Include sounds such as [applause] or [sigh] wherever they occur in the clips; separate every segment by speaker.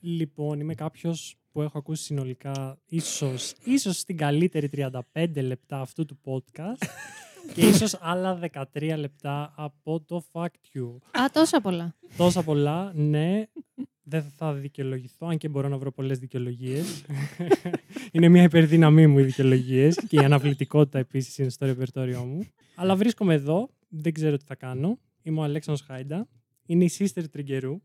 Speaker 1: Λοιπόν, είμαι κάποιος που έχω ακούσει συνολικά ίσως, ίσως την καλύτερη 35 λεπτά αυτού του podcast και ίσως άλλα 13 λεπτά από το Fact You.
Speaker 2: Α, τόσα πολλά.
Speaker 1: Τόσα πολλά, ναι. Δεν θα δικαιολογηθώ, αν και μπορώ να βρω πολλές δικαιολογίες. είναι μια υπερδύναμή μου οι δικαιολογίες και η αναβλητικότητα επίσης είναι στο ρεπερτόριό μου. Αλλά βρίσκομαι εδώ, δεν ξέρω τι θα κάνω. Είμαι ο Αλέξανδρος Χάιντα, είναι η sister Τριγκερού.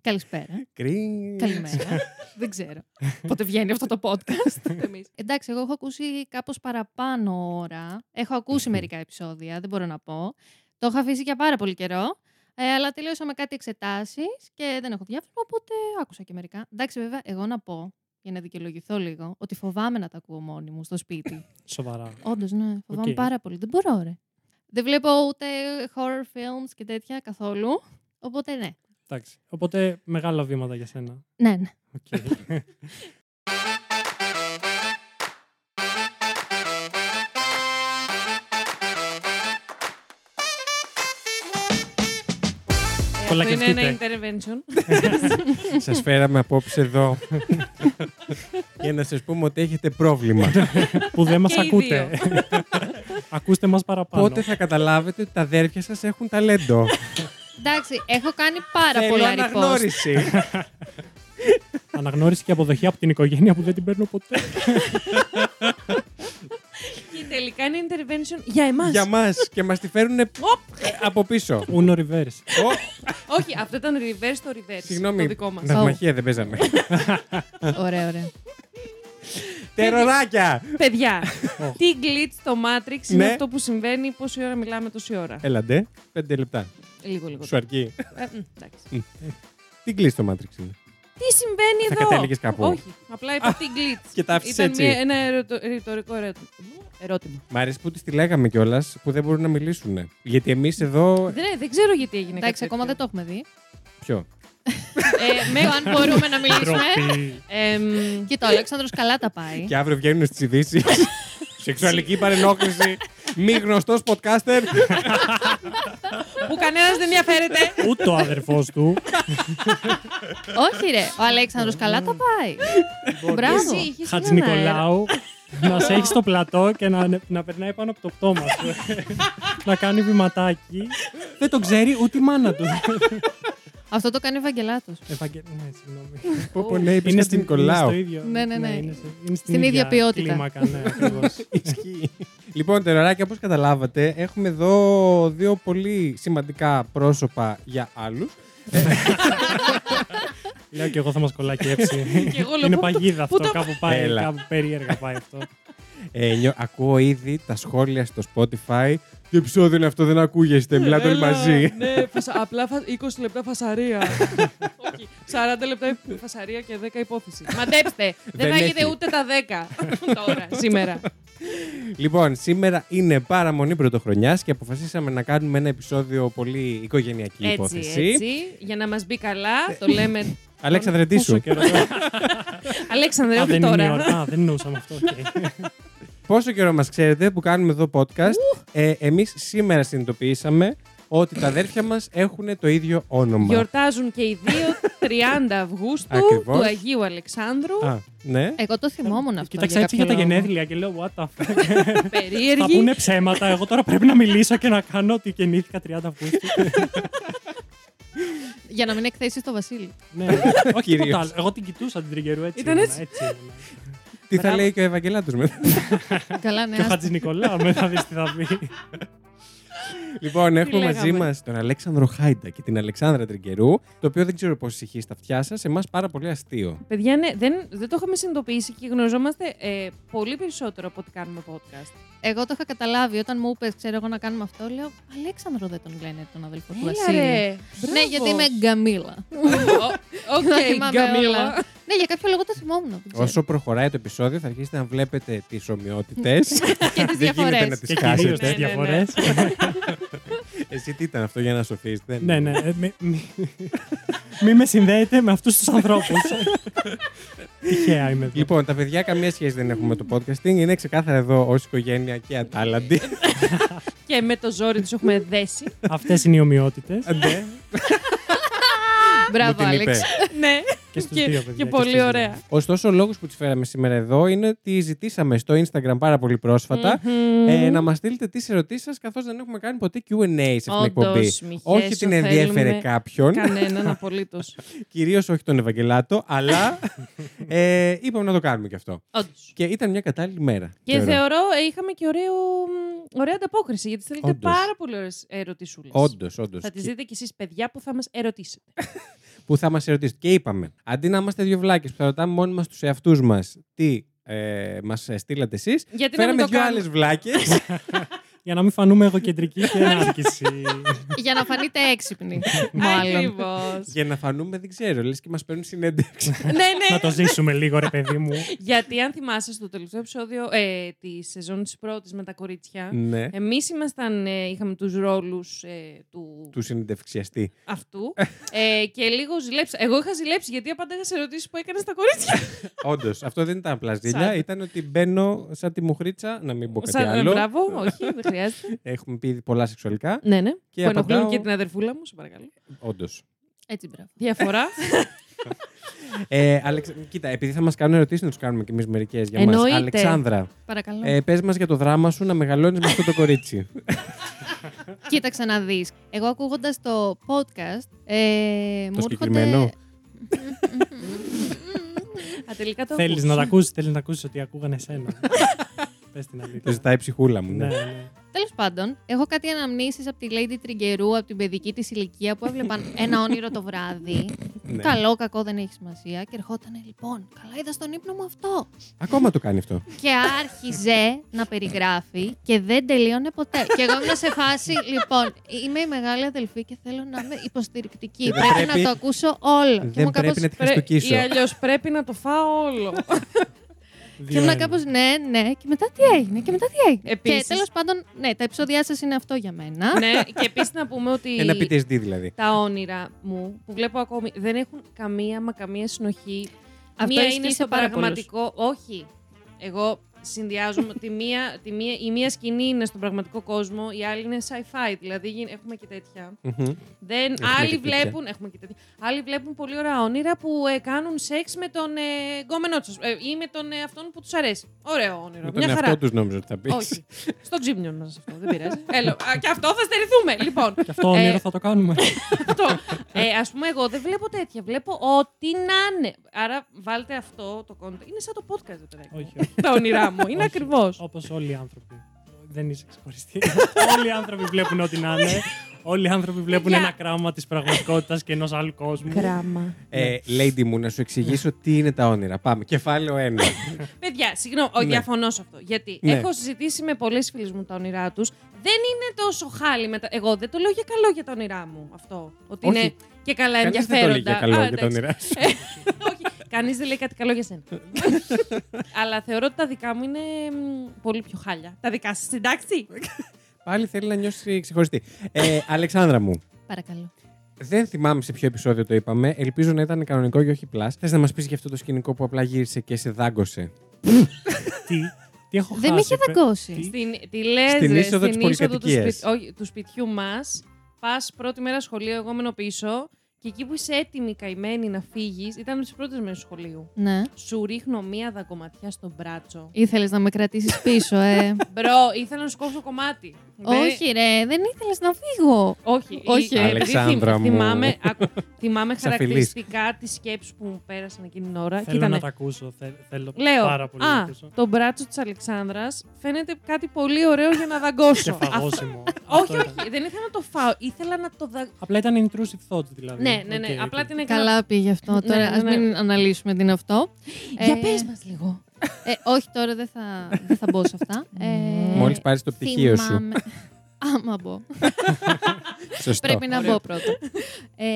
Speaker 2: Καλησπέρα.
Speaker 3: Κρίνει.
Speaker 2: Καλημέρα. Δεν ξέρω. Πότε βγαίνει αυτό το podcast.
Speaker 4: εμείς.
Speaker 2: Εντάξει, εγώ έχω ακούσει κάπως παραπάνω ώρα. Έχω ακούσει μερικά επεισόδια, δεν μπορώ να πω. Το είχα αφήσει για πάρα πολύ καιρό. Ε, αλλά τελείωσα με κάτι εξετάσεις και δεν έχω διάφορα, οπότε άκουσα και μερικά. Εντάξει, βέβαια, εγώ να πω, για να δικαιολογηθώ λίγο, ότι φοβάμαι να τα ακούω μόνη μου στο σπίτι.
Speaker 1: Σοβαρά.
Speaker 2: Όντως, ναι, φοβάμαι
Speaker 1: Οκ.
Speaker 2: πάρα πολύ. Δεν μπορώ, ρε. Δεν βλέπω ούτε horror films και τέτοια καθόλου. Οπότε ναι.
Speaker 1: Εντάξει. Οπότε μεγάλα βήματα για σένα.
Speaker 2: Ναι, ναι.
Speaker 1: Οκ. [laughs]
Speaker 4: Ε, αυτό είναι
Speaker 1: Κολακευτείτε.
Speaker 4: ένα intervention.
Speaker 3: Σας φέραμε απόψε εδώ για να σας πούμε ότι έχετε πρόβλημα.
Speaker 1: που δεν μας
Speaker 4: Και οι
Speaker 1: ακούτε. [laughs] Ακούστε μας παραπάνω.
Speaker 3: Πότε θα καταλάβετε ότι τα αδέρφια σας έχουν ταλέντο.
Speaker 2: Εντάξει, έχω κάνει πάρα
Speaker 3: Θέλω
Speaker 2: πολλά repost.
Speaker 3: αναγνώριση.
Speaker 1: Αναγνώριση και αποδοχή από την οικογένεια που δεν την παίρνω ποτέ.
Speaker 4: Και τελικά είναι intervention για εμάς.
Speaker 3: Για μας και μας τη φέρουν ε, από πίσω.
Speaker 1: Uno reverse.
Speaker 3: Ω,
Speaker 4: Όχι, αυτό ήταν reverse το reverse.
Speaker 3: Συγγνώμη,
Speaker 4: Το δικό μας.
Speaker 3: ναυμαχία δεν παίζαμε.
Speaker 2: Ωραία, ωραία.
Speaker 3: Τεροράκια! [laughs]
Speaker 4: Παιδιά,
Speaker 1: Ω.
Speaker 4: τι glitch στο Matrix είναι
Speaker 3: Ναι.
Speaker 4: αυτό που συμβαίνει, πόση ώρα μιλάμε τόση ώρα.
Speaker 3: Έλαντε, πέντε λεπτά.
Speaker 4: Λίγο, λίγο.
Speaker 3: Σου αρκεί.
Speaker 4: Ε, μ, εντάξει.
Speaker 3: Τι κλείσει το Matrix είναι.
Speaker 4: Τι συμβαίνει
Speaker 3: Θα
Speaker 4: εδώ.
Speaker 3: κατέληγες κάπου.
Speaker 4: Όχι, απλά είπα τι glitch.
Speaker 3: [laughs] και τα άφησες
Speaker 4: Ήταν
Speaker 3: έτσι.
Speaker 4: μια- ένα ερωτο- ρητορικό ερώτημα. ερώτημα.
Speaker 3: Μ' αρέσει που τη τη λέγαμε κιόλας που δεν μπορούν να μιλήσουν. Γιατί εμείς εδώ.
Speaker 4: Δεν, δεν ξέρω γιατί έγινε
Speaker 2: Εντάξει,
Speaker 4: κάτι
Speaker 2: ακόμα δεν
Speaker 4: τέτοιο.
Speaker 2: το έχουμε δει.
Speaker 3: Ποιο.
Speaker 2: ε, με το αν μπορούμε να μιλήσουμε.
Speaker 1: Ντροπή.
Speaker 4: Ε, μ,
Speaker 2: Και το Αλέξανδρος καλά τα πάει.
Speaker 3: Και αύριο βγαίνουν στις ειδήσεις. [laughs] Σεξουαλική παρενόχληση. Μη γνωστός podcaster.
Speaker 4: που κανένας δεν [laughs] ενδιαφέρεται.
Speaker 1: Ούτε ο αδερφός του.
Speaker 2: Όχι, ρε. Ο Αλέξανδρος καλά τα πάει. Μπράβο.
Speaker 4: Εσύ είχες
Speaker 1: Χατζη
Speaker 4: έναν αέρα.
Speaker 1: Νικολάου. να σε έχει στο πλατό και να, να περνάει πάνω από το πτώμα σου. ε. να κάνει βηματάκι. Δεν το ξέρει ούτε η μάνα του.
Speaker 2: Αυτό το κάνει ο Ευαγγελάτος.
Speaker 1: Ευαγγε... Ναι, συγγνώμη.
Speaker 3: Πω πω, ναι, είπες
Speaker 1: στην-
Speaker 3: στην Κολάου.
Speaker 1: στο ίδιο.
Speaker 2: Ναι, ναι, ναι.
Speaker 1: είναι, στο- είναι
Speaker 2: Στην ίδια ποιότητα.
Speaker 1: Κλίμακα, ναι, ακριβώς.
Speaker 3: Ισχύει. Λοιπόν, τεροράκια, όπως καταλάβατε, έχουμε εδώ δύο πολύ σημαντικά πρόσωπα για άλλους.
Speaker 1: Λέω και εγώ θα μας κολακέψει.
Speaker 4: Κι εγώ
Speaker 1: είναι
Speaker 4: λέω, πού το-
Speaker 1: παγίδα
Speaker 4: πού
Speaker 1: αυτό.
Speaker 4: το-
Speaker 1: Κάπου πάει.
Speaker 3: Έλα.
Speaker 1: Κάπου περίεργα πάει αυτό.
Speaker 3: Ε, νιώ- ακούω ήδη τα σχόλια στο Spotify. Τι επεισόδιο είναι αυτό, δεν ακούγεστε, μιλάτε όλοι μαζί.
Speaker 4: Ναι, φασα- απλά φα- 20 λεπτά [laughs] φασαρία. Όχι, 40 λεπτά φασαρία και 10 υπόθεση. Μαντέψτε,
Speaker 3: Δεν
Speaker 4: δεν θα έχετε
Speaker 3: έχει.
Speaker 4: ούτε τα 10 [laughs] τώρα, σήμερα.
Speaker 3: Λοιπόν, σήμερα είναι παραμονή πρωτοχρονιάς και αποφασίσαμε να κάνουμε ένα επεισόδιο πολύ οικογενειακή
Speaker 4: έτσι,
Speaker 3: υπόθεση.
Speaker 4: έτσι, για να μας μπει καλά, το λέμε...
Speaker 3: Αλέξανδρε, τι
Speaker 1: Πόσο
Speaker 3: σου,
Speaker 1: καιρό.
Speaker 4: Αλέξανδρε,
Speaker 1: Α,
Speaker 4: όχι
Speaker 1: δεν είναι η ώρα.
Speaker 4: τώρα.
Speaker 1: Α, δεν εννοούσαμε αυτό. οκ.
Speaker 3: πόσο καιρό μας ξέρετε που κάνουμε εδώ podcast. Ε, εμείς σήμερα συνειδητοποιήσαμε ότι τα αδέρφια μας έχουν το ίδιο όνομα.
Speaker 4: Γιορτάζουν και οι δύο 30 Αυγούστου
Speaker 3: Ακριβώς.
Speaker 4: του Αγίου Αλεξάνδρου.
Speaker 3: Α, ναι.
Speaker 2: Εγώ το θυμόμουν αυτό.
Speaker 1: Κοίταξα έτσι για τα
Speaker 2: κάποιο λόγο.
Speaker 1: γενέθλια και λέω what the fuck. Θα
Speaker 4: Περίεργη.
Speaker 1: πούνε ψέματα. Εγώ τώρα πρέπει να μιλήσω και να κάνω ότι γεννήθηκα 30 Αυγούστου.
Speaker 2: Για να μην εκθέσεις το
Speaker 1: [laughs]
Speaker 2: Βασίλη.
Speaker 1: ναι, όχι
Speaker 3: Κυρίως.
Speaker 1: τίποτα άλλο. Εγώ την κοιτούσα την τριγκερού έτσι.
Speaker 4: Ήταν
Speaker 1: ήμουνα,
Speaker 4: έτσι. Ναι,
Speaker 1: ήμουνα.
Speaker 3: Τι θα
Speaker 4: Μπράβο.
Speaker 3: λέει και ο Ευαγγελάτος μετά.
Speaker 2: καλά, ναι.
Speaker 1: Και ο
Speaker 2: άστα.
Speaker 1: Χατζη Νικολάου μετά δεις τι θα πει.
Speaker 3: Λοιπόν, έχουμε μαζί
Speaker 4: λέγαμε.
Speaker 3: μας τον Αλέξανδρο Χάιντα και την Αλεξάνδρα Τριγκερού, το οποίο δεν ξέρω πώς ησυχεί στα αυτιά σας, εμάς πάρα πολύ αστείο.
Speaker 4: Παιδιά, ναι, δεν, δεν το είχαμε συνειδητοποιήσει και γνωριζόμαστε ε, πολύ περισσότερο από ό,τι κάνουμε podcast.
Speaker 2: Εγώ το είχα καταλάβει όταν μου είπες, ξέρω εγώ να κάνουμε αυτό. Λέω Αλέξανδρο δεν τον λένε τον αδελφό του Βασίλη. Ναι, γιατί είμαι γκαμίλα.
Speaker 1: [laughs]
Speaker 4: Οκ,
Speaker 2: Τα θυμάμαι
Speaker 4: Γκαμίλα.
Speaker 2: όλα. Ναι, για κάποιο λόγο το θυμόμουν. δεν ξέρω.
Speaker 3: Όσο προχωράει το επεισόδιο, θα αρχίσετε να βλέπετε τις ομοιότητες.
Speaker 2: Και τις
Speaker 3: δεν γίνεται
Speaker 2: διαφορέ.
Speaker 3: να τι
Speaker 1: και κυρίως
Speaker 4: Ναι,
Speaker 1: τις
Speaker 4: ναι,
Speaker 3: χάσετε.
Speaker 4: ναι.
Speaker 1: διαφορές.
Speaker 3: Εσύ τι ήταν αυτό για να σωθείς, δεν.
Speaker 1: Ναι, ναι. ε, μη- μη- Μη με συνδέετε με αυτούς τους ανθρώπους. Τυχαία είμαι εδώ.
Speaker 3: Λοιπόν, τα παιδιά καμία σχέση δεν έχουμε με το podcasting. Είναι ξεκάθαρα εδώ ως οικογένεια και ατάλλαντη.
Speaker 4: Και με το ζόρι τους έχουμε
Speaker 1: [laughs]
Speaker 4: δέσει.
Speaker 1: Αυτές είναι οι ομοιότητες.
Speaker 3: ναι,
Speaker 2: Μπράβο, Άλεξ.
Speaker 4: ναι.
Speaker 1: και στους
Speaker 4: Και-
Speaker 1: δύο παιδιά.
Speaker 4: και
Speaker 1: στους
Speaker 4: πολύ
Speaker 1: δύο.
Speaker 4: ωραία.
Speaker 3: Ωστόσο, ο λόγος που τι φέραμε σήμερα εδώ είναι ότι ζητήσαμε στο Instagram πάρα πολύ πρόσφατα
Speaker 4: Μμμ.
Speaker 3: ε, να μας στείλετε τις ερωτήσεις σας, καθώς δεν έχουμε κάνει ποτέ QA σε αυτήν την
Speaker 4: Όντως,
Speaker 3: εκπομπή.
Speaker 4: μη
Speaker 3: Όχι
Speaker 4: χέσω,
Speaker 3: την ενδιέφερε
Speaker 4: θέλουμε
Speaker 3: κάποιον,
Speaker 4: Κανέναν απολύτως.
Speaker 1: [laughs]
Speaker 3: κυρίως όχι τον Ευαγγελάτο, αλλά ε, είπαμε να το κάνουμε και αυτό. Και ήταν μια κατάλληλη μέρα.
Speaker 4: Και θεωρώ ε, είχαμε και ωραίο, μ, ωραία ανταπόκριση γιατί θέλετε
Speaker 3: Όντως.
Speaker 4: πάρα πολύ ωραίε ερωτησούλες.
Speaker 3: Όντως, όντως.
Speaker 4: Θα τις δείτε κι εσείς, παιδιά, που θα μας ερωτήσετε.
Speaker 3: Που θα μας ερωτήσετε. Και είπαμε, αντί να είμαστε δύο βλάκες που θα ρωτάμε μόνοι μας τους εαυτούς μας τι ε, μας στείλατε εσείς,
Speaker 4: Γιατί να μην
Speaker 3: φέραμε
Speaker 4: το
Speaker 3: δύο
Speaker 4: κάνουμε.
Speaker 3: άλλες βλάκες.
Speaker 4: [laughs]
Speaker 1: Για να μην φανούμε εγωκεντρικοί
Speaker 4: Ναι.
Speaker 1: και ενάρκηση.
Speaker 2: Για να φανείτε
Speaker 3: [laughs]
Speaker 2: έξυπνοι, μάλλον.
Speaker 4: Ακριβώς.
Speaker 3: για να φανούμε, δεν ξέρω, λες και μας παίρνουν συνέντευξη.
Speaker 4: [laughs] ναι, ναι.
Speaker 1: να το ζήσουμε λίγο, ρε παιδί μου.
Speaker 4: Γιατί αν θυμάσαι στο τελευταίο επεισόδιο ε, τη σεζόν της πρώτης με τα κορίτσια,
Speaker 3: ναι.
Speaker 4: εμείς ήμασταν, ε, είχαμε τους ρόλους ε, του,
Speaker 3: του συνεντευξιαστή. [laughs]
Speaker 4: αυτού ε, και λίγο ζηλέψα. Εγώ είχα ζηλέψει γιατί απαντάγα σε ερωτήσεις που έκανε στα κορίτσια.
Speaker 3: Όντως, αυτό δεν ήταν απλά ζήλια.
Speaker 4: Σαν-
Speaker 3: ήταν ότι μπαίνω σαν τη μουχρίτσα, να μην πω κάτι
Speaker 4: Σαν- ε,
Speaker 3: άλλο.
Speaker 4: Μπράβο, όχι, δεν χρειάζεται.
Speaker 3: [laughs] Έχουμε πει ήδη πολλά σεξουαλικά.
Speaker 4: ναι, ναι.
Speaker 3: Και
Speaker 4: που ενοχλούν
Speaker 3: απαντάω-
Speaker 4: και την αδερφούλα μου, σε παρακαλώ.
Speaker 3: Όντως.
Speaker 2: Έτσι, μπράβο.
Speaker 3: [laughs]
Speaker 4: Διαφορά.
Speaker 3: Ε, Αλεξ... Κοίτα, επειδή θα μας κάνουν ερωτήσεις, να τους κάνουμε κι εμείς μερικές για μας.
Speaker 4: Εννοείται.
Speaker 3: Αλεξάνδρα,
Speaker 2: Παρακαλώ.
Speaker 3: ε, πες μας για το δράμα σου να μεγαλώνεις με αυτό το
Speaker 4: [laughs]
Speaker 3: κορίτσι.
Speaker 2: Κοίταξε να δεις. Εγώ ακούγοντας το podcast. Ε,
Speaker 3: Το
Speaker 2: μου
Speaker 3: συγκεκριμένο.
Speaker 2: έρχονται-
Speaker 4: Α, τελικά το
Speaker 1: θέλεις
Speaker 4: ακούς.
Speaker 1: να τα ακούσεις, θέλεις να ακούσεις ότι ακούγανε
Speaker 4: [laughs]
Speaker 1: εσένα. Πες την
Speaker 3: το
Speaker 1: αλήθεια.
Speaker 3: ζητάει η ψυχούλα μου.
Speaker 1: ναι,
Speaker 3: Ναι.
Speaker 1: ναι.
Speaker 2: Τέλος πάντων, έχω κάτι αναμνήσεις από τη Lady Τριγκερού, από την παιδική της ηλικία που
Speaker 3: [laughs]
Speaker 2: έβλεπαν ένα όνειρο το βράδυ.
Speaker 3: Ναι.
Speaker 2: Καλό, κακό δεν έχει σημασία. Και ερχόταν λοιπόν. Καλά, είδα στον ύπνο μου αυτό.
Speaker 3: Ακόμα το κάνει αυτό.
Speaker 2: Και άρχιζε να περιγράφει και δεν τελείωνε ποτέ. και εγώ ήμουν σε φάση, λοιπόν, είμαι η μεγάλη αδελφή και θέλω να είμαι υποστηρικτική.
Speaker 3: Και δεν
Speaker 2: πρέπει,
Speaker 3: πρέπει-
Speaker 2: να το ακούσω όλο. και
Speaker 3: δεν
Speaker 2: ήμουν
Speaker 3: πρέπει
Speaker 2: κάπως...
Speaker 3: να τη
Speaker 4: Πρέ- Ή
Speaker 3: χαστοκίσω.
Speaker 4: αλλιώς πρέπει να το φάω
Speaker 3: [laughs]
Speaker 4: όλο.
Speaker 2: Και ήμουν
Speaker 1: Δύο-ένα.
Speaker 2: κάπως ναι, ναι, και μετά τι έγινε, και μετά τι έγινε.
Speaker 4: Επίσης-
Speaker 2: Και τέλος πάντων, ναι, τα επεισόδια σας είναι αυτό για μένα.
Speaker 4: ναι, και επίσης να πούμε ότι.
Speaker 3: Ένα PTSD δηλαδή.
Speaker 4: τα όνειρα μου που βλέπω ακόμη δεν έχουν καμία μα καμία συνοχή.
Speaker 2: Αυτό
Speaker 4: μία
Speaker 2: ισχύει
Speaker 4: είναι
Speaker 2: σε
Speaker 4: στο
Speaker 2: πάρα πολλούς.
Speaker 4: πραγματικό. Όχι. Εγώ συνδυάζομαι τη μία, τη μία, η μία σκηνή είναι στον πραγματικό κόσμο, η άλλη είναι sci-fi. Δηλαδή γι- έχουμε και τέτοια.
Speaker 3: Μμμ.
Speaker 4: Δεν,
Speaker 3: Έχουμε και
Speaker 4: άλλοι,
Speaker 3: τέτοια.
Speaker 4: βλέπουν, έχουμε και τέτοια. άλλοι βλέπουν πολύ ωραία όνειρα που ε, κάνουν σεξ με τον ε, γκόμενό τους ή με τον ε, αυτόν που τους αρέσει. Ωραίο όνειρο.
Speaker 3: Με τον
Speaker 4: μια χαρά.
Speaker 3: εαυτό του νόμιζα ότι θα πεις. [laughs]
Speaker 4: Όχι. Στο ξύπνιο μας αυτό. Δεν πειράζει. Έλα, α, και αυτό θα στερηθούμε. Λοιπόν,
Speaker 1: Και αυτό
Speaker 4: Ε,
Speaker 1: όνειρο θα το κάνουμε.
Speaker 4: αυτό. ε, Ας πούμε, εγώ δεν βλέπω τέτοια. Βλέπω ό,τι να είναι. Άρα βάλτε αυτό το κόντρο. Είναι σαν το podcast, ρε παιδάκι. μου.
Speaker 1: όχι, όχι.
Speaker 4: Τα όνειρά μου. Είναι
Speaker 1: Όχι.
Speaker 4: ακριβώς.
Speaker 1: Όπως όλοι οι άνθρωποι. Δεν είσαι ξεχωριστή. [laughs] όλοι οι άνθρωποι βλέπουν ό,τι να είναι. Όλοι οι άνθρωποι βλέπουν
Speaker 4: Παιδιά.
Speaker 1: ένα κράμα της πραγματικότητας και ενός άλλου κόσμου.
Speaker 4: Γράμμα.
Speaker 3: Ε, lady μου, να σου εξηγήσω τι είναι τα όνειρα. Πάμε. Κεφάλαιο 1.
Speaker 4: Ε, Παιδιά, συγγνώμη, ο,
Speaker 3: Ναι.
Speaker 4: διαφωνώ σε αυτό. Γιατί
Speaker 3: Ναι.
Speaker 4: έχω συζητήσει με πολλές φίλες μου τα όνειρά τους. Δεν είναι τόσο χάλι με τα. Εγώ δεν το λέω για καλό για τα όνειρά μου αυτό. Ότι
Speaker 3: Όχι.
Speaker 4: είναι και καλά
Speaker 3: Κανείς δεν το λέει
Speaker 4: ενδιαφέροντα.
Speaker 3: για καλό
Speaker 4: Α,
Speaker 3: για τα
Speaker 4: εντάξει.
Speaker 3: όνειρά σου.
Speaker 4: Όχι, κανείς δεν λέει κάτι καλό για
Speaker 3: [laughs]
Speaker 4: σένα. Αλλά θεωρώ ότι τα δικά μου είναι μ, πολύ πιο χάλια. Τα δικά σα, εντάξει.
Speaker 3: Πάλι θέλει να νιώσει ξεχωριστή. Ε, Αλεξάνδρα μου,
Speaker 2: Παρακαλώ.
Speaker 3: δεν θυμάμαι σε ποιο επεισόδιο το είπαμε. Ελπίζω να ήταν κανονικό και όχι πλάσ. Θες να μας πεις για αυτό το σκηνικό που απλά γύρισε και σε δάγκωσε.
Speaker 1: Τι, τι έχω χάσει.
Speaker 2: Δεν με είχε
Speaker 1: παι-
Speaker 2: δαγκώσει.
Speaker 1: Τι?
Speaker 4: Στην, τη λες,
Speaker 3: Στην
Speaker 4: ρε,
Speaker 3: είσοδο της
Speaker 4: στην είσοδο του,
Speaker 3: πολυκατοικίας.
Speaker 4: σπιτ- όχι, του σπιτιού μας. Πας πρώτη μέρα σχολείο, εγώ μένω πίσω. Και εκεί που είσαι έτοιμη, καημένη να φύγεις, ήταν τις πρώτες μέρες σχολείου.
Speaker 2: Ναι.
Speaker 4: Σου ρίχνω μία δαγκωματιά στο μπράτσο.
Speaker 2: Ήθελες να με κρατήσεις πίσω, ε.
Speaker 4: [laughs] Ναι. Μπρο, ήθελα να σου κόψω κομμάτι. Δεν-
Speaker 2: Όχι, ρε, δεν ήθελες να φύγω.
Speaker 4: Όχι,
Speaker 2: Όχι.
Speaker 4: επειδή
Speaker 3: Αλεξάνδρα
Speaker 4: θυμ-
Speaker 3: μου.
Speaker 4: Θυμάμαι, άκου, θυμάμαι
Speaker 3: Ξαφυλής.
Speaker 4: χαρακτηριστικά τη σκέψη που μου πέρασαν εκείνη την ώρα.
Speaker 1: Θέλω
Speaker 4: Κοίτανε.
Speaker 1: να τα ακούσω. Θε, θέλω
Speaker 4: Λέω,
Speaker 1: πάρα πολύ να τα
Speaker 4: α,
Speaker 1: ακούσω.
Speaker 4: το μπράτσο της Αλεξάνδρας φαίνεται κάτι πολύ ωραίο για να δαγκώσω.
Speaker 1: Και
Speaker 4: [laughs]
Speaker 1: φαγώσιμο. Αυτό
Speaker 4: όχι,
Speaker 1: ήταν.
Speaker 4: όχι, δεν ήθελα να το φάω. Ήθελα να το δα...
Speaker 1: Απλά ήταν intrusive thoughts δηλαδή.
Speaker 4: Ναι, ναι, ναι.
Speaker 1: Οκ,
Speaker 4: Απλά
Speaker 1: οκ.
Speaker 4: την έκανα.
Speaker 2: Καλά πήγε αυτό.
Speaker 4: Ναι,
Speaker 2: Τώρα
Speaker 4: ναι,
Speaker 2: ας
Speaker 4: ναι.
Speaker 2: μην αναλύσουμε την αυτό.
Speaker 4: Για
Speaker 2: Ε,
Speaker 4: πες μας λίγο.
Speaker 2: Ε, όχι, τώρα δεν θα, δεν θα μπω σε αυτά. Ε,
Speaker 3: Μόλις πάρεις το πτυχίο σου.
Speaker 2: θυμάμαι- [laughs] Άμα μπω.
Speaker 3: Σωστό.
Speaker 2: Πρέπει να
Speaker 4: Ωραίο.
Speaker 2: μπω πρώτα. Ε,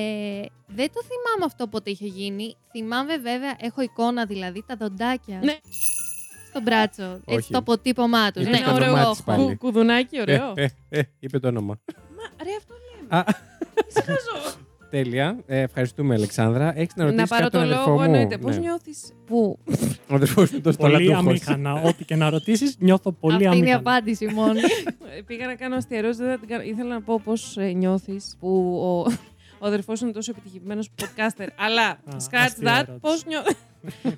Speaker 2: δεν το θυμάμαι αυτό πότε είχε γίνει. Θυμάμαι βέβαια, έχω εικόνα δηλαδή, τα δοντάκια.
Speaker 4: Ναι.
Speaker 2: Στο μπράτσο.
Speaker 3: Όχι.
Speaker 2: Έτσι, το αποτύπωμά τους.
Speaker 3: Είπε
Speaker 2: Ναι,
Speaker 3: το όνομά της πάλι.
Speaker 4: Κου- κουδουνάκι, ωραίο.
Speaker 3: Ε, ε, ε, είπε το όνομα.
Speaker 4: Μα, ρε, αυτό λέμε.
Speaker 3: Α.
Speaker 4: Είσαι χαζός.
Speaker 3: Τέλεια. Ε, ευχαριστούμε, Αλεξάνδρα. Έχεις να
Speaker 4: Να
Speaker 3: ρωτήσεις
Speaker 4: πάρω
Speaker 3: κάτι τον
Speaker 4: το
Speaker 3: αδερφό μου.
Speaker 4: λόγο, εννοείται. Πώς
Speaker 3: Ναι.
Speaker 4: νιώθεις που.
Speaker 3: Ο αδερφός μου το
Speaker 1: Πολύ
Speaker 3: στολατούχος.
Speaker 1: αμήχανα. Ό,τι και να ρωτήσεις, νιώθω πολύ
Speaker 2: Αυτή είναι η
Speaker 1: αμήχανα.
Speaker 2: απάντηση μόνο.
Speaker 4: Πήγα να κάνω αστιαρός, δεν θα την κάνω. Ήθελα να πω πώς νιώθει ε, που ο, Ο αδερφός είναι τόσο επιτυχημένος podcaster. Αλλά scratch
Speaker 1: αστεία
Speaker 4: that.
Speaker 1: ερώτηση.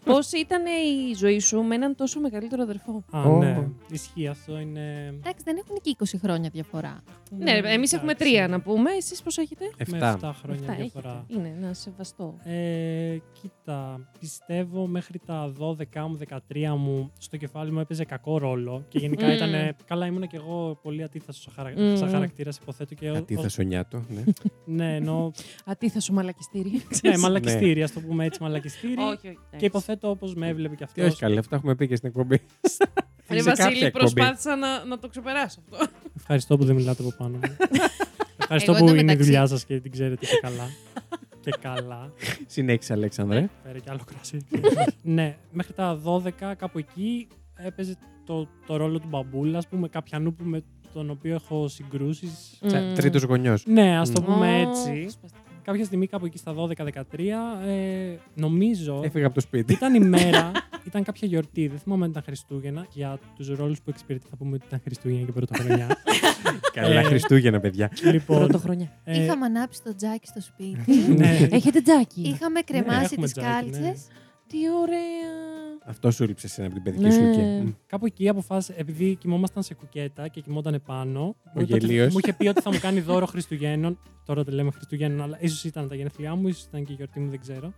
Speaker 4: Πώ ήταν η ζωή σου με έναν τόσο μεγαλύτερο αδερφό.
Speaker 1: Α,
Speaker 3: Ω.
Speaker 1: ναι. Ισχύει αυτό, είναι...
Speaker 2: Εντάξει, δεν έχουν και 20 χρόνια διαφορά.
Speaker 4: Ναι, εμείς έχουμε
Speaker 1: εντάξει.
Speaker 4: τρία να πούμε. Εσείς πώς έχετε.
Speaker 1: Με
Speaker 3: 7.
Speaker 1: 7 χρόνια
Speaker 4: Αυτά έχετε.
Speaker 1: διαφορά.
Speaker 4: Είναι ένα σεβαστό.
Speaker 1: Ε, κοίτα, πιστεύω μέχρι τα 12 μου, 13 μου, στο κεφάλι μου έπαιζε κακό ρόλο και γενικά
Speaker 4: Μμμ.
Speaker 1: ήταν. Καλά, ήμουν και εγώ πολύ αντίθετο σαν χαρα...
Speaker 4: Μμμ.
Speaker 1: σαν χαρακτήρας, υποθέτω. Και ο-
Speaker 3: Κάτι
Speaker 1: ο-
Speaker 3: θα σου νιάτο, ναι.
Speaker 1: Ναι, ενώ.
Speaker 4: Αντίθετα σου μαλακιστήρι.
Speaker 1: ναι,
Speaker 4: [laughs] Ξέρεις.
Speaker 1: μαλακιστήρι, ας το πούμε έτσι, μαλακιστήρι.
Speaker 4: Όχι, όχι.
Speaker 1: και υποθέτω όπως με έβλεπε και
Speaker 3: [laughs] Τι
Speaker 1: αυτό.
Speaker 3: όχι καλέ, αυτά έχουμε πει και
Speaker 1: [laughs]
Speaker 3: στην εκπομπή.
Speaker 4: Ρε
Speaker 3: Σε κάποια
Speaker 4: Ε, Βασίλη,
Speaker 3: εκπομπή.
Speaker 4: προσπάθησα να, να το ξεπεράσω αυτό.
Speaker 1: Ευχαριστώ που δεν μιλάτε από πάνω μου. Ευχαριστώ
Speaker 2: Εγώ
Speaker 1: που είναι η
Speaker 2: εντωμεταξύ-
Speaker 1: δουλειά σας και την ξέρετε και καλά. και καλά.
Speaker 3: Συνέχισε, Αλέξανδρε.
Speaker 1: Φέρε Ε, κι άλλο κρασί. [laughs] ναι, μέχρι τα 12 κάπου εκεί έπαιζε το, το ρόλο του μπαμπούλα, ας πούμε, κάποιανού που με τον οποίο έχω συγκρούσεις.
Speaker 3: Mm.
Speaker 4: Μμμ.
Speaker 3: Τρίτος γονιός.
Speaker 1: Ναι, ας το
Speaker 3: Μμ.
Speaker 1: πούμε
Speaker 4: Ω,
Speaker 1: έτσι.
Speaker 4: σπαστικά.
Speaker 1: Κάποια στιγμή κάπου εκεί στα 12-13, ε, νομίζω.
Speaker 3: Έφυγα από το σπίτι.
Speaker 1: Ήταν η μέρα, ήταν κάποια γιορτή, δεν θυμάμαι αν ήταν Χριστούγεννα. Για τους ρόλους που εξυπηρετεί, θα πούμε ότι ήταν Χριστούγεννα και Πρωτοχρονιά.
Speaker 3: Καλά,
Speaker 1: Ε.
Speaker 3: Χριστούγεννα, παιδιά.
Speaker 1: λοιπόν,
Speaker 4: Πρωτοχρονιά.
Speaker 1: ε,
Speaker 2: Είχαμε ανάψει το τζάκι στο σπίτι.
Speaker 1: ναι,
Speaker 4: Έχετε τζάκι.
Speaker 2: Είχαμε κρεμάσει
Speaker 1: έχουμε
Speaker 2: τις τι
Speaker 1: τζάκι, ναι.
Speaker 2: κάλτσε.
Speaker 4: Τι ωραία.
Speaker 3: Αυτό σου έλειψε εσένα από την παιδική σου
Speaker 4: Ναι.
Speaker 3: ηλικία. Μμ.
Speaker 1: Κάπου εκεί αποφάσισα, επειδή κοιμόμασταν σε κουκέτα και κοιμόταν πάνω. μου, είπε
Speaker 3: γελίος.
Speaker 1: ότι- μου είχε πει ότι θα μου κάνει δώρο Χριστουγέννων. Τώρα το λέμε Χριστουγέννων, αλλά ίσως ήταν τα γενέθλιά μου, ίσως ήταν και η γιορτή μου, δεν ξέρω.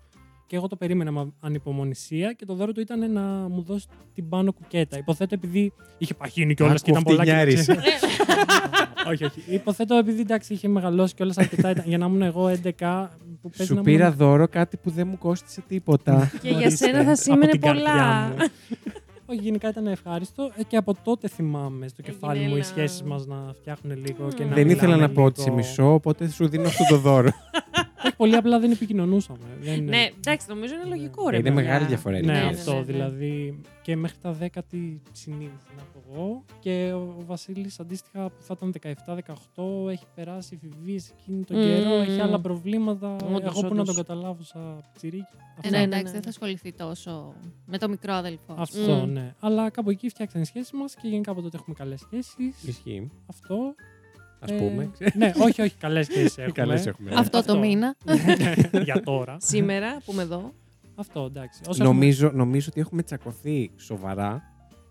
Speaker 1: Και εγώ το περίμενα με ανυπομονησία και το δώρο του ήταν να μου δώσει την πάνω κουκέτα. Υποθέτω επειδή είχε παχύνει κιόλας
Speaker 3: Άκου
Speaker 1: και ήταν πολλά. Και...
Speaker 3: φτηνιάρης.
Speaker 1: [laughs] όχι, όχι. Υποθέτω επειδή εντάξει είχε μεγαλώσει κιόλας αρκετά. Ήταν, για να ήμουν εγώ 11 που παίζει να
Speaker 3: Σου
Speaker 1: ήμουν-
Speaker 3: πήρα δώρο κάτι που δεν μου κόστησε τίποτα.
Speaker 4: Και για
Speaker 1: Ορίστε,
Speaker 4: σένα θα
Speaker 1: από
Speaker 4: σήμαινε
Speaker 1: την καρδιά
Speaker 4: πολλά.
Speaker 1: μου.
Speaker 4: [laughs]
Speaker 1: Όχι, γενικά ήταν ευχάριστο. Ε, Και από τότε θυμάμαι στο
Speaker 4: Έγινε
Speaker 1: κεφάλι μου οι
Speaker 4: ένα-
Speaker 1: σχέσεις μας να φτιάχνουν λίγο και να.
Speaker 3: Δεν ήθελα
Speaker 1: μιλάμε
Speaker 3: να πω ότι σε
Speaker 1: λίγο.
Speaker 3: μισώ, οπότε σου δίνω αυτό το δώρο.
Speaker 1: Όχι, πολύ απλά δεν επικοινωνούσαμε. Δεν...
Speaker 4: Ναι, εντάξει, νομίζω είναι λογικό ρε.
Speaker 3: Ε, Είναι
Speaker 4: παιδιά.
Speaker 3: μεγάλη διαφορά,
Speaker 1: Ναι,
Speaker 3: είναι.
Speaker 4: ναι,
Speaker 1: αυτό
Speaker 4: ναι, ναι.
Speaker 1: δηλαδή. Και μέχρι τα 10 τη συνείδηση να πω εγώ. Και ο Βασίλης αντίστοιχα που θα ήταν 17-18 έχει περάσει φιβίε εκείνη τον
Speaker 4: Μμμ.
Speaker 1: καιρό, έχει άλλα προβλήματα.
Speaker 4: Όντως,
Speaker 1: εγώ που να
Speaker 4: όντως.
Speaker 1: τον καταλάβω σαν τσιρίκι.
Speaker 2: Ε,
Speaker 1: Αυτά.
Speaker 2: ναι,
Speaker 4: ναι,
Speaker 2: εντάξει,
Speaker 4: ναι.
Speaker 2: δεν θα ασχοληθεί τόσο με το μικρό αδελφό. σου.
Speaker 1: Αυτό,
Speaker 4: Μμμ.
Speaker 1: ναι. Αλλά κάπου εκεί φτιάξαν οι σχέσει μας και γενικά από τότε έχουμε καλές σχέσεις.
Speaker 3: Ισχύει.
Speaker 1: Αυτό.
Speaker 3: Ας
Speaker 1: ε,
Speaker 3: πούμε.
Speaker 1: Ναι, όχι, όχι, καλές [laughs] σχέσει έχουμε.
Speaker 3: Καλές έχουμε.
Speaker 1: Α,
Speaker 2: Αυτό το
Speaker 1: Αυτό.
Speaker 2: μήνα.
Speaker 1: Για τώρα.
Speaker 4: Σήμερα που είμαι εδώ.
Speaker 1: Αυτό, εντάξει. Όσα
Speaker 3: Νομίζω, νομίζω ότι έχουμε τσακωθεί σοβαρά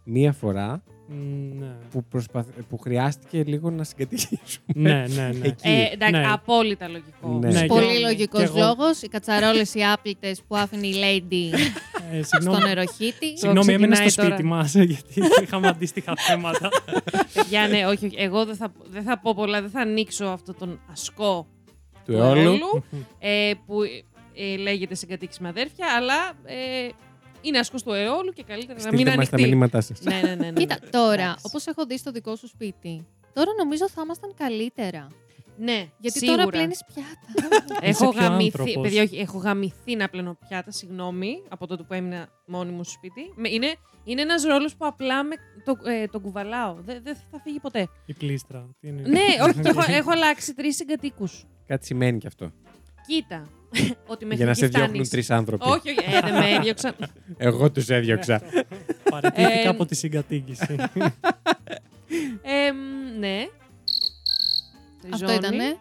Speaker 3: μία φορά
Speaker 1: έχουμε- Μ, Ναι,
Speaker 3: που, προσπαθ... που χρειάστηκε λίγο να συγκατοικήσουμε.
Speaker 1: ναι, ναι. ναι.
Speaker 3: Εκεί.
Speaker 4: Ε, εντάξει,
Speaker 1: Ναι.
Speaker 4: απόλυτα λογικό.
Speaker 3: Ναι. Ναι,
Speaker 2: Πολύ
Speaker 1: Ε, και-
Speaker 2: λογικός
Speaker 1: και εγώ-
Speaker 2: λόγος. Οι κατσαρόλες, οι άπλητες που άφηνε η Lady
Speaker 1: [laughs] Ε,
Speaker 2: στον
Speaker 1: συγγνώμη,
Speaker 2: νεροχύτη.
Speaker 1: συγγνώμη έμενα στο
Speaker 4: ξεκινάει τώρα.
Speaker 1: σπίτι μας, γιατί [laughs] είχαμε αντίστοιχα θέματα.
Speaker 4: Παιδιά, ναι, όχι, όχι. Εγώ δεν θα, δεν θα πω πολλά, δεν θα ανοίξω αυτόν τον ασκό
Speaker 3: του αιώλου.
Speaker 4: αιώλου, ε, που ε, λέγεται συγκατοίκηση με αδέρφια, αλλά ε, είναι ασκός του αιώλου και καλύτερα να μην
Speaker 3: Στείλτε μας τα
Speaker 4: ανοιχτεί.
Speaker 3: μηνύματά σας.
Speaker 4: Ναι, ναι, ναι. ναι.
Speaker 2: Κοίτα, τώρα,
Speaker 4: Εντάξει.
Speaker 2: όπως έχω δει στο δικό σου σπίτι, τώρα νομίζω θα ήμασταν καλύτερα.
Speaker 4: ναι,
Speaker 2: Γιατί
Speaker 4: σίγουρα.
Speaker 2: τώρα πλένεις πιάτα.
Speaker 1: Είσαι
Speaker 4: Έχω
Speaker 1: πιο
Speaker 4: γαμηθεί,
Speaker 1: άνθρωπος.
Speaker 4: παιδιά, όχι, έχω γαμηθεί να πλένω πιάτα, συγγνώμη, από τότε που έμεινα μόνη μου στο σπίτι. Με- Είναι, είναι ένας ρόλος που απλά με, το, ε, τον κουβαλάω. Δεν δεν θα φύγει ποτέ.
Speaker 1: Η κλίστρα. τι είναι.
Speaker 4: [laughs] ναι, όχι, το έχω,
Speaker 1: [laughs]
Speaker 4: έχω αλλάξει τρεις συγκατοίκους.
Speaker 3: Κάτι σημαίνει κι αυτό.
Speaker 4: Κοίτα, [laughs] ότι μέχρι
Speaker 3: Για να
Speaker 4: εκεί
Speaker 3: σε διώχνουν
Speaker 4: φτάνεις.
Speaker 3: τρεις άνθρωποι.
Speaker 4: Όχι, όχι, ε, δεν με έδιωξαν. [laughs]
Speaker 3: Εγώ τους έδιωξα.
Speaker 1: Παραιτήθηκα
Speaker 4: Ε,
Speaker 1: από τη συγκατοίκηση.
Speaker 4: Ε, μ, ναι.
Speaker 2: Αυτό ήτανε.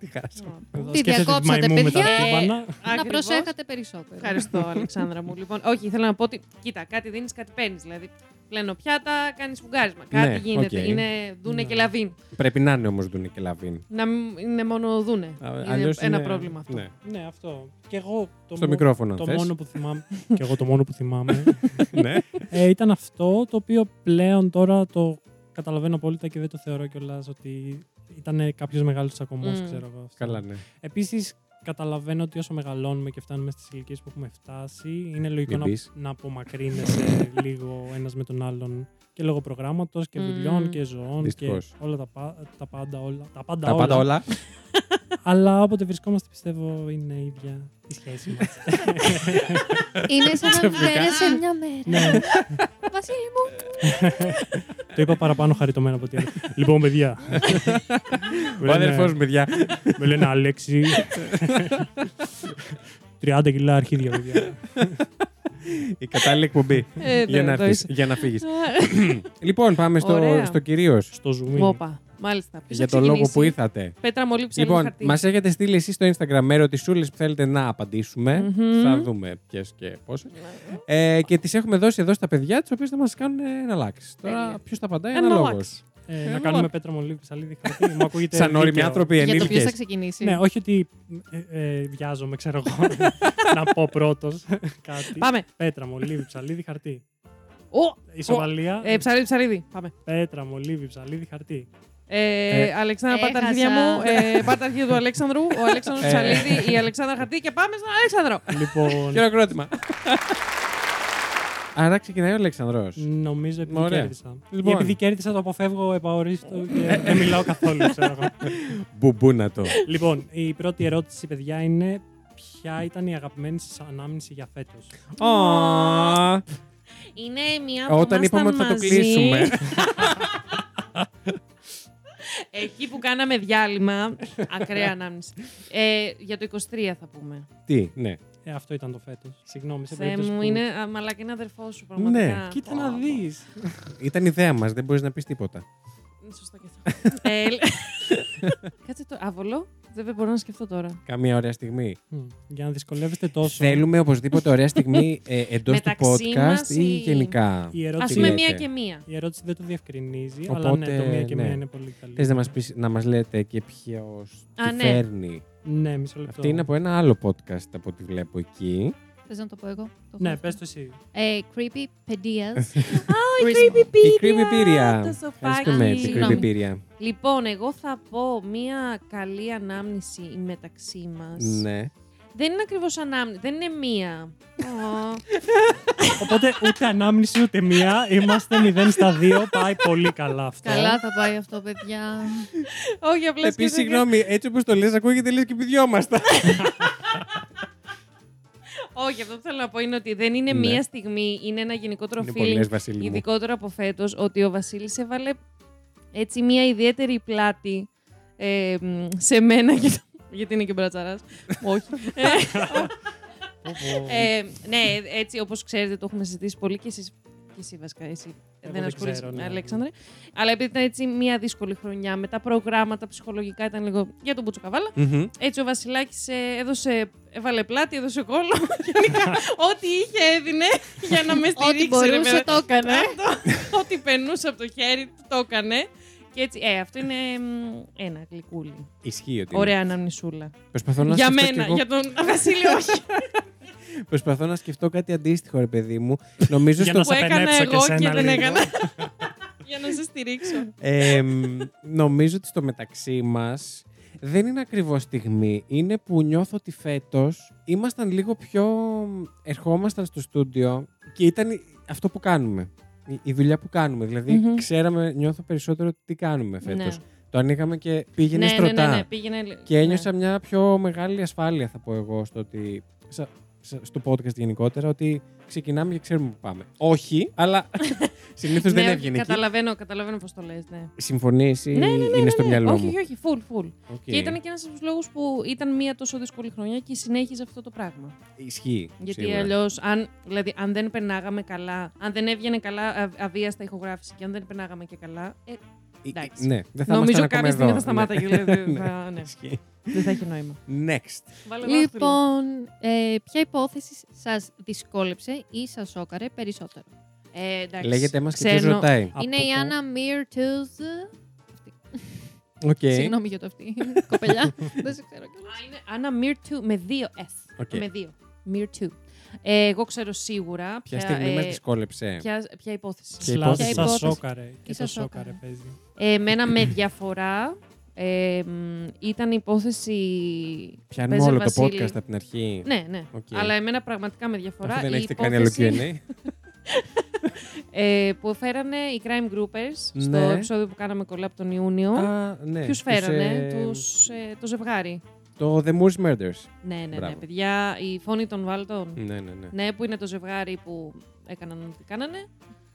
Speaker 3: Τι χάσαμε.
Speaker 1: Εδώ
Speaker 2: Τη
Speaker 1: σκέφτεται
Speaker 2: διακόψατε,
Speaker 1: μαϊμού με τα
Speaker 2: παιδιά.
Speaker 1: τύμπανα.
Speaker 2: Να προσέχατε περισσότερο.
Speaker 3: [laughs]
Speaker 4: Ευχαριστώ, Αλεξάνδρα μου. Λοιπόν, όχι, ήθελα να πω ότι κοίτα, κάτι δίνεις, κάτι παίρνεις. Δηλαδή, πλένω πιάτα, κάνεις φουγγάρισμα. Κάτι
Speaker 3: Ναι,
Speaker 4: γίνεται.
Speaker 3: οκ.
Speaker 4: Είναι δούνε
Speaker 1: Ναι.
Speaker 4: και λαβίν.
Speaker 3: Πρέπει να είναι όμως Ντούνι και Λαβίν.
Speaker 4: Να μην είναι μόνο δούνε.
Speaker 3: Α,
Speaker 4: είναι
Speaker 3: αλλιώς
Speaker 4: ένα
Speaker 3: είναι-
Speaker 4: πρόβλημα αυτό.
Speaker 3: ναι.
Speaker 1: Ναι, αυτό. Και εγώ το
Speaker 3: Στο
Speaker 1: μο-
Speaker 3: μικρόφωνο, αν
Speaker 1: Το
Speaker 3: θες. [laughs]
Speaker 1: μόνο που θυμάμαι. Και εγώ το μόνο που θυμάμαι.
Speaker 3: ναι.
Speaker 1: ε, ήταν αυτό το οποίο πλέον τώρα το καταλαβαίνω απόλυτα και δεν το θεωρώ κιόλας ότι ήταν κάποιος μεγάλος τσακωμός,
Speaker 4: Μμμ.
Speaker 1: ξέρω εγώ. αυτό.
Speaker 3: Καλά, ναι.
Speaker 1: Επίσης, καταλαβαίνω ότι όσο μεγαλώνουμε και φτάνουμε στις ηλικίες που έχουμε φτάσει, είναι λογικό
Speaker 3: Μην
Speaker 1: να,
Speaker 3: πεις.
Speaker 1: να
Speaker 3: [laughs]
Speaker 1: απομακρύνεσαι λίγο ένας με τον άλλον και λόγω προγράμματος και
Speaker 4: Μμμ.
Speaker 1: δουλειών και ζωών
Speaker 3: Δυστυχώς.
Speaker 1: και όλα τα, πα- τα πάντα όλα. Τα πάντα,
Speaker 3: Τα
Speaker 1: όλα,
Speaker 3: πάντα όλα.
Speaker 1: [laughs] Αλλά όποτε βρισκόμαστε, πιστεύω είναι η ίδια η σχέση μας.
Speaker 2: Είναι
Speaker 1: [laughs]
Speaker 2: σαν να
Speaker 3: Ξαφνικά.
Speaker 2: πέρασε μια μέρα.
Speaker 1: ναι.
Speaker 2: [laughs] Βασίλη μου,
Speaker 1: Το είπα παραπάνω χαριτωμένα από ότι
Speaker 3: [laughs]
Speaker 1: άλλο. λοιπόν, [laughs] παιδιά.
Speaker 3: Ο αδερφός μου, παιδιά.
Speaker 1: Με λένε Αλέξη. 30 κιλά αρχίδια, παιδιά.
Speaker 3: Η κατάλληλη εκπομπή.
Speaker 4: Ε,
Speaker 3: για,
Speaker 4: ναι,
Speaker 3: να
Speaker 4: το
Speaker 3: έρθεις,
Speaker 4: είσαι.
Speaker 3: για να φύγεις. [clears throat] λοιπόν, πάμε στο,
Speaker 4: Ωραία.
Speaker 3: στο κυρίως.
Speaker 1: Στο zoom.
Speaker 4: Όπα. Μάλιστα. Ποιος
Speaker 3: Για
Speaker 4: θα
Speaker 3: τον λόγο
Speaker 4: ξεκινήσει?
Speaker 3: που ήρθατε.
Speaker 4: Πέτρα μολύ ψέλι
Speaker 3: Λοιπόν,
Speaker 4: χαρτί.
Speaker 3: μας έχετε στείλει εσείς στο Instagram ερωτησούλες που θέλετε να απαντησουμε
Speaker 4: Μμμ.
Speaker 3: Θα δούμε ποιες και πόσες. Ε, και τις έχουμε δώσει εδώ στα παιδιά, τις οποίες θα μας κάνουν ε, να αλλάξει. Τώρα,
Speaker 4: Τέλεια.
Speaker 3: ποιος τα απαντάει,
Speaker 4: Ένα
Speaker 3: ένα λόγο.
Speaker 4: αλλάξει.
Speaker 1: Ε, να
Speaker 4: Ε, λοιπόν.
Speaker 1: κάνουμε πέτρα μολύβι ψαλίδι χαρτί. Μου ακούγεται.
Speaker 3: Σαν όριμοι
Speaker 1: δίκαιο.
Speaker 3: άνθρωποι
Speaker 2: Για το ποιο θα
Speaker 3: ενήλικε.
Speaker 2: ξεκινήσει.
Speaker 1: Ναι, όχι ότι ε, ε, βιάζομαι, ξέρω εγώ, να πω πρώτος κάτι.
Speaker 4: Πάμε.
Speaker 1: Πέτρα, μολύβι, ψαλίδι, χαρτί.
Speaker 4: Ο,
Speaker 1: Ισοπαλία.
Speaker 4: ε, ψαρίδι, ψαρίδι. Πάμε.
Speaker 1: Πέτρα, μολύβι, ψαλίδι, χαρτί.
Speaker 4: Ε,
Speaker 3: Ε.
Speaker 4: Αλεξάνδρα, πάρ' τα
Speaker 2: Έχασα.
Speaker 4: αρχίδια μου. Ε, πάρ' τα αρχίδια του Αλέξανδρου. Ο Αλέξανδρος
Speaker 3: Ε.
Speaker 4: Ψαλίδη, η Αλεξάνδρα Χαρτί και πάμε στον Αλέξανδρο.
Speaker 1: Λοιπόν,
Speaker 3: Χειροκρότημα.
Speaker 4: [laughs]
Speaker 3: Άρα ξεκινάει ο Αλεξανδρός.
Speaker 4: Ναι.
Speaker 1: νομίζω επειδή
Speaker 3: Ωραία.
Speaker 1: κέρδισα.
Speaker 3: Λοιπόν. Ε,
Speaker 1: Επειδή κέρδισα, το αποφεύγω επαορίστο και δεν μιλάω καθόλου, ξέρω εγώ.
Speaker 3: Μπουμπούνατο.
Speaker 1: Λοιπόν, η πρώτη ερώτηση, παιδιά, είναι ποια ήταν η αγαπημένη σας ανάμνηση για φέτος.
Speaker 3: Ω,
Speaker 4: Είναι μια που
Speaker 3: Όταν είπαμε ότι θα το
Speaker 4: [laughs]
Speaker 3: κλείσουμε.
Speaker 4: Εκεί που κάναμε διάλειμμα,
Speaker 1: Ναι.
Speaker 4: ακραία ανάμνηση. Ε, για το 23 θα πούμε.
Speaker 3: Τι, ναι.
Speaker 1: Ε, αυτό ήταν το φέτος. Συγγνώμη, σε
Speaker 4: Θεέ
Speaker 1: περίπτωση.
Speaker 4: μου,
Speaker 1: που-
Speaker 4: είναι α, μαλάκα, είναι αδερφό σου πραγματικά.
Speaker 3: Ναι.
Speaker 1: Κοίτα να δεις.
Speaker 3: Ήταν ιδέα μας, δεν μπορείς να πεις τίποτα.
Speaker 4: Είναι Σωστά και αυτό. Ε,
Speaker 1: [laughs]
Speaker 4: λ- Κάτσε το άβολο. Δεν μπορώ να σκεφτώ τώρα.
Speaker 3: Καμία ωραία στιγμή.
Speaker 1: Για να δυσκολεύεστε τόσο.
Speaker 3: Θέλουμε οπωσδήποτε ωραία στιγμή ε, εντός του
Speaker 4: Μεταξύ
Speaker 3: podcast
Speaker 4: μας
Speaker 3: ή
Speaker 4: η-
Speaker 3: γενικά.
Speaker 1: Η
Speaker 4: Α
Speaker 1: ερώτηση,
Speaker 4: πούμε
Speaker 3: λέτε.
Speaker 4: μία και μία.
Speaker 1: η ερώτηση δεν το διευκρινίζει, αλλά ναι, το
Speaker 3: Οπότε,
Speaker 1: μία και
Speaker 3: ναι.
Speaker 1: μία είναι πολύ καλή.
Speaker 3: Θες να μας πεις, να μας λέτε και ποιος
Speaker 4: Α,
Speaker 3: τη
Speaker 4: ναι.
Speaker 3: φέρνει.
Speaker 1: Ναι, μισό λεπτό.
Speaker 3: Αυτή είναι από ένα άλλο podcast από ό,τι βλέπω εκεί.
Speaker 2: Θες να το πω εγώ. Το
Speaker 1: Ναι,
Speaker 2: έχω
Speaker 1: πες το
Speaker 2: αυτό.
Speaker 1: εσύ.
Speaker 2: Ε, creepy Pedias.
Speaker 1: [laughs]
Speaker 3: Η Creepypedia.
Speaker 4: Το
Speaker 3: Ευχαριστούμε την
Speaker 4: σοφάκι.
Speaker 2: Συγγνώμη.
Speaker 3: Creepypedia.
Speaker 4: Λοιπόν, εγώ θα πω μία καλή ανάμνηση μεταξύ μας.
Speaker 3: Ναι.
Speaker 4: Δεν είναι ακριβώς ανάμνηση, δεν είναι μία.
Speaker 1: [laughs]
Speaker 4: Ω,
Speaker 1: Οπότε ούτε ανάμνηση ούτε μία. Είμαστε 0 στα 2. Πάει πολύ καλά αυτό.
Speaker 2: Καλά θα πάει αυτό, παιδιά.
Speaker 4: Όχι, απλά
Speaker 3: Επίσης, Ε,
Speaker 4: σκέφτηκα-
Speaker 3: συγγνώμη, έτσι όπως το λες, ακούγεται λες και πηδιόμασταν.
Speaker 4: Όχι, αυτό που θέλω να πω είναι ότι δεν είναι
Speaker 3: Ναι.
Speaker 4: μία στιγμή, είναι ένα γενικότερο
Speaker 3: Είναι πολλές,
Speaker 4: feeling.
Speaker 3: Βασίλη. Μου.
Speaker 4: Ειδικότερα από φέτος, ότι ο Βασίλης έβαλε έτσι μία ιδιαίτερη πλάτη ε, μ, σε μένα και το- [laughs] γιατί είναι και μπρατσαράς.
Speaker 1: [laughs]
Speaker 4: Όχι. Ε,
Speaker 1: Πω, πω.
Speaker 4: ε, ναι, έτσι όπως ξέρετε, το έχουμε συζητήσει πολύ και εσείς. Και εσύ, βασικά, εσύ.
Speaker 1: Εγώ
Speaker 4: δεν
Speaker 1: δεν
Speaker 4: ασχολείσαι,
Speaker 1: ξέρω, ναι.
Speaker 4: Αλέξανδρε. Αλλά επειδή ήταν έτσι μία δύσκολη χρονιά με τα προγράμματα ψυχολογικά, ήταν λίγο για τον Μπουτσουκαβάλα.
Speaker 3: Μμμ.
Speaker 4: Έτσι ο Βασιλάκης έδωσε, έβαλε πλάτη, έδωσε κόλλο. [laughs] Γενικά, ό,τι είχε έδινε για να με στηρίξει.
Speaker 2: Ό,τι
Speaker 4: ρε Ναι.
Speaker 2: μπορούσε
Speaker 4: παιδάκι.
Speaker 2: το έκανε.
Speaker 3: Ναι.
Speaker 4: Αυτό, ό,τι περνούσε από το χέρι του το έκανε. Και έτσι, ε, αυτό είναι μ, ένα γλυκούλι.
Speaker 3: Ισχύει ότι.
Speaker 4: Ωραία αναμνησούλα.
Speaker 3: Προσπαθώ να,
Speaker 4: για
Speaker 3: σκεφτώ κι
Speaker 4: μένα,
Speaker 3: εγώ-
Speaker 4: για τον Βασίλη, όχι.
Speaker 3: Προσπαθώ να σκεφτώ κάτι αντίστοιχο, ρε παιδί μου. Νομίζω
Speaker 1: Για
Speaker 3: στο.
Speaker 1: να
Speaker 4: που
Speaker 1: σε
Speaker 4: έκανα
Speaker 1: πενέψω και
Speaker 4: εγώ και,
Speaker 1: εσένα
Speaker 4: δεν
Speaker 1: λίγο.
Speaker 4: έκανα. για να σε στηρίξω.
Speaker 3: Ε, μ, νομίζω ότι στο μεταξύ μας δεν είναι ακριβώς στιγμή. Είναι που νιώθω ότι φέτος ήμασταν λίγο πιο. Ερχόμασταν στο στούντιο και ήταν αυτό που κάνουμε. Η- Η δουλειά που κάνουμε. Δηλαδή,
Speaker 4: Μμμ.
Speaker 3: ξέραμε, νιώθω περισσότερο τι κάνουμε φέτος.
Speaker 4: Ναι.
Speaker 3: Το ανοίγαμε και πήγαινε
Speaker 4: ναι, ναι,
Speaker 3: στρωτά.
Speaker 4: ναι, ναι, πήγαινε. λι-
Speaker 3: Και
Speaker 4: ναι.
Speaker 3: ένιωσα μια πιο μεγάλη ασφάλεια, θα πω εγώ, στο ότι. σα- σα- στο podcast γενικότερα, ότι ξεκινάμε και ξέρουμε που πάμε. Όχι,
Speaker 4: [laughs]
Speaker 3: αλλά συνήθως δεν
Speaker 4: Ναι,
Speaker 3: έβγαινε εκεί.
Speaker 4: Καταλαβαίνω, καταλαβαίνω πώς το λες. Ναι.
Speaker 3: Συμφωνείς ή
Speaker 4: Ναι, ναι, ναι,
Speaker 3: είναι στο
Speaker 4: ναι,
Speaker 3: μυαλό
Speaker 4: όχι,
Speaker 3: μου.
Speaker 4: όχι, όχι, full, full.
Speaker 3: Οκ.
Speaker 4: Και ήταν και ένας από τους λόγους που ήταν μία τόσο δύσκολη χρονιά και συνέχιζε αυτό το πράγμα.
Speaker 3: Ισχύει.
Speaker 4: Γιατί
Speaker 3: σίγουρα.
Speaker 4: αλλιώς, αν, δηλαδή, αν δεν περνάγαμε καλά, αν δεν έβγαινε καλά α, αβίαστα ηχογράφηση και αν δεν περνάγαμε και καλά. Ε,
Speaker 3: Ε,
Speaker 4: εντάξει.
Speaker 3: Ναι, δεν θα
Speaker 4: νομίζω
Speaker 3: ήμασταν
Speaker 4: κάποια
Speaker 3: ακόμα
Speaker 4: στιγμή
Speaker 3: εδώ.
Speaker 4: θα σταμάταγε. Δηλαδή, θα- ναι,
Speaker 3: [laughs] Ναι. Ισχύει.
Speaker 4: δεν θα έχει νόημα.
Speaker 3: Next.
Speaker 4: Βάλε δάχτυλο.
Speaker 2: Λοιπόν, ε, ποια υπόθεση σας δυσκόλεψε ή σας σόκαρε περισσότερο.
Speaker 4: Ε, εντάξει.
Speaker 3: Λέγεται μα και ποιο
Speaker 4: Ξένο.
Speaker 3: ρωτάει.
Speaker 1: Από
Speaker 2: Είναι η
Speaker 1: πού?
Speaker 2: Άννα Μιρτούζ.
Speaker 3: Οκ.
Speaker 2: Συγγνώμη για το
Speaker 4: [laughs]
Speaker 2: αυτή. Κοπελιά. Δεν σε ξέρω κιόλας.
Speaker 4: Α, είναι Άννα Μύρ 2 με δύο S.
Speaker 3: Οκ.
Speaker 4: Με δύο. Μύρ 2. Ε, εγώ ξέρω σίγουρα.
Speaker 3: Ποια στιγμή
Speaker 4: ε,
Speaker 3: μα δυσκόλεψε.
Speaker 4: ποια, ποια υπόθεση.
Speaker 3: Και
Speaker 1: Slash
Speaker 3: υπόθεση.
Speaker 1: σας
Speaker 2: Υπόθεση.
Speaker 1: σόκαρε. Και σας
Speaker 2: σας
Speaker 1: σόκαρε,
Speaker 2: σόκαρε.
Speaker 1: παίζει.
Speaker 4: Ε, εμένα με διαφορά ε, μ, ήταν η υπόθεση.
Speaker 3: Πιάνουμε
Speaker 4: Παίζε
Speaker 3: όλο το
Speaker 4: Βασίλη.
Speaker 3: podcast από την αρχή.
Speaker 4: Ναι, ναι.
Speaker 3: Οκ.
Speaker 4: Αλλά εμένα πραγματικά με διαφορά.
Speaker 3: Αφού δεν
Speaker 4: η
Speaker 3: έχετε κάνει άλλο
Speaker 4: υπόθεση,
Speaker 3: QA.
Speaker 4: ε, που φέρανε οι Crime Groupers στο
Speaker 3: Ναι.
Speaker 4: επεισόδιο που κάναμε κολλά από τον Ιούνιο.
Speaker 3: Α, ναι.
Speaker 4: Ποιους
Speaker 3: τους,
Speaker 4: φέρανε,
Speaker 3: ε,
Speaker 4: τους, ε, το ζευγάρι.
Speaker 3: Το The Moors Murders.
Speaker 4: Ναι, ναι, ναι.
Speaker 3: Μπράβο.
Speaker 4: Παιδιά, η φόνη των Βάλτων.
Speaker 3: Ναι, ναι, ναι.
Speaker 4: Ναι, που είναι το ζευγάρι που έκαναν ό,τι κάνανε.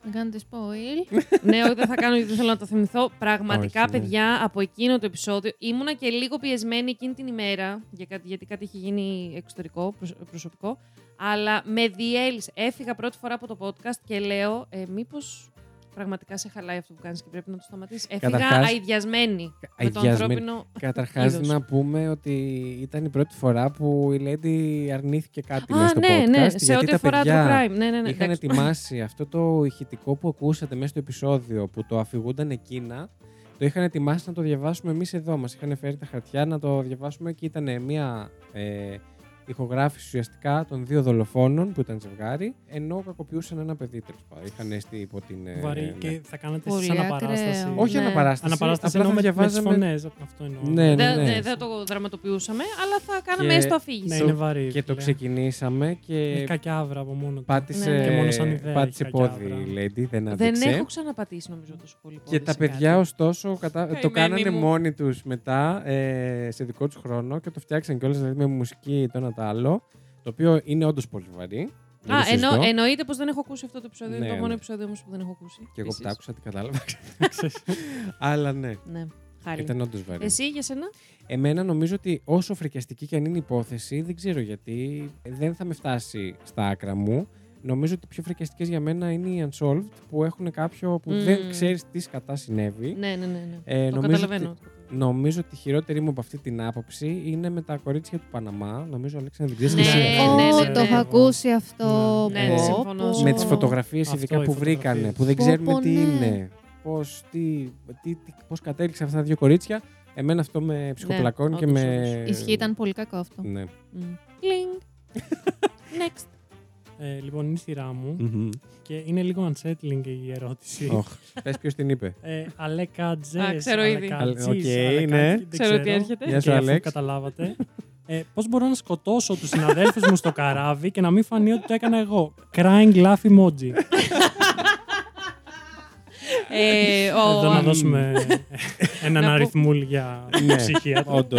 Speaker 2: Μην κάνετε spoil.
Speaker 4: ναι, όχι, δεν θα κάνω γιατί δεν θέλω να το θυμηθώ. Πραγματικά,
Speaker 3: Όχι, ναι.
Speaker 4: παιδιά, από εκείνο το επεισόδιο ήμουνα και λίγο πιεσμένη εκείνη την ημέρα, για κάτι, γιατί κάτι είχε γίνει εξωτερικό, προσ- προσωπικό. Αλλά με διέλυσε. Έφυγα πρώτη φορά από το podcast και λέω, ε, μήπως πραγματικά σε χαλάει αυτό που κάνεις και πρέπει να το σταματήσεις. Έφυγα
Speaker 3: Καταρχάς-
Speaker 4: αειδιασμένη με το
Speaker 3: Αειδιασμένη.
Speaker 4: ανθρώπινο.
Speaker 3: Καταρχάς,
Speaker 4: Είδος.
Speaker 3: να πούμε ότι ήταν η πρώτη φορά που η Lady αρνήθηκε κάτι μέσα
Speaker 4: Α,
Speaker 3: στο
Speaker 4: ναι,
Speaker 3: podcast.
Speaker 4: ναι,
Speaker 3: γιατί
Speaker 4: σε ό,τι
Speaker 3: τα
Speaker 4: αφορά
Speaker 3: παιδιά
Speaker 4: το crime. Ναι, ναι, ναι.
Speaker 3: είχαν
Speaker 4: εντάξει.
Speaker 3: ετοιμάσει αυτό το ηχητικό που ακούσατε μέσα στο επεισόδιο που το αφηγούνταν εκείνα. Το είχαν ετοιμάσει να το διαβάσουμε εμείς εδώ. Μας είχαν φέρει τα χαρτιά να το διαβάσουμε και ήταν μια ε, ηχογράφηση ουσιαστικά των δύο δολοφόνων που ήταν ζευγάρι, ενώ κακοποιούσαν ένα παιδί τέλος πάντων. Είχαν στείλει υπό την. ε,
Speaker 1: Βαρύ
Speaker 3: ναι.
Speaker 1: και θα κάνατε
Speaker 2: Πολύ
Speaker 1: εσείς αναπαράσταση.
Speaker 2: ακραίο.
Speaker 3: Όχι
Speaker 2: Ναι.
Speaker 3: αναπαράσταση.
Speaker 1: Αναπαράσταση
Speaker 3: απλά
Speaker 1: εννοώ
Speaker 3: θα
Speaker 1: με,
Speaker 3: διαβάζαμε-
Speaker 1: με τις φωνές. Αυτό εννοώ.
Speaker 3: Ναι, ναι,
Speaker 4: Δεν
Speaker 3: ναι.
Speaker 4: δεν θα το δραματοποιούσαμε, αλλά θα κάναμε
Speaker 3: Και-
Speaker 4: έστω
Speaker 1: Ναι,
Speaker 4: αφήγηση.
Speaker 1: είναι βαρύ.
Speaker 3: Και το
Speaker 1: φίλε.
Speaker 3: ξεκινήσαμε
Speaker 1: Έχει
Speaker 3: και
Speaker 1: κακιά άβρα από μόνο του.
Speaker 3: πάτησε,
Speaker 4: Ναι, ναι.
Speaker 1: Και μόνο σαν ιδέα
Speaker 3: πάτησε
Speaker 1: έχει κακιά
Speaker 3: πόδι
Speaker 1: άβρα.
Speaker 3: η Lady, δεν άδειξε.
Speaker 4: Δεν έχω ξαναπατήσει νομίζω τόσο πολύ.
Speaker 3: ναι. Και
Speaker 4: πόδι
Speaker 3: τα
Speaker 4: σε
Speaker 3: παιδιά,
Speaker 4: κάτι.
Speaker 3: ωστόσο, κατά... το
Speaker 4: Καημένη
Speaker 3: κάνανε
Speaker 4: μου.
Speaker 3: μόνοι τους μετά ε, σε δικό τους χρόνο και το φτιάξαν κιόλας δηλαδή, με μουσική το ένα το άλλο. Το οποίο είναι όντως πολύ βαρύ. δεν
Speaker 4: Α,
Speaker 3: το
Speaker 4: εννο,
Speaker 3: συζητώ.
Speaker 4: εννοείται πως δεν έχω ακούσει αυτό το επεισόδιο.
Speaker 3: Ναι,
Speaker 4: είναι το μόνο
Speaker 3: ναι.
Speaker 4: επεισόδιο όμως που δεν έχω ακούσει.
Speaker 3: Και εγώ που
Speaker 4: Επίσης.
Speaker 3: τα άκουσα, την
Speaker 4: [laughs]
Speaker 3: κατάλαβα. Αλλά ναι,
Speaker 4: Ναι, χάρη.
Speaker 3: ήταν όντως βαρύ.
Speaker 4: Εσύ για σένα.
Speaker 3: Εμένα νομίζω ότι όσο φρικιαστική και αν είναι η υπόθεση, δεν ξέρω γιατί, δεν θα με φτάσει στα άκρα μου. Νομίζω ότι οι πιο φρικιαστικές για μένα είναι οι Unsolved που έχουν κάποιο που
Speaker 4: Μμμ.
Speaker 3: δεν ξέρεις τι κατά συνέβη.
Speaker 4: Ναι, ναι, ναι. ναι.
Speaker 3: Ε,
Speaker 4: Mm. το
Speaker 3: νομίζω
Speaker 4: καταλαβαίνω.
Speaker 3: Νομίζω ότι η χειρότερη μου από αυτή την άποψη είναι με τα κορίτσια του Παναμά. Νομίζω, Αλέξανδρα, δεν
Speaker 4: Ναι,
Speaker 3: ξέρει.
Speaker 2: Ε,
Speaker 4: ναι, ναι, ναι,
Speaker 2: Το
Speaker 4: ναι.
Speaker 2: έχω ακούσει αυτό.
Speaker 1: Ναι,
Speaker 2: Πω,
Speaker 4: ναι, συμφωνώ.
Speaker 2: πω.
Speaker 3: Με τις φωτογραφίες
Speaker 1: Αυτό,
Speaker 3: ειδικά
Speaker 1: οι
Speaker 3: που βρήκανε,
Speaker 1: φωτογραφίες.
Speaker 3: που δεν
Speaker 2: Πω, πω,
Speaker 3: ξέρουμε τι
Speaker 2: ναι.
Speaker 3: είναι, πώς, τι, τι, τι, πώς κατέληξαν αυτά τα δύο κορίτσια. Εμένα αυτό με ψυχοπλακώνει και
Speaker 4: Ναι, όντως,
Speaker 3: με.
Speaker 4: όντως.
Speaker 2: Ισχύει, ήταν πολύ κακό αυτό.
Speaker 3: Ναι.
Speaker 4: Μμ. Κλινγκ. Next.
Speaker 1: Ε, λοιπόν, είναι η σειρά μου
Speaker 3: Ναι.
Speaker 1: και είναι λίγο unsettling η ερώτηση.
Speaker 3: Πες ποιος την είπε.
Speaker 1: Ε, Αλεκατζές,
Speaker 4: Α, ξέρω ήδη.
Speaker 1: αλεκατζής,
Speaker 3: Οκ,
Speaker 1: αλεκάκι,
Speaker 3: ναι.
Speaker 1: δεν
Speaker 4: Ξέρω τι έρχεται.
Speaker 3: Γεια σου,
Speaker 1: Οκ, αφού
Speaker 3: Αλέξ.
Speaker 1: Καταλάβατε. Ε, Πώς μπορώ να σκοτώσω τους συναδέλφους μου στο καράβι και να μην φανεί ότι το έκανα εγώ. Crying laugh emoji.
Speaker 3: [laughs]
Speaker 4: Ε, ο-
Speaker 1: Εδώ να
Speaker 4: α,
Speaker 1: δώσουμε έναν
Speaker 4: Να πω-
Speaker 1: αριθμούλ για
Speaker 3: Ναι.
Speaker 1: ψυχίατρο.
Speaker 3: Όντω.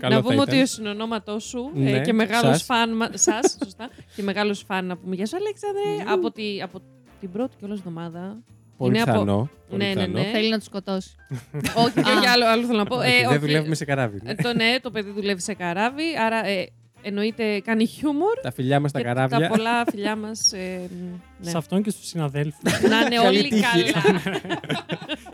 Speaker 3: Καλό
Speaker 4: να
Speaker 3: θα
Speaker 4: πούμε ότι ο
Speaker 3: ήταν.
Speaker 4: συνονόματός σου ε,
Speaker 3: Ναι,
Speaker 4: και μεγάλος
Speaker 3: σας.
Speaker 4: φαν. Σας,
Speaker 3: [laughs]
Speaker 4: σωστά. Και μεγάλος φαν να πούμε. Γεια σου, Αλέξανδρε. από, τη, από την πρώτη κιόλας
Speaker 3: [laughs]
Speaker 4: εβδομάδα.
Speaker 3: Πολύ
Speaker 4: είναι από-
Speaker 3: πιθανό. πολύ
Speaker 4: Ναι, ναι,
Speaker 3: πιθανό.
Speaker 4: ναι.
Speaker 2: Θέλει να του
Speaker 4: [laughs]
Speaker 2: σκοτώσει.
Speaker 4: όχι, όχι, άλλο, άλλο θέλω να πω.
Speaker 3: Όχι,
Speaker 4: Ε,
Speaker 3: Δεν
Speaker 4: όχι.
Speaker 3: δουλεύουμε σε καράβι.
Speaker 4: Ε, Το ναι, το παιδί δουλεύει σε καράβι, άρα ε, εννοείται κάνει χιούμορ.
Speaker 3: Τα φιλιά μας τα
Speaker 4: και
Speaker 3: καράβια.
Speaker 4: ε, Τα πολλά φιλιά μας. Ε, ναι.
Speaker 1: Σε αυτόν και στους συναδέλφους
Speaker 4: Να είναι
Speaker 3: Καλή
Speaker 4: όλοι
Speaker 3: τύχη.
Speaker 4: καλά.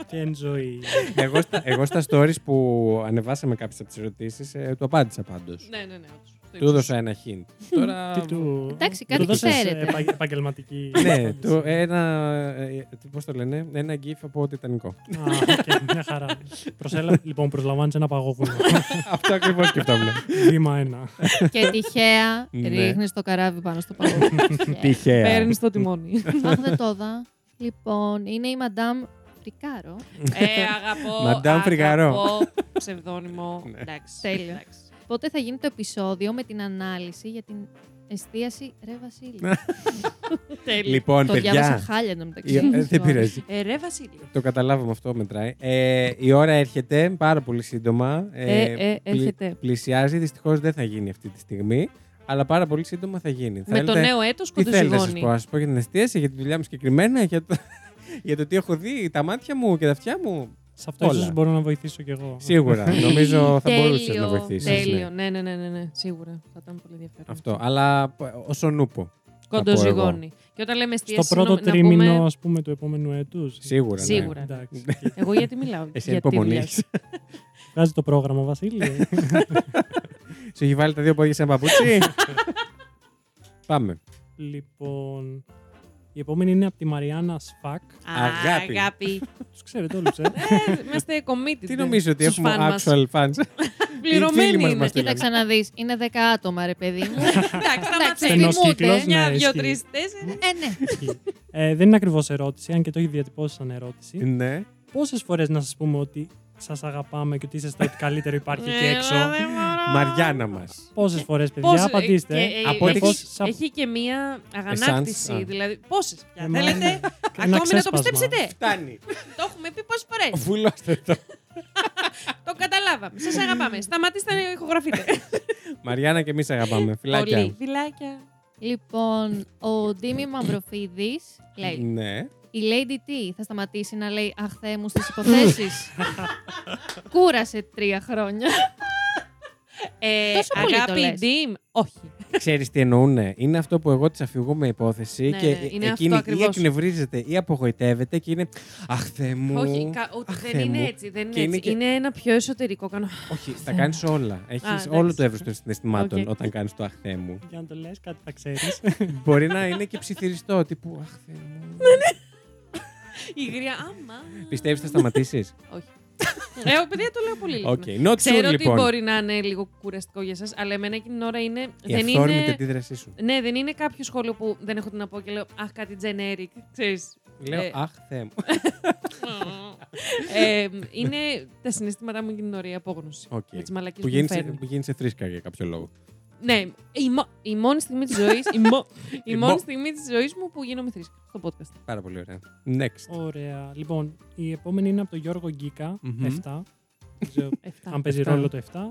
Speaker 1: και εν ζωή.
Speaker 3: εγώ, στα, εγώ στα stories που ανεβάσαμε κάποιες από τις ερωτήσεις, ε, του απάντησα πάντως.
Speaker 4: ναι, ναι, ναι. όντως. Το
Speaker 3: Του
Speaker 4: ύψος.
Speaker 3: έδωσα ένα
Speaker 4: [laughs]
Speaker 3: hint. Τώρα.
Speaker 1: Τι του.
Speaker 2: Εντάξει,
Speaker 1: του
Speaker 2: κάτι
Speaker 1: δώσες,
Speaker 2: ξέρετε.
Speaker 1: ε, επα- Επαγγελματική.
Speaker 3: ναι, του, ένα. Ε, Πώς το λένε, ένα gif από Τιτανικό.
Speaker 1: Α, οκ, μια χαρά. Προσέλα, λοιπόν, προσλαμβάνεις ένα παγόβουνο.
Speaker 3: [laughs] Αυτό ακριβώς σκεφτόμουν.
Speaker 4: [laughs]
Speaker 1: Βήμα ένα.
Speaker 2: Και τυχαία
Speaker 3: Ναι.
Speaker 2: ρίχνεις το καράβι πάνω
Speaker 4: [laughs]
Speaker 2: στο παγόδι.
Speaker 4: Ναι.
Speaker 2: Τυχαία.
Speaker 3: Τυχαία.
Speaker 4: Παίρνεις το τιμόνι.
Speaker 2: Αχ, δεν το είδα. Λοιπόν, είναι η Μαντάμ Φρικάρο.
Speaker 4: ε, αγαπώ.
Speaker 3: Μαντάμ
Speaker 4: αγαπώ,
Speaker 3: Φρυγαρό.
Speaker 4: Ψευδόνυμο.
Speaker 3: Ναι.
Speaker 4: Εντάξει.
Speaker 2: Τέλειο.
Speaker 4: εντάξει.
Speaker 2: Πότε θα γίνει το επεισόδιο με την ανάλυση για την εστίαση Ρε Βασίλη.
Speaker 4: Τέλειο.
Speaker 3: Ναι. Λοιπόν,
Speaker 2: το διάβασα
Speaker 3: παιδιά.
Speaker 2: χάλια εν τω
Speaker 3: η-
Speaker 2: μεταξύ.
Speaker 3: ε, Δεν
Speaker 2: Sorry.
Speaker 3: πειράζει.
Speaker 4: Ε, ρε, Βασίλη.
Speaker 3: Το καταλάβαμε αυτό μετράει. Ε, η ώρα έρχεται πάρα πολύ σύντομα.
Speaker 4: Ε, ε,
Speaker 3: πλη-
Speaker 4: έρχεται.
Speaker 3: Πλησιάζει. Δυστυχώς δεν θα γίνει αυτή τη στιγμή. Αλλά πάρα πολύ σύντομα θα γίνει.
Speaker 4: Με το
Speaker 3: Θέλετε-
Speaker 4: νέο έτος
Speaker 3: Τι θέλετε να σα
Speaker 4: κοντοζυγώνει.
Speaker 3: πω, να σας πω για την εστίαση, για τη δουλειά μου συγκεκριμένα, για το, [laughs] για το τι έχω δει, τα μάτια μου και τα αυτιά μου.
Speaker 1: Σε αυτό
Speaker 3: Όλα.
Speaker 1: ίσως μπορώ να βοηθήσω κι εγώ.
Speaker 4: [laughs]
Speaker 3: Σίγουρα. νομίζω θα
Speaker 4: Τέλειο,
Speaker 3: μπορούσες να βοηθήσει.
Speaker 4: Τέλειο. Ναι, ναι, ναι, ναι, ναι. Σίγουρα. Θα ήταν πολύ ενδιαφέρον.
Speaker 3: Αυτό. Αλλά ω νούπο.
Speaker 4: Κοντοζυγώνει. Και όταν λέμε εστίαση.
Speaker 1: Στο πρώτο
Speaker 4: συγγνώμη, να πούμε-
Speaker 1: τρίμηνο, ας πούμε, του επόμενου έτους.
Speaker 3: Σίγουρα. ναι.
Speaker 4: Σίγουρα.
Speaker 1: Εντάξει.
Speaker 4: Εγώ γιατί μιλάω.
Speaker 3: Εσύ
Speaker 4: γιατί
Speaker 3: υπομονής
Speaker 4: δουλειά
Speaker 3: έχεις.
Speaker 4: σου.
Speaker 1: Βγάζει το πρόγραμμα,
Speaker 3: [laughs]
Speaker 1: Βασίλη.
Speaker 3: Ναι. Σου έχει βάλει τα δύο πόδια σε ένα
Speaker 4: [laughs]
Speaker 3: παπούτσι. Πάμε.
Speaker 1: λοιπόν, η επόμενη είναι από τη Μαριάννα Σφακ.
Speaker 4: Α,
Speaker 3: Αγάπη.
Speaker 4: Αγάπη.
Speaker 1: Τους ξέρετε όλους, ε.
Speaker 4: Ε, Είμαστε committed.
Speaker 3: Τι νομίζω ότι
Speaker 4: στους
Speaker 3: έχουμε
Speaker 4: φαν μας.
Speaker 3: actual fans.
Speaker 4: [laughs]
Speaker 3: οι φίλοι
Speaker 4: Πληρωμένοι
Speaker 3: μας
Speaker 4: είναι.
Speaker 3: μας τη-
Speaker 2: Κοίταξα να δει. Είναι 10 άτομα, ρε παιδί
Speaker 3: [laughs]
Speaker 2: μου.
Speaker 4: Εντάξει, να
Speaker 2: Εντάξει,
Speaker 4: μας
Speaker 1: Στενός
Speaker 4: θυμούνται.
Speaker 1: κύκλος,
Speaker 4: ε. Μια,
Speaker 1: ναι,
Speaker 4: δύο,
Speaker 1: ισχύει.
Speaker 4: τρεις, τέσσερα.
Speaker 2: ε, ναι.
Speaker 1: ε, δεν είναι ακριβώς ερώτηση, αν και το έχει διατυπώσει σαν ερώτηση.
Speaker 3: ναι.
Speaker 1: Πόσες φορές να σας πούμε ότι σας αγαπάμε και ότι είστε το καλύτερο υπάρχει εκεί
Speaker 4: Ε,
Speaker 1: έξω.
Speaker 4: μα, δεν μπορώ.
Speaker 3: Μαριάννα μας.
Speaker 1: Πόσες φορές, παιδιά,
Speaker 4: Πόσες-
Speaker 1: απαντήστε.
Speaker 4: και, ε,
Speaker 3: Από
Speaker 4: έχει-
Speaker 1: πόσες-
Speaker 4: Έχει και μία αγανάκτηση.
Speaker 3: Εσάς, α.
Speaker 4: δηλαδή, πόσες πια.
Speaker 1: Ε, μα, [laughs] ναι.
Speaker 4: Θέλετε.
Speaker 1: Ένα
Speaker 4: Ακόμη να το
Speaker 1: ξέσπασμα.
Speaker 4: πιστέψετε.
Speaker 3: Φτάνει.
Speaker 4: Το έχουμε πει πόσες φορές.
Speaker 3: Βουλώστε το.
Speaker 4: Το καταλάβαμε. Σας αγαπάμε. Σταματήστε να ηχογραφείτε.
Speaker 3: [laughs] Μαριάννα και εμείς αγαπάμε.
Speaker 4: Πολύ.
Speaker 3: Φιλάκια.
Speaker 4: Φιλάκια.
Speaker 2: Λοιπόν, ο Ντίμη Μαυροφίδης λέει:
Speaker 3: Ναι.
Speaker 2: Η Lady T θα σταματήσει να λέει Αχ,
Speaker 3: [laughs]
Speaker 2: Θεέ μου στις υποθέσεις. Κούρασε τρία χρόνια.
Speaker 4: Ε,
Speaker 2: Τόσο πολύ το
Speaker 4: αγάπη,
Speaker 2: λες.
Speaker 4: Ντίμ, όχι.
Speaker 3: Ξέρεις τι εννοούνε. Είναι αυτό που εγώ της αφηγώ με υπόθεση
Speaker 4: Ναι,
Speaker 3: και
Speaker 4: ναι, είναι αυτό
Speaker 3: εκείνη ή
Speaker 4: ακριβώς.
Speaker 3: εκνευρίζεται ή απογοητεύεται και είναι. Αχ, Θεέ μου.
Speaker 4: όχι, κα- ούτε-
Speaker 3: αχ,
Speaker 4: δεν
Speaker 3: Θεέ μου.
Speaker 4: είναι έτσι. Δεν είναι,
Speaker 3: Και είναι
Speaker 4: έτσι.
Speaker 3: και-
Speaker 4: είναι ένα πιο εσωτερικό κανό.
Speaker 3: Όχι,
Speaker 4: Θεέ
Speaker 3: τα
Speaker 4: μου.
Speaker 3: κάνεις όλα. Έχεις
Speaker 4: ε. εντάξει.
Speaker 3: όλο το εύρος των συναισθημάτων
Speaker 4: Οκ.
Speaker 3: όταν κάνεις το αχ, Θεέ μου.
Speaker 1: Για να το λες, κάτι θα ξέρεις.
Speaker 4: [laughs]
Speaker 3: Μπορεί να είναι και ψιθυριστό τύπου. Αχ, Θεέ
Speaker 4: Ναι,
Speaker 3: μου.
Speaker 4: Η γριά, άμα.
Speaker 3: Πιστεύεις θα σταματήσεις.
Speaker 4: [laughs] Ε, παιδιά, το λέω πολύ λίγο.
Speaker 3: Οκ. Not
Speaker 4: Ξέρω
Speaker 3: soon,
Speaker 4: ότι
Speaker 3: λοιπόν.
Speaker 4: μπορεί να είναι λίγο κουραστικό για σας, αλλά εμένα εκείνη την ώρα είναι.
Speaker 3: Η
Speaker 4: δεν
Speaker 3: αυθόρμητη
Speaker 4: είναι...
Speaker 3: αντίδρασή σου.
Speaker 4: Ναι, δεν είναι κάποιο σχόλιο που δεν έχω τι να πω και λέω Αχ, κάτι generic.
Speaker 3: [laughs]
Speaker 4: Ξέρεις.
Speaker 3: Λέω,
Speaker 4: Ε,
Speaker 3: αχ, Θεέ μου.
Speaker 4: ε, είναι τα συναισθήματά μου εκείνη την ώρα η απόγνωση.
Speaker 3: Οκ.
Speaker 4: Με τις μαλακίες
Speaker 3: Που
Speaker 4: που, μου
Speaker 3: γίνεσαι,
Speaker 4: φέρνει.
Speaker 3: που γίνεσαι θρήσκα για κάποιο λόγο.
Speaker 4: Ναι, η, μο- η μόνη στιγμή της ζωής. η, μο- η
Speaker 3: Η μο-
Speaker 4: μόνη στιγμή της ζωής μου που γίνομαι θρήσκα στο podcast.
Speaker 3: Πάρα πολύ ωραία. Next.
Speaker 1: Ωραία. Λοιπόν, η επόμενη είναι από τον Γιώργο Γκίκα,
Speaker 3: Μμμ.
Speaker 1: 7. Δεν ξέρω
Speaker 4: Εφτά.
Speaker 1: αν παίζει
Speaker 3: Εφτά.
Speaker 1: ρόλο το 7.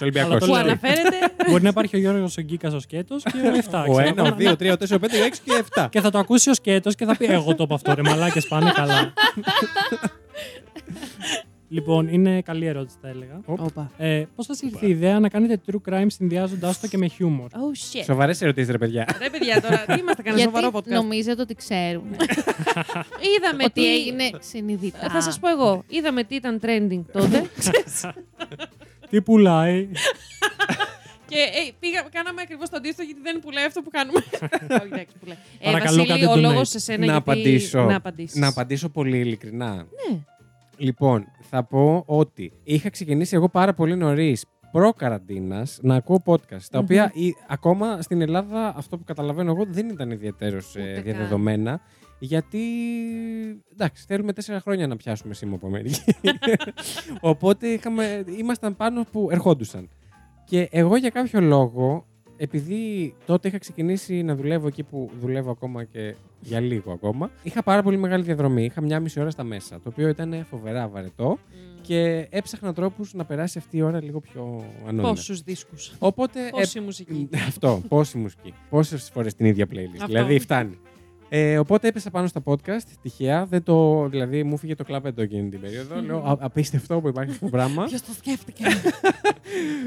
Speaker 3: Ολυμπιακός.
Speaker 1: Αλλά το
Speaker 4: Που
Speaker 1: λέω.
Speaker 4: αναφέρεται.
Speaker 1: Μπορεί να υπάρχει ο Γιώργος ο Γκίκα ο σκέτος και ο 7.
Speaker 3: Ο 1, ο 2, ο 3, ο 4, ο 5, ο 6 και 7.
Speaker 1: Και θα το ακούσει ο σκέτος και θα πει: Εγώ το είπα αυτό, ρε μαλάκες πάνε
Speaker 4: [laughs]
Speaker 1: καλά. λοιπόν, είναι καλή ερώτηση, θα έλεγα.
Speaker 4: Όπα.
Speaker 1: Ε, Πώς σα ήρθε η ιδέα να κάνετε true crime συνδυάζοντάς το και με χιούμορ.
Speaker 4: Oh shit.
Speaker 3: Σοβαρές ερωτήσεις, ρε παιδιά.
Speaker 4: Ρε παιδιά τώρα, τι είμαστε κανένα σοβαρό
Speaker 2: Γιατί
Speaker 4: podcast.
Speaker 2: νομίζετε ότι ξέρουν
Speaker 4: Είδαμε
Speaker 2: ότι
Speaker 4: τι
Speaker 2: έγινε συνειδητά.
Speaker 4: Θα σας πω εγώ. Είδαμε τι ήταν trending
Speaker 3: [laughs]
Speaker 4: τότε.
Speaker 1: Τι πουλάει.
Speaker 4: και ε, πήγα, κάναμε ακριβώς το αντίστοιχο γιατί δεν πουλάει αυτό που κάνουμε. [laughs] Όχι, εντάξει, πουλάει. Ε,
Speaker 1: Παρακαλώ,
Speaker 4: Βασίλη,
Speaker 1: κάντε
Speaker 4: ο
Speaker 1: donate.
Speaker 4: λόγος σε σένα.
Speaker 3: Να
Speaker 4: γιατί-
Speaker 3: απαντήσω.
Speaker 4: Να απαντήσεις.
Speaker 3: Να απαντήσω πολύ ειλικρινά.
Speaker 4: Ναι.
Speaker 3: Λοιπόν, θα πω ότι είχα ξεκινήσει εγώ πάρα πολύ νωρίς προ-καραντίνα να ακούω podcast. Τα οποία ή- ακόμα στην Ελλάδα, αυτό που καταλαβαίνω εγώ, δεν ήταν ιδιαίτερω
Speaker 4: Ούτε καν.
Speaker 3: διαδεδομένα. Γιατί. εντάξει, θέλουμε τέσσερα χρόνια να πιάσουμε σήμα από Αμερική. Οπότε είχαμε, ήμασταν πάνω που ερχόντουσαν. Και εγώ για κάποιο λόγο, επειδή τότε είχα ξεκινήσει να δουλεύω εκεί που δουλεύω ακόμα και για λίγο ακόμα, είχα πάρα πολύ μεγάλη διαδρομή. Είχα μια μισή ώρα στα μέσα, το οποίο ήταν φοβερά βαρετό και έψαχνα τρόπους να περάσει αυτή η ώρα λίγο πιο ανώνυμα.
Speaker 4: Πόσους δίσκους.
Speaker 3: Οπότε. ε,
Speaker 4: Πόση μουσική.
Speaker 3: αυτό, πόση μουσική. Πόσες φορές την ίδια playlist.
Speaker 4: Αυτό.
Speaker 3: Δηλαδή φτάνει. Ε, οπότε έπεσα πάνω στα podcast, τυχαία. Δεν το, δηλαδή μου φύγε το κλαπέντο εκείνη την περίοδο. Λέω «Α- απίστευτο που υπάρχει αυτό το πράγμα.
Speaker 4: Ποιος το σκέφτηκε.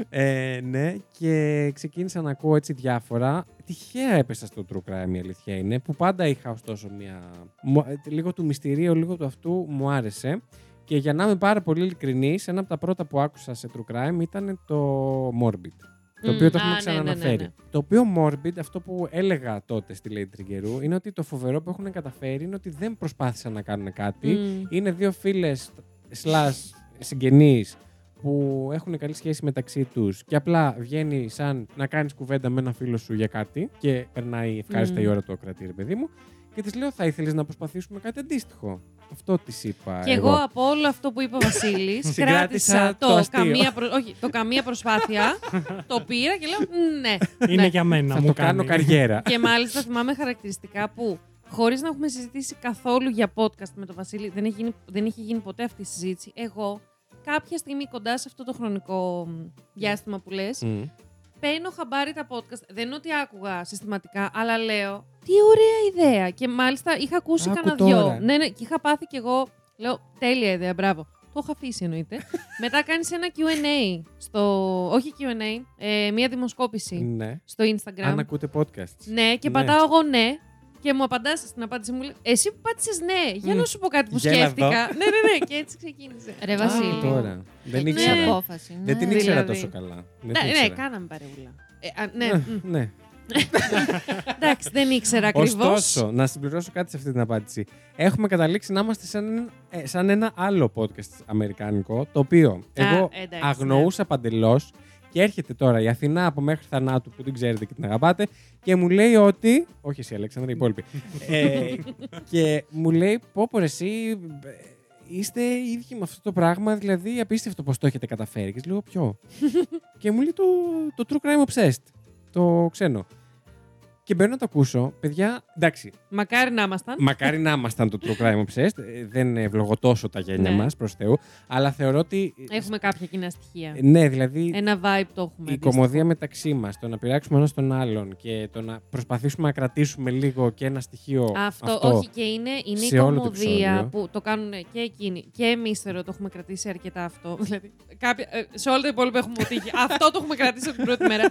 Speaker 3: Ε, ναι, και ξεκίνησα να ακούω έτσι διάφορα. Τυχαία έπεσα στο true crime, η αλήθεια είναι, που πάντα είχα ωστόσο μια... μου- ε, Λίγο του μυστηρίου, λίγο του αυτού μου άρεσε. Και για να είμαι πάρα πολύ ειλικρινής, ένα από τα πρώτα που άκουσα σε true crime ήταν το Morbid. Το
Speaker 4: Μμμ,
Speaker 3: οποίο το
Speaker 4: α,
Speaker 3: έχουμε
Speaker 4: ναι, ναι, ναι,
Speaker 3: ξαναναφέρει.
Speaker 4: ναι.
Speaker 3: Το οποίο Morbid, αυτό που έλεγα τότε στη Lady Triggerού, είναι ότι το φοβερό που έχουν καταφέρει είναι ότι δεν προσπάθησαν να κάνουν κάτι. Είναι δύο φίλες slash συγγενείς που έχουν καλή σχέση μεταξύ τους και απλά βγαίνει σαν να κάνεις κουβέντα με ένα φίλο σου για κάτι και περνάει ευχάριστα
Speaker 4: Μμμ.
Speaker 3: η ώρα το κρατήρι, παιδί μου. Και της λέω, θα ήθελες να προσπαθήσουμε κάτι αντίστοιχο. Αυτό της είπα.
Speaker 4: Και εγώ από όλο αυτό που είπε ο
Speaker 3: [laughs]
Speaker 4: Βασίλης,
Speaker 3: Συγκράτησα
Speaker 4: κράτησα
Speaker 3: το
Speaker 4: το,
Speaker 3: αστείο.
Speaker 4: καμία, προ- όχι, το καμία προσπάθεια. το πήρα και λέω ναι.
Speaker 1: Είναι
Speaker 4: ναι.
Speaker 1: για μένα,
Speaker 3: Θα
Speaker 1: μου
Speaker 3: το
Speaker 1: κάνει.
Speaker 3: κάνω
Speaker 4: [laughs]
Speaker 3: καριέρα.
Speaker 4: και μάλιστα θυμάμαι χαρακτηριστικά που χωρίς να έχουμε συζητήσει καθόλου για podcast με τον Βασίλη, δεν έχει, γίνει, δεν έχει γίνει ποτέ αυτή η συζήτηση. Εγώ κάποια στιγμή κοντά σε αυτό το χρονικό μ, διάστημα που λες,
Speaker 3: Μμ.
Speaker 4: παίρνω χαμπάρι τα podcast. Δεν είναι ότι άκουγα συστηματικά, αλλά λέω τι ωραία ιδέα. Και μάλιστα είχα ακούσει
Speaker 3: Άκου
Speaker 4: κανένα
Speaker 3: τώρα.
Speaker 4: δυο. Ναι, ναι, και είχα πάθει κι εγώ. Λέω τέλεια ιδέα, μπράβο. Το είχα αφήσει εννοείται.
Speaker 3: [laughs]
Speaker 4: Μετά κάνεις ένα QA στο. Όχι QA, ε, μία δημοσκόπηση
Speaker 3: Ναι.
Speaker 4: στο Instagram.
Speaker 3: Αν ακούτε podcast.
Speaker 4: Ναι, και
Speaker 3: Ναι.
Speaker 4: πατάω εγώ ναι. Και μου απαντάς στην απάντηση μου. λέει, Εσύ που πάτησες ναι, για να
Speaker 3: Μμ.
Speaker 4: σου πω κάτι που
Speaker 3: Γέλα
Speaker 4: σκέφτηκα.
Speaker 3: εδώ.
Speaker 4: ναι, ναι, ναι, και έτσι ξεκίνησε.
Speaker 2: Ρε Βασίλη.
Speaker 3: Α, τώρα. Δεν
Speaker 2: Εκείνη η
Speaker 3: ήξερα.
Speaker 2: απόφαση, ναι.
Speaker 3: Δεν την ήξερα
Speaker 4: Δηλαδή.
Speaker 3: τόσο καλά. Δεν
Speaker 4: Ναι,
Speaker 3: την
Speaker 4: ναι,
Speaker 3: ήξερα.
Speaker 4: κάναμε παρεούλα. Ε, α, ναι, μ,
Speaker 3: ναι.
Speaker 4: εντάξει, δεν ήξερα
Speaker 3: [laughs]
Speaker 4: ακριβώς.
Speaker 3: Ωστόσο, να συμπληρώσω κάτι σε αυτή την απάντηση. Έχουμε καταλήξει να είμαστε σαν, ε, σαν ένα άλλο podcast αμερικάνικο, το οποίο εγώ
Speaker 4: εντάξει,
Speaker 3: αγνοούσα παντελώς και έρχεται τώρα η Αθηνά από μέχρι θανάτου που την ξέρετε και την αγαπάτε και μου λέει ότι. Όχι εσύ, Αλέξανδρα, οι υπόλοιποι. ε, και μου λέει, πω πω ρε, εσύ ε, είστε οι ίδιοι με αυτό το πράγμα, δηλαδή απίστευτο πως το έχετε καταφέρει. Και της λέω ποιο. και μου λέει το, το True Crime Obsessed, το ξένο. Και μπαίνω να το ακούσω. Παιδιά, εντάξει,
Speaker 4: Μακάρι να ήμασταν.
Speaker 3: Μακάρι να ήμασταν το True Crime Obsessed. Ε, Δεν ευλογώ τόσο τα γένια
Speaker 4: Ναι.
Speaker 3: μας, προς Θεού. Αλλά θεωρώ ότι... ε,
Speaker 4: Έχουμε κάποια κοινά στοιχεία.
Speaker 3: Ναι, δηλαδή
Speaker 4: Ένα vibe το έχουμε.
Speaker 3: η κομμωδία μεταξύ μας, το να πειράξουμε ένα τον άλλον και το να προσπαθήσουμε να κρατήσουμε λίγο και ένα στοιχείο
Speaker 4: Αυτό, όχι και είναι, είναι η
Speaker 3: σε όλο το
Speaker 4: κομμωδία
Speaker 3: επεισόδιο.
Speaker 4: που το κάνουν και εκείνοι και εμείς θεωρώ το έχουμε κρατήσει αρκετά αυτό. [laughs] Δηλαδή, κάποια, ε, σε όλα τα υπόλοιπα έχουμε
Speaker 3: [laughs]
Speaker 4: αποτύχει. αυτό το έχουμε κρατήσει από την πρώτη μέρα.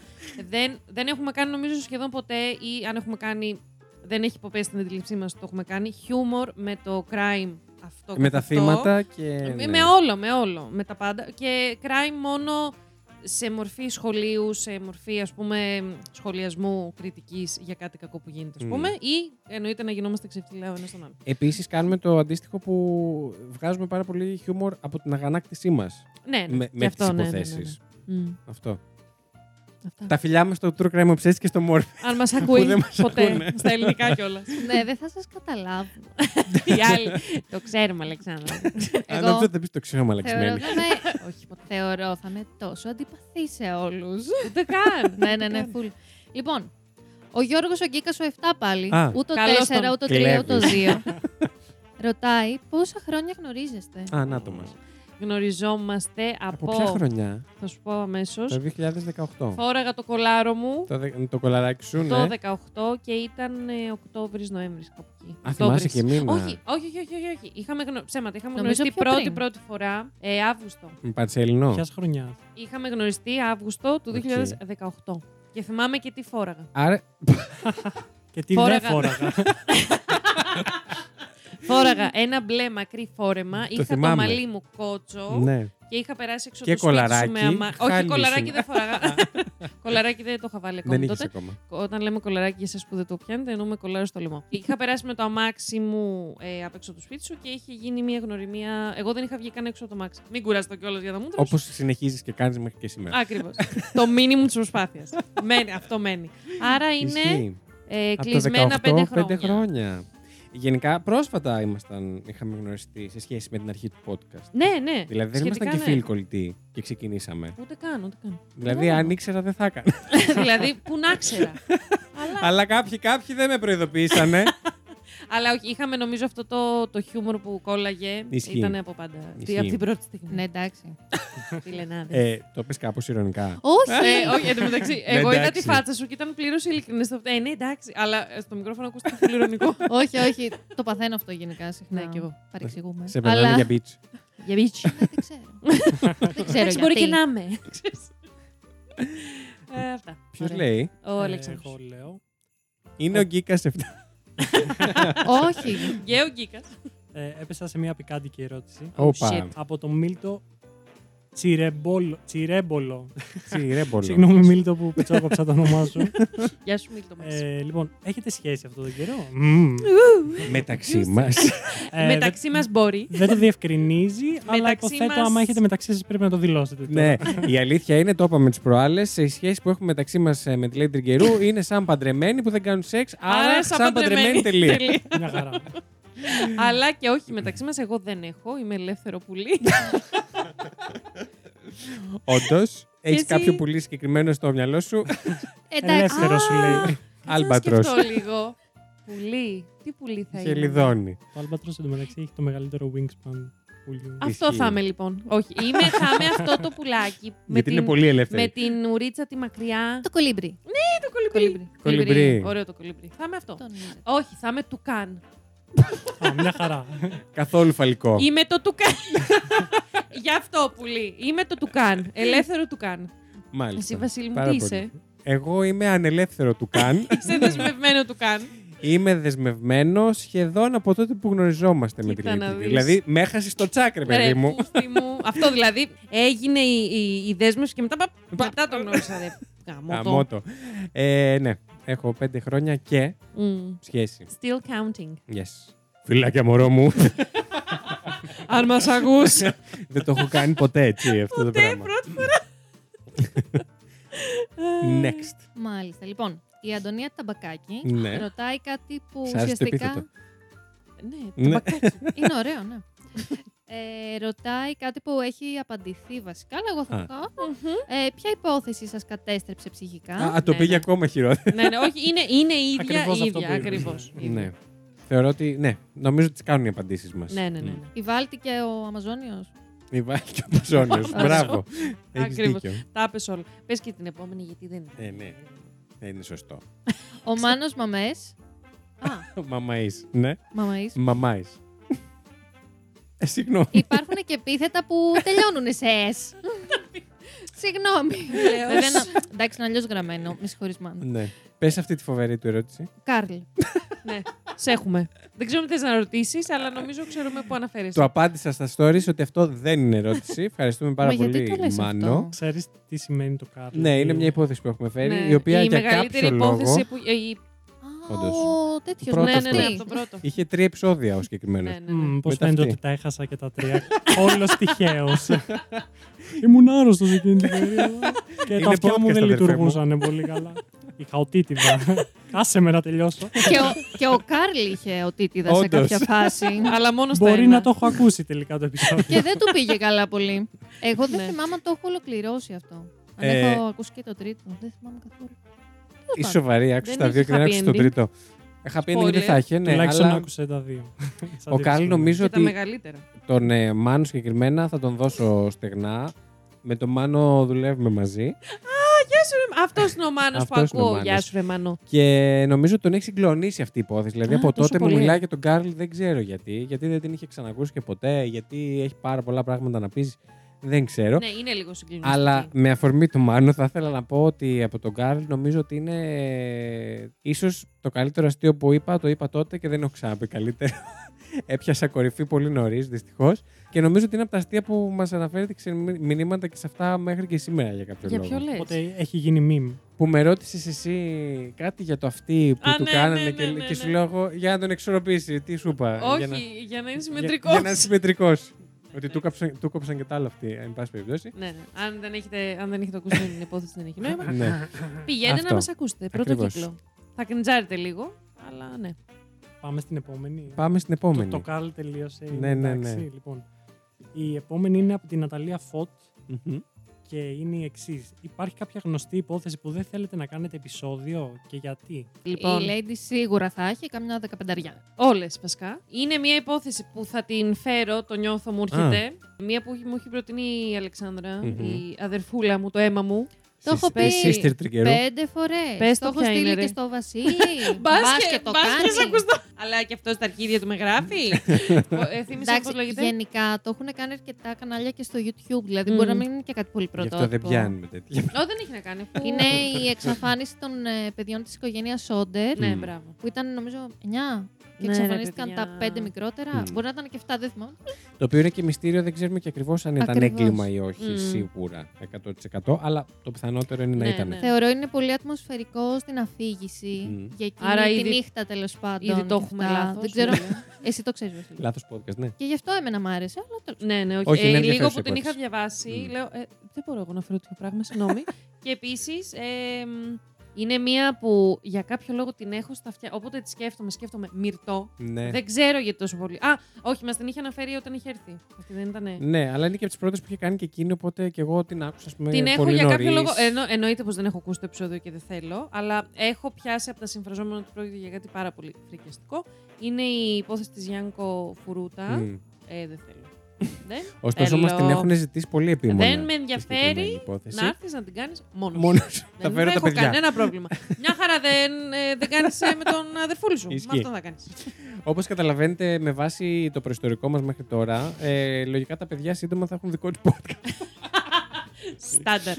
Speaker 4: δεν, δεν έχουμε κάνει νομίζω σχεδόν ποτέ ή αν έχουμε κάνει, δεν έχει υποπέσει την αντίληψή μας ότι το έχουμε κάνει, χιούμορ με το crime αυτό.
Speaker 3: με
Speaker 4: καθ'
Speaker 3: τα
Speaker 4: αυτό. Ε,
Speaker 3: θύματα και...
Speaker 4: Με,
Speaker 3: ναι.
Speaker 4: με όλο, με όλο, με τα πάντα. Και crime μόνο σε μορφή σχολείου, σε μορφή ας πούμε σχολιασμού κριτικής για κάτι κακό που γίνεται, ας
Speaker 3: Μμμ.
Speaker 4: πούμε, ή εννοείται να γινόμαστε ξεφτυλά ο ένας τον άλλον.
Speaker 3: Επίσης κάνουμε το αντίστοιχο που βγάζουμε πάρα πολύ χιούμορ από την αγανάκτησή μας
Speaker 4: Ναι, ναι,
Speaker 3: με,
Speaker 4: και
Speaker 3: με τις
Speaker 4: αυτό, ναι, ναι, ναι, ναι.
Speaker 3: υποθέσεις.
Speaker 4: Μμ,
Speaker 3: Αυτό.
Speaker 4: αυτά.
Speaker 3: Τα φιλιά μας στο True Crime Obsessed και στο Morphe.
Speaker 4: Αν μας ακούει
Speaker 3: δεν μας
Speaker 4: ποτέ,
Speaker 3: ακούνε.
Speaker 4: στα ελληνικά κιόλας.
Speaker 2: ναι, δεν θα σας καταλάβω.
Speaker 4: Οι άλλοι, το ξέρουμε, Αλεξάνδρα.
Speaker 3: Αν
Speaker 2: Εγώ
Speaker 3: αυτό δεν πεις το ξέρω,
Speaker 2: θεωρώ,
Speaker 3: μαλαξιμένη.
Speaker 2: θα είμαι,
Speaker 4: [laughs] Όχι, ποτέ.
Speaker 2: θεωρώ θα είμαι τόσο αντιπαθή σε
Speaker 4: [laughs]
Speaker 2: όλους.
Speaker 4: Ούτε καν.
Speaker 2: ναι, ναι, ναι, full. Λοιπόν, ο Γιώργος ο Γκίκας ο 7 πάλι,
Speaker 3: Α,
Speaker 2: ούτε
Speaker 4: καλώς
Speaker 2: το 4,
Speaker 4: τον
Speaker 2: ούτε το 3, ούτε το
Speaker 3: κλέβεις. [laughs]
Speaker 2: 2. Ρωτάει πόσα χρόνια γνωρίζεστε.
Speaker 3: Α, να το μας.
Speaker 4: Γνωριζόμαστε
Speaker 3: Από
Speaker 4: από,
Speaker 3: ποια χρονιά,
Speaker 4: θα σου πω αμέσως,
Speaker 3: το 2018.
Speaker 4: φόραγα το κολάρο μου
Speaker 3: Το, δε- το κολαράκι σου,
Speaker 4: το
Speaker 3: ναι.
Speaker 4: 18 και ήταν ε, Οκτώβρη-Νοέμβρη κάπου εκεί.
Speaker 3: Α, θυμάσαι και μήνα.
Speaker 4: Όχι, όχι, όχι, όχι, όχι, όχι. Είχαμε γνω... ψέματα. Είχαμε
Speaker 2: Νομίζω
Speaker 4: γνωριστεί
Speaker 2: πιο
Speaker 4: πρώτη,
Speaker 2: πριν.
Speaker 4: πρώτη φορά ε, Αύγουστο.
Speaker 3: Με πάρεις ελληνό.
Speaker 1: Ποιας χρονιά.
Speaker 4: Είχαμε γνωριστεί Αύγουστο του
Speaker 3: Οκ.
Speaker 4: 2018. Και θυμάμαι και τι φόραγα.
Speaker 3: Άρα,
Speaker 1: Και τι
Speaker 4: Φόραγα.
Speaker 1: δεν
Speaker 4: [laughs]
Speaker 1: φόραγα.
Speaker 4: φόραγα ένα μπλε μακρύ φόρεμα. είχα
Speaker 3: θυμάμαι.
Speaker 4: το μαλλί μου κότσο
Speaker 3: ναι.
Speaker 4: και είχα περάσει έξω
Speaker 3: Και
Speaker 4: από το σπίτι
Speaker 3: κολαράκι.
Speaker 4: σου με αμα... Όχι,
Speaker 3: Χάλια
Speaker 4: κολαράκι
Speaker 3: ήσουν.
Speaker 4: δεν φοράγα.
Speaker 3: [laughs]
Speaker 4: κολαράκι δεν το είχα βάλει
Speaker 3: Δεν
Speaker 4: ακόμη
Speaker 3: είχες
Speaker 4: τότε.
Speaker 3: ακόμα.
Speaker 4: Όταν λέμε κολαράκι για εσάς που δεν το πιάνετε, εννοούμε κολάρο στο λαιμό. είχα περάσει με το αμάξι μου ε, απ' έξω του σπίτι σου και είχε γίνει μια γνωριμία. Εγώ δεν είχα βγει καν έξω από το αμάξι. Μην κουράζετε κιόλας για τα μούτρα.
Speaker 3: Όπως συνεχίζεις και κάνεις μέχρι και σήμερα.
Speaker 4: Ακριβώς. το μήνυμο της προσπάθειας. μένει, αυτό μένει. Άρα είναι
Speaker 3: Ισχύει.
Speaker 4: ε,
Speaker 3: Από το
Speaker 4: κλεισμένα
Speaker 3: 18,
Speaker 4: πέντε
Speaker 3: πέντε
Speaker 4: χρόνια.
Speaker 3: χρόνια. Γενικά, πρόσφατα ήμασταν, είχαμε γνωριστεί σε σχέση με την αρχή του podcast.
Speaker 4: Ναι, ναι.
Speaker 3: Δηλαδή, δεν
Speaker 4: Σχετικά,
Speaker 3: ήμασταν και
Speaker 4: ναι.
Speaker 3: φίλοι κολλητοί και ξεκινήσαμε.
Speaker 4: Ούτε καν, ούτε καν.
Speaker 3: Δηλαδή, αν ήξερα, δεν θα έκανα.
Speaker 4: [laughs] δηλαδή, που να ξέρα. αλλά,
Speaker 3: Αλλά κάποιοι, κάποιοι δεν με προειδοποίησανε.
Speaker 4: αλλά όχι, είχαμε νομίζω αυτό το, το χιούμορ που κόλλαγε.
Speaker 3: Ισχύει.
Speaker 4: Ήταν από πάντα.
Speaker 3: Ισχύει.
Speaker 4: Από την πρώτη στιγμή.
Speaker 2: ναι, εντάξει.
Speaker 4: Τι λένε, άντε.
Speaker 3: ε, το πες κάπως ηρωνικά.
Speaker 2: Όχι!
Speaker 4: Ε, όχι, εν τω μεταξύ, εγώ είδα τη
Speaker 3: Ναι, εντάξει.
Speaker 4: φάτσα σου και ήταν πλήρως ειλικρινής. Ε, ναι, εντάξει, αλλά ε, στο μικρόφωνο ακούστηκε φιλουρονικό.
Speaker 2: όχι, όχι. Το παθαίνω αυτό γενικά συχνά.
Speaker 4: Ναι, κι εγώ.
Speaker 2: Παρεξηγούμε.
Speaker 3: Σε περνάνε
Speaker 2: Αλλά
Speaker 3: για beach.
Speaker 4: [laughs] Για μπίτσι.
Speaker 2: δεν ξέρω. δεν ξέρω
Speaker 4: Εντάξει,
Speaker 2: γιατί.
Speaker 4: μπορεί και να είμαι. Ξέρεις. Ε, Αυτά.
Speaker 3: Ποιος
Speaker 4: Ωραία. Ε.
Speaker 3: λέει,
Speaker 4: Ο
Speaker 1: Ε,
Speaker 4: Αλεξάνδρος.
Speaker 1: Εγώ λέω.
Speaker 3: Είναι ο Γκίκα 7.
Speaker 2: Όχι.
Speaker 4: Και ο Γκίκας.
Speaker 1: Ε, έπεσα σε μια πικάντικη ερώτηση.
Speaker 3: Όπα.
Speaker 4: shit.
Speaker 1: Από τον Μίλτο Τσιρεμπόλο. Τσιρέμπολο.
Speaker 3: Τσιρέμπολο.
Speaker 1: Συγγνώμη, Μίλτο που πετσόκοψα το όνομά σου.
Speaker 4: Γεια σου, Μίλτο μας.
Speaker 1: Ε, λοιπόν, έχετε σχέση αυτό τον καιρό. Μμμ.
Speaker 3: Μεταξύ μας.
Speaker 1: Ε,
Speaker 4: Μεταξύ μας μπορεί.
Speaker 1: Δεν το διευκρινίζει, αλλά
Speaker 4: Μεταξύ
Speaker 1: υποθέτω
Speaker 4: μας-
Speaker 1: άμα έχετε μεταξύ σας πρέπει να το δηλώσετε. τώρα.
Speaker 3: ναι, η αλήθεια είναι, το είπαμε τις προάλλες, η σχέση που έχουμε μεταξύ μας με τη Lady Τριγκερού είναι σαν παντρεμένοι που δεν κάνουν σεξ, άρα σαν παντρεμένοι
Speaker 4: [laughs]
Speaker 3: τελείω.
Speaker 4: Τελεία.
Speaker 1: Μια χαρά.
Speaker 4: Αλλά και όχι, μεταξύ μας εγώ δεν έχω. Είμαι ελεύθερο
Speaker 3: [laughs]
Speaker 4: πουλί.
Speaker 3: Όντως, έχεις
Speaker 4: εσύ?
Speaker 3: κάποιο πολύ συγκεκριμένο στο μυαλό σου.
Speaker 2: Εντάξει.
Speaker 1: Ελεύθερο σου λέει.
Speaker 3: Άλμπατρο.
Speaker 4: Θα σκεφτώ λίγο. Πουλί. Τι πουλί θα είναι.
Speaker 3: Χελιδόνι.
Speaker 1: Ο Άλμπατρος εντωμεταξύ έχει το μεγαλύτερο wingspan πουλιού.
Speaker 4: Αυτό
Speaker 3: Ισχύει.
Speaker 4: θα είμαι λοιπόν. Όχι, είμαι, θα είμαι αυτό το πουλάκι. με
Speaker 3: [laughs] Γιατί είναι
Speaker 4: την-
Speaker 3: πολύ
Speaker 4: Με
Speaker 3: ελεύθερη.
Speaker 4: την ουρίτσα τη μακριά.
Speaker 2: Το κολύμπρι.
Speaker 4: Το
Speaker 2: κολύμπρι.
Speaker 3: Κολυμπρί.
Speaker 4: Ωραίο το κολυμπρί. Θα είμαι αυτό.
Speaker 2: Το νομίζω.
Speaker 4: Όχι, θα είμαι τουκάν.
Speaker 1: Α, μια [laughs] χαρά.
Speaker 3: Καθόλου φαλικό.
Speaker 4: Είμαι το τουκάν. [laughs] Γι' αυτό πουλί. Είμαι το τουκάν. Ελεύθερο τουκάν. Εσύ,
Speaker 3: Μάλιστα.
Speaker 4: Βασίλη, μου
Speaker 3: Πάρα
Speaker 4: τι
Speaker 3: πολύ.
Speaker 4: είσαι.
Speaker 3: Εγώ είμαι ανελεύθερο του
Speaker 4: [laughs]
Speaker 3: καν.
Speaker 4: Είσαι δεσμευμένο τουκάν.
Speaker 3: Είμαι δεσμευμένο σχεδόν από τότε που γνωριζόμαστε με τη
Speaker 4: Κοίτα να
Speaker 3: Lady.
Speaker 4: δεις.
Speaker 3: Δηλαδή, με έχασες στο τσάκρε,
Speaker 4: Ρε,
Speaker 3: Ε, παιδί μου.
Speaker 4: πούστη μου. Αυτό δηλαδή έγινε η, η, η δέσμευση και μετά. πα- Μετά τον γνώρισα, ρε. Γαμώ το.
Speaker 3: Αμότο. Ε, ναι, έχω πέντε χρόνια και
Speaker 4: Mm.
Speaker 3: σχέση.
Speaker 4: Still counting.
Speaker 3: Yes. Φιλάκια μωρό μου.
Speaker 4: Αν μας ακούσει.
Speaker 3: [laughs] Δεν το έχω κάνει ποτέ έτσι αυτό το πράγμα.
Speaker 4: πρώτη
Speaker 3: [laughs] Next.
Speaker 2: Μάλιστα. Λοιπόν, η Αντωνία Ταμπακάκη
Speaker 3: Ναι.
Speaker 2: ρωτάει κάτι που
Speaker 3: Σ' άρεσε το
Speaker 2: ουσιαστικά.
Speaker 3: επίθετο.
Speaker 4: Ναι,
Speaker 3: Ναι.
Speaker 4: το μπακάκι.
Speaker 2: Είναι ωραίο, ναι. Ε, ρωτάει κάτι που έχει απαντηθεί βασικά, αλλά εγώ
Speaker 3: Α.
Speaker 2: θα το πω. Ε, ποια υπόθεση σας κατέστρεψε ψυχικά.
Speaker 3: Α, το
Speaker 4: ναι,
Speaker 3: πήγε
Speaker 4: ναι.
Speaker 3: ακόμα χειρότερα.
Speaker 4: ναι, ναι, όχι, είναι, είναι η ίδια,
Speaker 1: Ακριβώς
Speaker 4: η
Speaker 1: αυτό
Speaker 4: ίδια,
Speaker 1: που είπες,
Speaker 4: ακριβώς.
Speaker 1: ναι.
Speaker 4: Η ίδια.
Speaker 3: ναι. Θεωρώ ότι. Ναι, νομίζω ότι τις κάνουν οι απαντήσεις μας.
Speaker 4: Ναι, ναι, ναι. ναι.
Speaker 2: Η Βάλτη και ο Αμαζόνιος.
Speaker 3: Υπάρχει και ο Πασόνιο. Μπράβο. Έχει
Speaker 4: Ακριβώς.
Speaker 3: δίκιο.
Speaker 4: Τα πες όλα. Πες και την επόμενη γιατί δεν είναι.
Speaker 3: Ε, ναι. Ε, Είναι
Speaker 4: [laughs]
Speaker 3: σωστό.
Speaker 2: Ο Μάνος Μαμές. Α,
Speaker 3: Μαμαή. Ναι.
Speaker 2: Μαμαής.
Speaker 4: [laughs]
Speaker 3: Μαμάη. Ε, συγγνώμη.
Speaker 2: Υπάρχουν και επίθετα που τελειώνουν σε S. Συγγνώμη. Βέβαια, να- εντάξει, είναι αλλιώς γραμμένο. Με συγχωρείς, Μάνο.
Speaker 3: ναι. Πες αυτή τη φοβερή του ερώτηση.
Speaker 2: Κάρλ.
Speaker 4: ναι, σε έχουμε. Δεν ξέρω αν θες να ρωτήσεις, αλλά νομίζω ξέρουμε που
Speaker 3: Το
Speaker 4: αναφέρεσαι.
Speaker 3: απάντησα στα stories ότι αυτό δεν είναι ερώτηση. Ευχαριστούμε πάρα
Speaker 2: Μα γιατί
Speaker 3: πολύ,
Speaker 2: το λες
Speaker 3: Μάνο.
Speaker 2: αυτό?
Speaker 1: Ξέρεις τι σημαίνει το Κάρλ.
Speaker 3: Ναι, είναι μια υπόθεση που έχουμε φέρει,
Speaker 4: Ναι,
Speaker 3: η οποία για
Speaker 4: μεγαλύτερη
Speaker 3: κάποιο
Speaker 4: υπόθεση
Speaker 3: λόγο
Speaker 4: που... ε, η-
Speaker 2: Α,
Speaker 3: Όντως.
Speaker 2: ο τέτοιο.
Speaker 3: πρώτος
Speaker 4: Ναι, ναι, ναι,
Speaker 3: αυτή.
Speaker 4: από τον πρώτο.
Speaker 3: είχε τρία επεισόδια ο συγκεκριμένο.
Speaker 4: Ναι, ναι, ναι.
Speaker 1: Μμμ, Πώ
Speaker 3: Μετά
Speaker 1: φαίνεται
Speaker 3: αυτή.
Speaker 1: ότι τα έχασα και τα τρία. Όλος τυχαίω. [laughs] Ήμουν άρρωστος εκείνη [laughs] την περίοδο. Και
Speaker 3: Είναι
Speaker 1: τα αυτιά μου
Speaker 3: podcast,
Speaker 1: δεν
Speaker 3: αδερφέ μου.
Speaker 1: λειτουργούσαν πολύ [laughs] καλά. Είχα οτίτιδα. Άσε με να τελειώσω.
Speaker 2: και, ο, και ο Κάρλ είχε οτίτιδα σε
Speaker 3: Όντως.
Speaker 2: κάποια φάση.
Speaker 4: Αλλά μόνο στα
Speaker 1: Μπορεί
Speaker 4: ένα.
Speaker 1: να το έχω ακούσει τελικά το επεισόδιο.
Speaker 2: και δεν του πήγε καλά πολύ. Εγώ δεν
Speaker 4: Ναι.
Speaker 2: θυμάμαι αν το έχω ολοκληρώσει αυτό. Αν
Speaker 3: Ε,
Speaker 2: έχω ακούσει και το τρίτο. Δεν θυμάμαι καθόλου.
Speaker 3: Είσαι σοβαρή, άκουσε
Speaker 4: λοιπόν, Δεν
Speaker 3: τα δύο
Speaker 4: είχε
Speaker 3: και δεν άκουσε
Speaker 4: happy
Speaker 3: τον
Speaker 4: ending.
Speaker 3: τρίτο. Happy ending δεν
Speaker 4: Spoiler.
Speaker 3: θα είχε, ναι,
Speaker 1: Τουλάχιστον
Speaker 3: αλλά
Speaker 1: άκουσε τα δύο. Σαν
Speaker 3: ο
Speaker 1: διευκρίνηση.
Speaker 3: Κάλλη νομίζω
Speaker 4: Και τα
Speaker 3: ότι
Speaker 4: μεγαλύτερα.
Speaker 3: τον ε, Μάνο συγκεκριμένα θα τον δώσω στεγνά. Με τον Μάνο δουλεύουμε μαζί
Speaker 4: Γεια σου, ρε- Αυτός είναι ο Μάνος που
Speaker 3: Αυτός είναι ο
Speaker 4: ακούω.
Speaker 3: Μάνος.
Speaker 4: Γεια σου, ρε Μάνο.
Speaker 3: και νομίζω ότι τον έχει συγκλονίσει αυτή η υπόθεση. Δηλαδή
Speaker 4: Α,
Speaker 3: από
Speaker 4: τόσο
Speaker 3: τότε μου
Speaker 4: πολύ.
Speaker 3: μιλάει για τον Κάρλ, δεν ξέρω γιατί. Γιατί δεν την είχε ξανακούσει και ποτέ, γιατί έχει πάρα πολλά πράγματα να πεις. Δεν ξέρω.
Speaker 4: Ναι, είναι λίγο συγκλονιστική.
Speaker 3: Αλλά με αφορμή του Μάνου θα ήθελα να πω ότι από τον Κάρλ νομίζω ότι είναι ε, ίσως το καλύτερο αστείο που είπα, το είπα τότε και δεν έχω ξαναπεί καλύτερο. [laughs] Έπιασα κορυφή πολύ νωρίς, δυστυχώς. Και νομίζω ότι είναι από τα αστεία που μας αναφέρετε σε μι- μηνύματα και σε αυτά μέχρι και σήμερα για κάποιο
Speaker 4: Για
Speaker 3: λόγο.
Speaker 4: ποιο λες.
Speaker 1: Οπότε έχει γίνει μιμ.
Speaker 3: Που με ρώτησες εσύ κάτι για το αυτή που
Speaker 4: Α,
Speaker 3: του
Speaker 4: ναι,
Speaker 3: κάνανε
Speaker 4: ναι, ναι,
Speaker 3: και,
Speaker 4: ναι,
Speaker 3: και σου
Speaker 4: ναι.
Speaker 3: λέω εγώ για να τον εξορροπήσει. Τι σου είπα.
Speaker 4: Όχι, Ναι.
Speaker 3: για να,
Speaker 4: για να είναι
Speaker 3: για-
Speaker 4: συμμετρικός.
Speaker 3: Για, να είναι συμμετρικός. ότι του κόψαν, του κόψαν και τα άλλα αυτή, εν πάση περιπτώσει.
Speaker 4: Ναι, ναι. Αν δεν έχετε, αν δεν έχετε ακούσει την υπόθεση, δεν έχει
Speaker 3: [laughs]
Speaker 4: νόημα.
Speaker 3: ναι.
Speaker 4: Πηγαίνετε
Speaker 3: Αυτό.
Speaker 4: να μας ακούσετε. Πρώτο
Speaker 3: Ακριβώς.
Speaker 4: κύκλο. Θα κριντζάρετε λίγο, αλλά ναι.
Speaker 1: Πάμε στην επόμενη.
Speaker 3: Πάμε στην
Speaker 1: Το,
Speaker 3: επόμενη.
Speaker 1: το Carl τελείωσε.
Speaker 3: Ναι,
Speaker 1: είναι
Speaker 3: ναι,
Speaker 1: εντάξει,
Speaker 3: ναι.
Speaker 1: Λοιπόν, η επόμενη είναι από την Ναταλία Φωτ
Speaker 3: Μμμ.
Speaker 1: και είναι η εξής. Υπάρχει κάποια γνωστή υπόθεση που δεν θέλετε να κάνετε επεισόδιο και γιατί.
Speaker 4: Λοιπόν,
Speaker 2: Η Lady σίγουρα θα έχει καμιά δεκαπενταριά.
Speaker 4: όλες βασικά. Είναι μια υπόθεση που θα την φέρω, το νιώθω μου έρχεται. Μια που μου έχει προτείνει η αλεξανδρα
Speaker 3: Μμμ.
Speaker 4: η αδερφούλα μου, το αίμα μου.
Speaker 2: Το έχω
Speaker 3: Sister-
Speaker 2: πει
Speaker 3: Sister Trigger.
Speaker 2: πέντε φορές.
Speaker 4: Πες
Speaker 2: Το
Speaker 4: το
Speaker 2: έχω
Speaker 4: ποια είναι,
Speaker 2: στείλει
Speaker 4: ρε.
Speaker 2: και στο
Speaker 4: [laughs]
Speaker 2: Βασίλη. Μπάσκετ το
Speaker 4: μπάσκετ,
Speaker 2: κάνει.
Speaker 4: ακουστά. Αλλά και αυτό στα αρχίδια του με
Speaker 3: [laughs]
Speaker 4: γράφει. ε, θύμισα πώ
Speaker 2: Εντάξει,
Speaker 4: λέγεται.
Speaker 2: γενικά το έχουν κάνει αρκετά κανάλια και στο YouTube. Δηλαδή
Speaker 4: Μμμ.
Speaker 2: μπορεί να μην είναι και κάτι πολύ
Speaker 3: Γι' αυτό
Speaker 2: πρωτότυπο.
Speaker 3: δεν πιάνουμε τέτοια.
Speaker 4: Ω, δεν έχει να κάνει. αφού-
Speaker 2: Είναι η εξαφάνιση των ε, παιδιών της οικογένειας Σόντερ.
Speaker 4: Ναι,
Speaker 3: Μμ.
Speaker 4: μπράβο.
Speaker 2: Που ήταν νομίζω 9 και
Speaker 4: Ναι, ρε,
Speaker 2: εξαφανίστηκαν
Speaker 4: παιδιά.
Speaker 2: τα 5 μικρότερα.
Speaker 3: Μμ.
Speaker 2: Μπορεί να ήταν και 7, δεν θυμάμαι.
Speaker 3: Το οποίο είναι και μυστήριο, δεν ξέρουμε και ακριβώς αν ήταν
Speaker 2: Ακριβώς.
Speaker 3: έγκλημα ή όχι,
Speaker 4: Μμμ.
Speaker 3: σίγουρα 100%. Αλλά το πιθανότερο είναι να
Speaker 4: Ναι,
Speaker 3: ήταν.
Speaker 4: ναι.
Speaker 2: Θεωρώ είναι πολύ ατμοσφαιρικό στην αφήγηση
Speaker 3: Μμ.
Speaker 2: για εκείνη
Speaker 4: Άρα
Speaker 2: τη
Speaker 4: ήδη-
Speaker 2: νύχτα τέλος πάντων.
Speaker 4: Ήδη το
Speaker 2: και
Speaker 4: έχουμε ναι.
Speaker 2: αυτά.
Speaker 4: λάθος.
Speaker 2: Δεν ξέρω. Εσύ το ξέρεις, Βασίλη.
Speaker 3: Λάθος podcast, ναι.
Speaker 2: Και γι' αυτό εμένα μ' άρεσε, αλλά τέλος.
Speaker 4: Ναι, ναι, όχι.
Speaker 3: Όχι,
Speaker 4: Ε,
Speaker 3: είναι
Speaker 4: λίγο
Speaker 3: ενδιαφέρουσα
Speaker 4: που την είχα
Speaker 3: υπόθεση.
Speaker 4: διαβάσει,
Speaker 3: Μμ.
Speaker 4: λέω. Ε, δεν μπορώ εγώ να φέρω τέτοιο
Speaker 3: [laughs]
Speaker 4: πράγμα, συγγνώμη. και επίσης. Ε, μ, είναι μία που για κάποιο λόγο την έχω στα αυτιά. Όποτε τη σκέφτομαι, σκέφτομαι μυρτό.
Speaker 3: Ναι.
Speaker 4: Δεν ξέρω γιατί τόσο πολύ. Α, όχι, μας την είχε αναφέρει όταν είχε έρθει. Αυτή δεν ήταν.
Speaker 3: ναι, αλλά είναι και από τις πρώτες που είχε κάνει και εκείνη, οπότε και εγώ την άκουσα. Ας πούμε,
Speaker 4: Την έχω
Speaker 3: πολύ
Speaker 4: για κάποιο
Speaker 3: νωρίς.
Speaker 4: λόγο. Εννο, εννοείται πως δεν έχω ακούσει το επεισόδιο και δεν θέλω, αλλά έχω πιάσει από τα συμφραζόμενα ότι πρόκειται για κάτι πάρα πολύ φρικιαστικό. Είναι η υπόθεση της Γιάνκο Φουρούτα.
Speaker 3: Μμ.
Speaker 4: Ε, δεν
Speaker 3: [laughs]
Speaker 4: θέλω. δεν
Speaker 3: Ωστόσο, μας την
Speaker 4: θέλω.
Speaker 3: έχουν ζητήσει πολύ επίμονα.
Speaker 4: Δεν με
Speaker 3: τη
Speaker 4: ενδιαφέρει
Speaker 3: συγκεκριμένη υπόθεση.
Speaker 4: Να έρθεις να την κάνεις μόνος.
Speaker 3: Μόνος
Speaker 4: Δεν
Speaker 3: θα φέρω [laughs] τα
Speaker 4: έχω
Speaker 3: παιδιά.
Speaker 4: κανένα πρόβλημα. Μια χαρά δεν, ε, δεν κάνεις με τον αδερφούλη σου.
Speaker 3: Ισχύει.
Speaker 4: Με αυτό θα κάνεις.
Speaker 3: [laughs] Όπως καταλαβαίνετε, με βάση το προϊστορικό μας μέχρι τώρα, ε, λογικά τα παιδιά σύντομα θα έχουν δικό του podcast.
Speaker 4: Στάνταρ.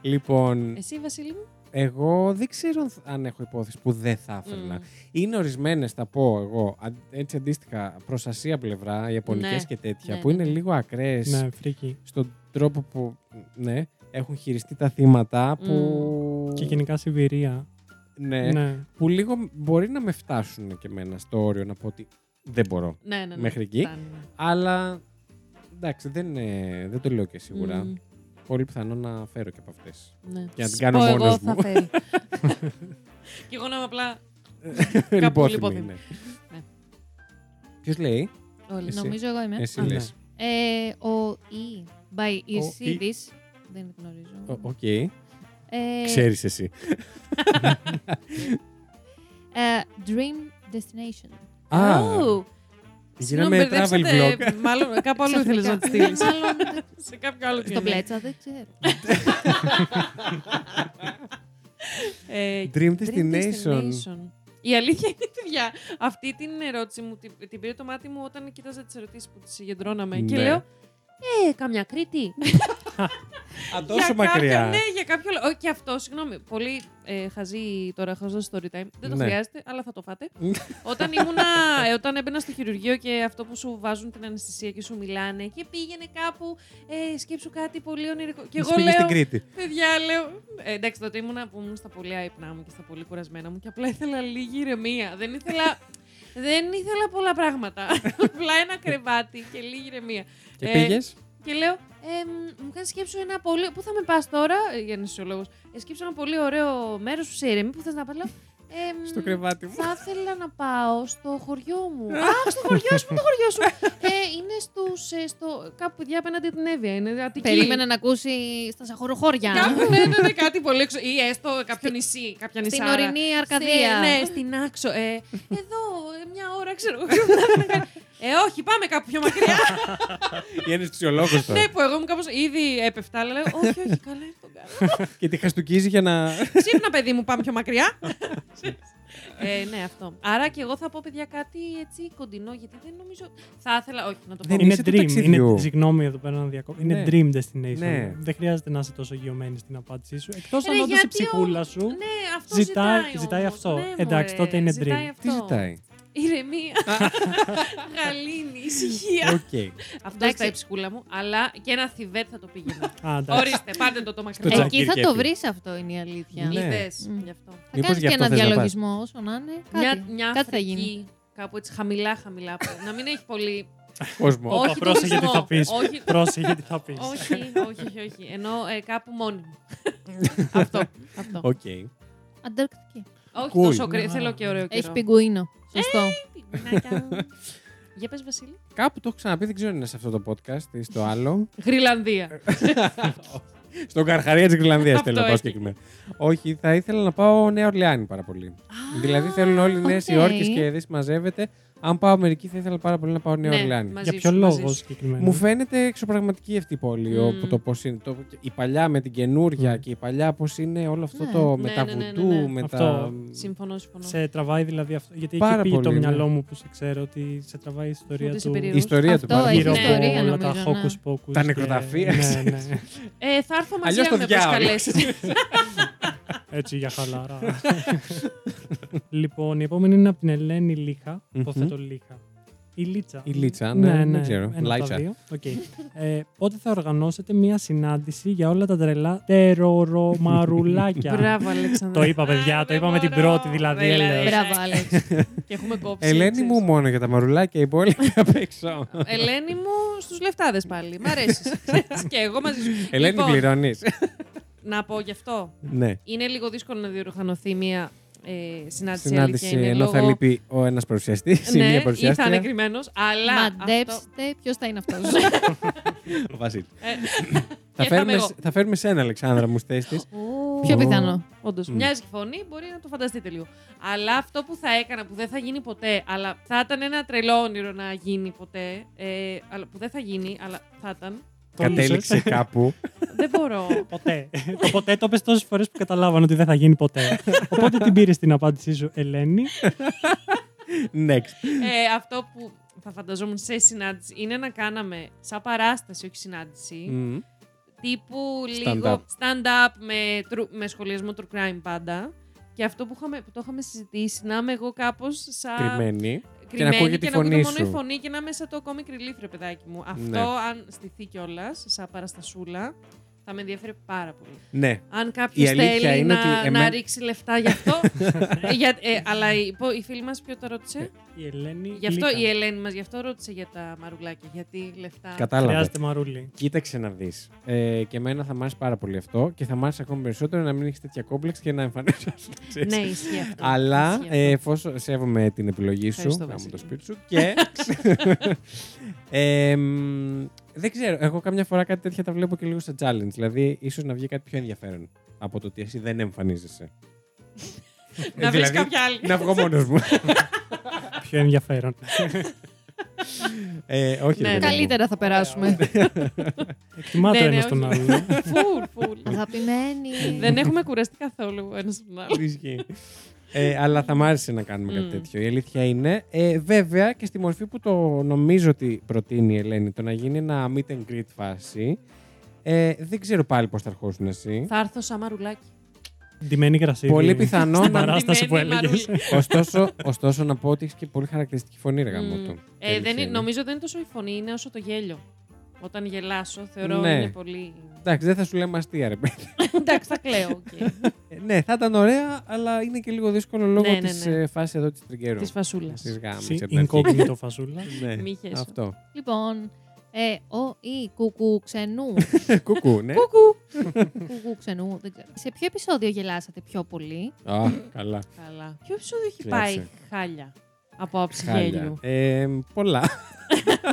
Speaker 3: λοιπόν,
Speaker 4: Εσύ, Βασίλη μου.
Speaker 3: εγώ δεν ξέρω αν έχω υπόθεση που δεν θα έφερνα.
Speaker 4: Mm.
Speaker 3: Είναι ορισμένες, θα πω εγώ, αν- έτσι αντίστοιχα προ Ασία πλευρά, Ιαπωνικές
Speaker 4: Ναι.
Speaker 3: και τέτοια,
Speaker 4: Ναι,
Speaker 3: που
Speaker 4: ναι,
Speaker 3: είναι
Speaker 4: ναι.
Speaker 3: λίγο ακραίες
Speaker 1: Ναι, φρίκι.
Speaker 3: στον τρόπο που ναι, έχουν χειριστεί τα θύματα. Που...
Speaker 4: Mm.
Speaker 1: Και γενικά Σιβηρία.
Speaker 3: Ναι,
Speaker 1: Ναι.
Speaker 3: Που λίγο μπορεί να με φτάσουν και εμένα στο όριο να πω ότι δεν μπορώ.
Speaker 4: Ναι, ναι, ναι.
Speaker 3: Μέχρι εκεί.
Speaker 4: Φτάνει, ναι.
Speaker 3: Αλλά εντάξει, δεν, ε, δεν το λέω και σίγουρα.
Speaker 4: Μμμ,
Speaker 3: Πολύ πιθανό να φέρω και από αυτές.
Speaker 4: ναι.
Speaker 3: Και να την
Speaker 4: Σου
Speaker 3: κάνω
Speaker 4: πω εγώ,
Speaker 3: μόνος
Speaker 4: θα
Speaker 3: μου.
Speaker 4: [laughs] φέρει. Και εγώ να είμαι απλά. πολύ υπόθυμη. λοιπόν. Ναι.
Speaker 3: Ποιος λέει,
Speaker 4: Όλοι.
Speaker 3: Εσύ.
Speaker 2: Νομίζω εγώ είμαι.
Speaker 3: Εσύ
Speaker 2: Α.
Speaker 3: λες.
Speaker 2: Ε, ο Ι. By
Speaker 3: Ι.
Speaker 2: Ισίδης. Δεν γνωρίζω.
Speaker 3: Ο- Οκ.
Speaker 2: Ε,
Speaker 3: Ξέρεις εσύ.
Speaker 2: ε, dream Destination.
Speaker 3: Α,
Speaker 4: Ου,
Speaker 3: γίναμε
Speaker 4: συγγνώμη,
Speaker 3: travel vlog.
Speaker 4: μπερδέψατε, [laughs] Μάλλον κάπου αλλού ήθελες να τη στείλει.
Speaker 2: Ξαφνικά. [laughs] Μάλλον
Speaker 4: [laughs] Σε κάποιο άλλο
Speaker 2: στο
Speaker 4: διαλύμα.
Speaker 2: πλέτσα, δεν ξέρω.
Speaker 4: Ε,
Speaker 3: Dream
Speaker 4: Dream
Speaker 3: Destination.
Speaker 4: Destination. Η αλήθεια είναι, παιδιά, αυτή την ερώτηση μου την, την πήρε το μάτι μου όταν κοίταζα τις ερωτήσεις που τις συγκεντρώναμε και
Speaker 3: Ναι.
Speaker 4: λέω. Ε, καμιά Κρήτη.
Speaker 3: Α,
Speaker 4: Για
Speaker 3: τόσο
Speaker 4: Κάποια,
Speaker 3: μακριά.
Speaker 4: ναι, για κάποιο λόγο. Όχι, και αυτό, συγγνώμη. Πολύ ε, χαζή τώρα, χαζό story time. Δεν το
Speaker 3: Ναι.
Speaker 4: χρειάζεται, αλλά θα το
Speaker 3: [laughs]
Speaker 4: φάτε. όταν, ήμουνα, ε, όταν έμπαινα στο χειρουργείο και αυτό που σου βάζουν την αναισθησία και σου μιλάνε και πήγαινε κάπου, ε, σκέψου κάτι πολύ ονειρικό. Και
Speaker 3: Της
Speaker 4: εγώ
Speaker 3: πήγες στην
Speaker 4: λέω.
Speaker 3: Κρήτη.
Speaker 4: Παιδιά, λέω. Ε, εντάξει, τότε ήμουνα που ήμουν στα πολύ άϊπνά μου και στα πολύ κουρασμένα μου και απλά ήθελα λίγη ηρεμία. Δεν ήθελα. Δεν ήθελα πολλά πράγματα. [laughs] Απλά ένα κρεβάτι και λίγη ηρεμία.
Speaker 3: Και
Speaker 4: Ε,
Speaker 3: πήγες.
Speaker 4: Και λέω, ε, μ, μου κάνει σκέψου ένα πολύ. Πού θα με πας τώρα, ε, για να είσαι λόγο. Ε, σκέψου ένα πολύ ωραίο μέρος που σε ηρεμεί, που θες να πας. Λέω, ε, μ,
Speaker 3: Στο κρεβάτι μου.
Speaker 4: Θα ήθελα να πάω στο χωριό μου.
Speaker 2: [laughs]
Speaker 4: Αχ, στο χωριό σου, πού είναι το χωριό σου. ε, είναι στους, ε, στο. κάπου παιδιά απέναντι την Εύβοια. Είναι Αττική.
Speaker 2: Περίμενα να ακούσει στα σαχωροχώρια.
Speaker 4: Κάπου, ναι, ναι, ναι, κάτι πολύ έξω. Ή έστω κάποιο νησί, κάποια νησάρα.
Speaker 2: Στην ορεινή Αρκαδία.
Speaker 4: Ναι, ναι, στην άξο. Ε, εδώ, ε, μια ώρα, ξέρω.
Speaker 2: [laughs]
Speaker 4: εγώ. ε, όχι, πάμε κάπου πιο μακριά.
Speaker 3: Η αναισθησιολόγος τώρα.
Speaker 4: ναι, που εγώ μου κάπως ήδη έπεφτα, αλλά λέω, όχι, όχι, καλά, τον κάνω.
Speaker 3: Και τη χαστουκίζει για να...
Speaker 4: Ξύπνα, παιδί μου, πάμε πιο μακριά. [laughs] ε, ναι, αυτό. Άρα και εγώ θα πω, παιδιά, κάτι έτσι κοντινό, γιατί δεν νομίζω... Θα ήθελα, όχι, να το πω.
Speaker 3: Δεν
Speaker 1: είναι
Speaker 3: είσαι του
Speaker 1: dream.
Speaker 3: ταξιδιού.
Speaker 1: Είναι, συγγνώμη εδώ πέρα να διακόπτω. Είναι
Speaker 3: Ναι.
Speaker 1: dream destination.
Speaker 3: Ναι.
Speaker 1: Δεν χρειάζεται να είσαι τόσο γεωμένη στην απάντησή σου. Εκτός
Speaker 4: Ρε,
Speaker 1: αν όντως
Speaker 4: Ε, γιατί
Speaker 1: η
Speaker 4: ο-
Speaker 1: ψυχούλα σου.
Speaker 4: Ναι, αυτό
Speaker 1: Ζητάει-
Speaker 4: ζητάει,
Speaker 1: ζητάει
Speaker 4: όμως.
Speaker 1: αυτό.
Speaker 4: Ναι,
Speaker 1: Εντάξει,
Speaker 4: μωρέ,
Speaker 1: τότε είναι
Speaker 4: ζητάει
Speaker 1: dream.
Speaker 4: αυτό.
Speaker 3: Τι ζητάει.
Speaker 4: [laughs] Ηρεμία. Γαλήνη, ησυχία.
Speaker 3: Οκ.
Speaker 4: Αυτό
Speaker 2: Εντάξει.
Speaker 4: ζητάει η ψυχούλα μου, αλλά και ένα θιβέτ θα το πήγαινα.
Speaker 1: Α, εντάξει.
Speaker 4: Ορίστε, πάρτε το το μακρύ.
Speaker 3: Στο
Speaker 2: Εκεί θα
Speaker 3: Τζακίρ
Speaker 2: το
Speaker 3: και
Speaker 2: βρει αυτό είναι η αλήθεια.
Speaker 3: Ναι.
Speaker 4: Είδες,
Speaker 2: Μμ.
Speaker 4: γι' αυτό.
Speaker 2: Θα
Speaker 3: Μήπως
Speaker 2: κάνεις
Speaker 3: γι'
Speaker 2: και
Speaker 3: αυτό
Speaker 2: ένα
Speaker 3: θες να πας.
Speaker 2: διαλογισμό όσο να είναι.
Speaker 4: Μια,
Speaker 2: Κάτι,
Speaker 4: μια
Speaker 2: κάτι θα
Speaker 4: Αφρική,
Speaker 2: γίνει.
Speaker 4: Κάπου έτσι χαμηλά, χαμηλά. πέρα. να μην έχει πολύ.
Speaker 3: Κόσμο.
Speaker 1: Όπα,
Speaker 4: όχι
Speaker 1: πρόσεχε τι
Speaker 4: τουρισμό.
Speaker 1: θα πεις.
Speaker 4: Όχι,
Speaker 1: Πρόσεχε τι θα πεις.
Speaker 4: όχι, όχι, όχι, όχι. Ενώ ε, κάπου μόνη
Speaker 1: [laughs]
Speaker 4: μου. αυτό. αυτό.
Speaker 3: Οκ.
Speaker 2: Ανταρκτική.
Speaker 4: όχι
Speaker 3: Κουλ.
Speaker 4: τόσο κρύο.
Speaker 1: Ναι.
Speaker 4: Θέλω και ωραίο καιρό.
Speaker 2: Έχει πιγκουίνο.
Speaker 4: Ε,
Speaker 2: Σωστό.
Speaker 4: Πινάκια. Για πες, Βασίλη.
Speaker 3: Κάπου το έχω ξαναπεί, δεν ξέρω αν είναι σε αυτό το podcast ή στο άλλο.
Speaker 4: Γρυλανδία.
Speaker 3: Στον Καρχαρία της Γρυλανδίας
Speaker 4: Αυτό
Speaker 3: θέλω να πάω
Speaker 4: έχει.
Speaker 3: συγκεκριμένα. Όχι, θα ήθελα να πάω Νέα Ορλεάνη πάρα πολύ.
Speaker 1: Ε,
Speaker 3: δηλαδή θέλουν όλοι οι Νέες
Speaker 2: οκ.
Speaker 3: Υόρκες και δεν συμμαζεύεται. Αν πάω Αμερική, θα ήθελα πάρα πολύ να πάω Νέα
Speaker 4: Ναι,
Speaker 3: Ορλεάνη.
Speaker 4: μαζί
Speaker 1: Για
Speaker 4: σου,
Speaker 1: ποιο
Speaker 4: μαζί
Speaker 1: λόγο
Speaker 4: σου.
Speaker 1: συγκεκριμένα.
Speaker 3: Μου φαίνεται εξωπραγματική αυτή η πόλη.
Speaker 4: Μμμ.
Speaker 3: όπου το πώς είναι, το, η παλιά με την καινούρια
Speaker 1: Μμ.
Speaker 3: και η παλιά πώς είναι όλο αυτό
Speaker 2: Ναι.
Speaker 3: το
Speaker 4: Ναι,
Speaker 3: με τα
Speaker 4: ναι, ναι, ναι,
Speaker 3: βουτού,
Speaker 4: ναι.
Speaker 3: με
Speaker 1: Αυτό.
Speaker 3: τα.
Speaker 4: Συμφωνώ, συμφωνώ.
Speaker 1: Σε τραβάει δηλαδή αυτό. Γιατί
Speaker 3: Πάρα
Speaker 1: εκεί πήγε το
Speaker 3: πολύ, ναι.
Speaker 1: μυαλό μου που σε ξέρω ότι σε τραβάει η ιστορία
Speaker 4: Ότι σε
Speaker 1: του.
Speaker 3: Η
Speaker 4: περιέργεια.
Speaker 3: ιστορία του
Speaker 2: Αυτό
Speaker 3: πάρα
Speaker 2: έχει
Speaker 1: Γύρω
Speaker 3: πολύ.
Speaker 1: από
Speaker 2: ιστορία,
Speaker 1: όλα τα
Speaker 2: νομίζω, ναι.
Speaker 1: χόκου πόκου.
Speaker 3: Τα νεκροταφεία,
Speaker 1: Ναι, ναι.
Speaker 4: Ε, θα έρθω μαζί
Speaker 3: Αλλιώς
Speaker 4: αν
Speaker 3: το
Speaker 4: με
Speaker 3: διάολο.
Speaker 4: προσκαλέσεις.
Speaker 1: [laughs]
Speaker 2: [laughs]
Speaker 1: Έτσι για
Speaker 3: [laughs]
Speaker 1: χαλαρά. λοιπόν, η επόμενη είναι από την Ελένη Λίχα.
Speaker 3: Μμμ.
Speaker 1: Υποθέτω Λίχα. Η Λίτσα.
Speaker 3: Η Λίτσα, ναι, δεν ξέρω.
Speaker 1: Ένα από τα
Speaker 3: Λάιτσα.
Speaker 1: δύο. Οκ. Ε, πότε θα οργανώσετε μία συνάντηση για όλα τα τρελά τερορομαρουλάκια.
Speaker 4: Μπράβο, Αλέξανδρα.
Speaker 1: το είπα, παιδιά, το
Speaker 4: δεν
Speaker 1: είπα με την
Speaker 4: μπορώ.
Speaker 1: πρώτη δηλαδή.
Speaker 4: Έλα,
Speaker 1: έλεος.
Speaker 4: έλα.
Speaker 2: Μπράβο, Άλεξ.
Speaker 4: Και έχουμε κόψει.
Speaker 3: Ελένη
Speaker 4: ξέρεις.
Speaker 3: μου μόνο για τα μαρουλάκια, η πόλη απ'
Speaker 4: Λοιπόν.
Speaker 3: έξω.
Speaker 4: Ελένη μου στους λεφτάδες πάλι. Μ'
Speaker 1: [laughs]
Speaker 4: αρέσει. και εγώ μαζί σου.
Speaker 3: Ελένη,
Speaker 4: λοιπόν,
Speaker 3: πληρώνεις.
Speaker 4: να πω γι' αυτό.
Speaker 3: Ναι.
Speaker 4: Είναι λίγο δύσκολο να διοργανωθεί μια ε, συνάντηση.
Speaker 3: Συνάντηση
Speaker 4: αλήθεια είναι,
Speaker 3: ενώ θα
Speaker 4: λόγω-
Speaker 3: λείπει ο ένας παρουσιαστής ή
Speaker 4: Ναι,
Speaker 3: μία
Speaker 4: ή θα είναι
Speaker 3: παρουσιάστρια.
Speaker 4: κρυμμένος, αλλά. αυτό-
Speaker 2: Μαντέψτε ποιος θα είναι αυτός.
Speaker 3: Ο Βασίλης.
Speaker 4: Ε,
Speaker 3: Θα
Speaker 4: Και θα είμαι
Speaker 3: φέρουμε,
Speaker 4: εγώ.
Speaker 3: θα φέρουμε σένα, Αλεξάνδρα, μου στη θέση τη.
Speaker 2: [laughs] Πιο
Speaker 3: Ω.
Speaker 2: πιθανό.
Speaker 4: Όντως,
Speaker 3: Μμ.
Speaker 4: μοιάζει η φωνή, μπορεί να το φανταστείτε λίγο. Αλλά αυτό που θα έκανα, που δεν θα γίνει ποτέ, αλλά θα ήταν ένα τρελό όνειρο να γίνει ποτέ, ε, αλλά, που δεν θα γίνει, αλλά θα ήταν.
Speaker 1: Τόλμησες.
Speaker 3: Κατέληξε κάπου.
Speaker 4: δεν μπορώ.
Speaker 1: Ποτέ. το ποτέ το πες τόσες φορές που καταλάβανε ότι δεν θα γίνει ποτέ. Οπότε την πήρες την απάντησή σου, Ελένη.
Speaker 3: [laughs] Next.
Speaker 4: ε, αυτό που θα φανταζόμουν σε συνάντηση είναι να κάναμε σαν παράσταση, όχι συνάντηση.
Speaker 3: Μμμ.
Speaker 4: τύπου
Speaker 3: Stand-up.
Speaker 4: λίγο stand-up με, true- με σχολιασμό true crime πάντα. Και αυτό που, είχαμε, που το είχαμε συζητήσει, να είμαι εγώ κάπως σαν.
Speaker 3: Κρυμμένη.
Speaker 4: κρυμμένη
Speaker 3: Και να ακούγεται η φωνή
Speaker 4: μόνο η
Speaker 3: σου.
Speaker 4: φωνή και να είμαι σαν το comic relief, ρε παιδάκι μου. Αυτό,
Speaker 3: Ναι.
Speaker 4: αν στηθεί κιόλας, σαν παραστασούλα, Θα με ενδιαφέρει πάρα πολύ.
Speaker 3: Ναι.
Speaker 4: Αν
Speaker 3: Η
Speaker 4: κάποιος
Speaker 3: αλήθεια
Speaker 4: θέλει
Speaker 3: είναι
Speaker 4: να,
Speaker 3: ότι
Speaker 4: να
Speaker 3: εμέ-
Speaker 4: ρίξει λεφτά γι'
Speaker 3: [laughs]
Speaker 4: αυτό. ε, για, ε, αλλά η, πο- η φίλη μας ποιο το
Speaker 3: Ε,
Speaker 4: ρώτησε.
Speaker 1: Η Ελένη.
Speaker 4: γι' αυτό
Speaker 1: Λίκα.
Speaker 4: η Ελένη μας γι' αυτό ρώτησε για τα μαρουλάκια. Γιατί λεφτά.
Speaker 3: Κατάλαβα.
Speaker 1: Χρειάζεται μαρούλι.
Speaker 3: Κοίταξε να δεις. Ε, και εμένα θα μ' άρεσε πάρα πολύ αυτό και θα μ' άρεσε ακόμη περισσότερο να μην έχεις τέτοια κόμπλεξ και να εμφανίζεσαι. [laughs] ξέρεις.
Speaker 4: Ναι, ισχύει αυτό.
Speaker 3: Αλλά
Speaker 4: Ισχύει αυτό.
Speaker 3: ε, εφόσον σέβομαι την επιλογή σου,
Speaker 4: Ευχαριστώ,
Speaker 3: να μου το
Speaker 4: Βασίλη.
Speaker 3: σπίτι σου
Speaker 4: [laughs]
Speaker 3: και. ε, μ, δεν ξέρω. Εγώ καμιά φορά κάτι τέτοια τα βλέπω και λίγο σε challenge. Δηλαδή, ίσως να βγει κάτι πιο ενδιαφέρον από το ότι εσύ δεν εμφανίζεσαι. Ε,
Speaker 4: να βρεις
Speaker 3: δηλαδή,
Speaker 4: κάποια άλλη.
Speaker 3: Να βγω μόνος
Speaker 4: [laughs]
Speaker 3: μου.
Speaker 1: Πιο ενδιαφέρον.
Speaker 3: ε, όχι,
Speaker 4: Ναι.
Speaker 3: ρε παιδί μου.
Speaker 2: Καλύτερα θα περάσουμε.
Speaker 1: Εκτιμά το
Speaker 4: Ναι, ναι,
Speaker 1: ένας
Speaker 4: όχι.
Speaker 1: τον
Speaker 4: [laughs]
Speaker 1: άλλο.
Speaker 4: Φουλ, φουλ.
Speaker 2: Αγαπημένη.
Speaker 4: Δεν έχουμε κουραστεί καθόλου ένας τον άλλο.
Speaker 3: Ισχύει. Ε, αλλά θα μ' άρεσε να κάνουμε κάτι
Speaker 4: Μμ.
Speaker 3: τέτοιο. Η αλήθεια είναι. Ε, βέβαια και στη μορφή που το νομίζω ότι προτείνει η Ελένη, το να γίνει ένα meet and greet φάση. Ε, δεν ξέρω πάλι πώς θα αρχίσουν εσύ.
Speaker 4: Θα έρθω σαν μαρουλάκι.
Speaker 1: Ντυμένη κρασίδι.
Speaker 3: Πολύ πιθανό
Speaker 1: Στην
Speaker 3: να-
Speaker 1: παράσταση που
Speaker 4: Ντυμένη
Speaker 1: έλεγες.
Speaker 3: [laughs]
Speaker 4: μαρούλι.
Speaker 3: ωστόσο, ωστόσο, να πω ότι έχεις και πολύ χαρακτηριστική φωνή, ρε γάμο
Speaker 4: Μμ.
Speaker 3: του. Η
Speaker 4: Ε,
Speaker 3: αλήθεια
Speaker 4: δεν, είναι-
Speaker 3: είναι.
Speaker 4: νομίζω δεν είναι τόσο η φωνή, είναι όσο το γέλιο. Όταν γελάσω, θεωρώ
Speaker 3: Ναι.
Speaker 4: είναι πολύ.
Speaker 3: Εντάξει, δεν θα σου λέμε αστεία, ρε παιδί.
Speaker 4: [laughs] Εντάξει, θα κλαίω. [laughs] οκ.
Speaker 3: Ε, ναι, θα ήταν ωραία, αλλά είναι και λίγο δύσκολο λόγω
Speaker 4: Ναι, ναι,
Speaker 3: της,
Speaker 4: ναι.
Speaker 3: ε, φάσης εδώ της Τριγκέρου.
Speaker 4: Της φασούλας.
Speaker 3: Της γάμης,
Speaker 1: Συ-
Speaker 3: απ' την αρχή.
Speaker 1: Incognito φασούλας.
Speaker 3: Ναι,
Speaker 4: Μη χέσω.
Speaker 3: αυτό.
Speaker 2: Λοιπόν, ε, ο ή κουκού
Speaker 3: [laughs]
Speaker 2: ξενού.
Speaker 3: Κουκού, ναι.
Speaker 4: Κουκού.
Speaker 2: κουκού ξενού, δεν ξέρω. Σε ποιο επεισόδιο γελάσατε πιο πολύ.
Speaker 3: Α, καλά.
Speaker 4: Καλά. Ποιο επεισόδιο έχει
Speaker 3: Κλάψε.
Speaker 4: πάει χάλια από άψη
Speaker 3: Χάλια.
Speaker 4: γέλιου.
Speaker 3: Ε, πολλά. [laughs]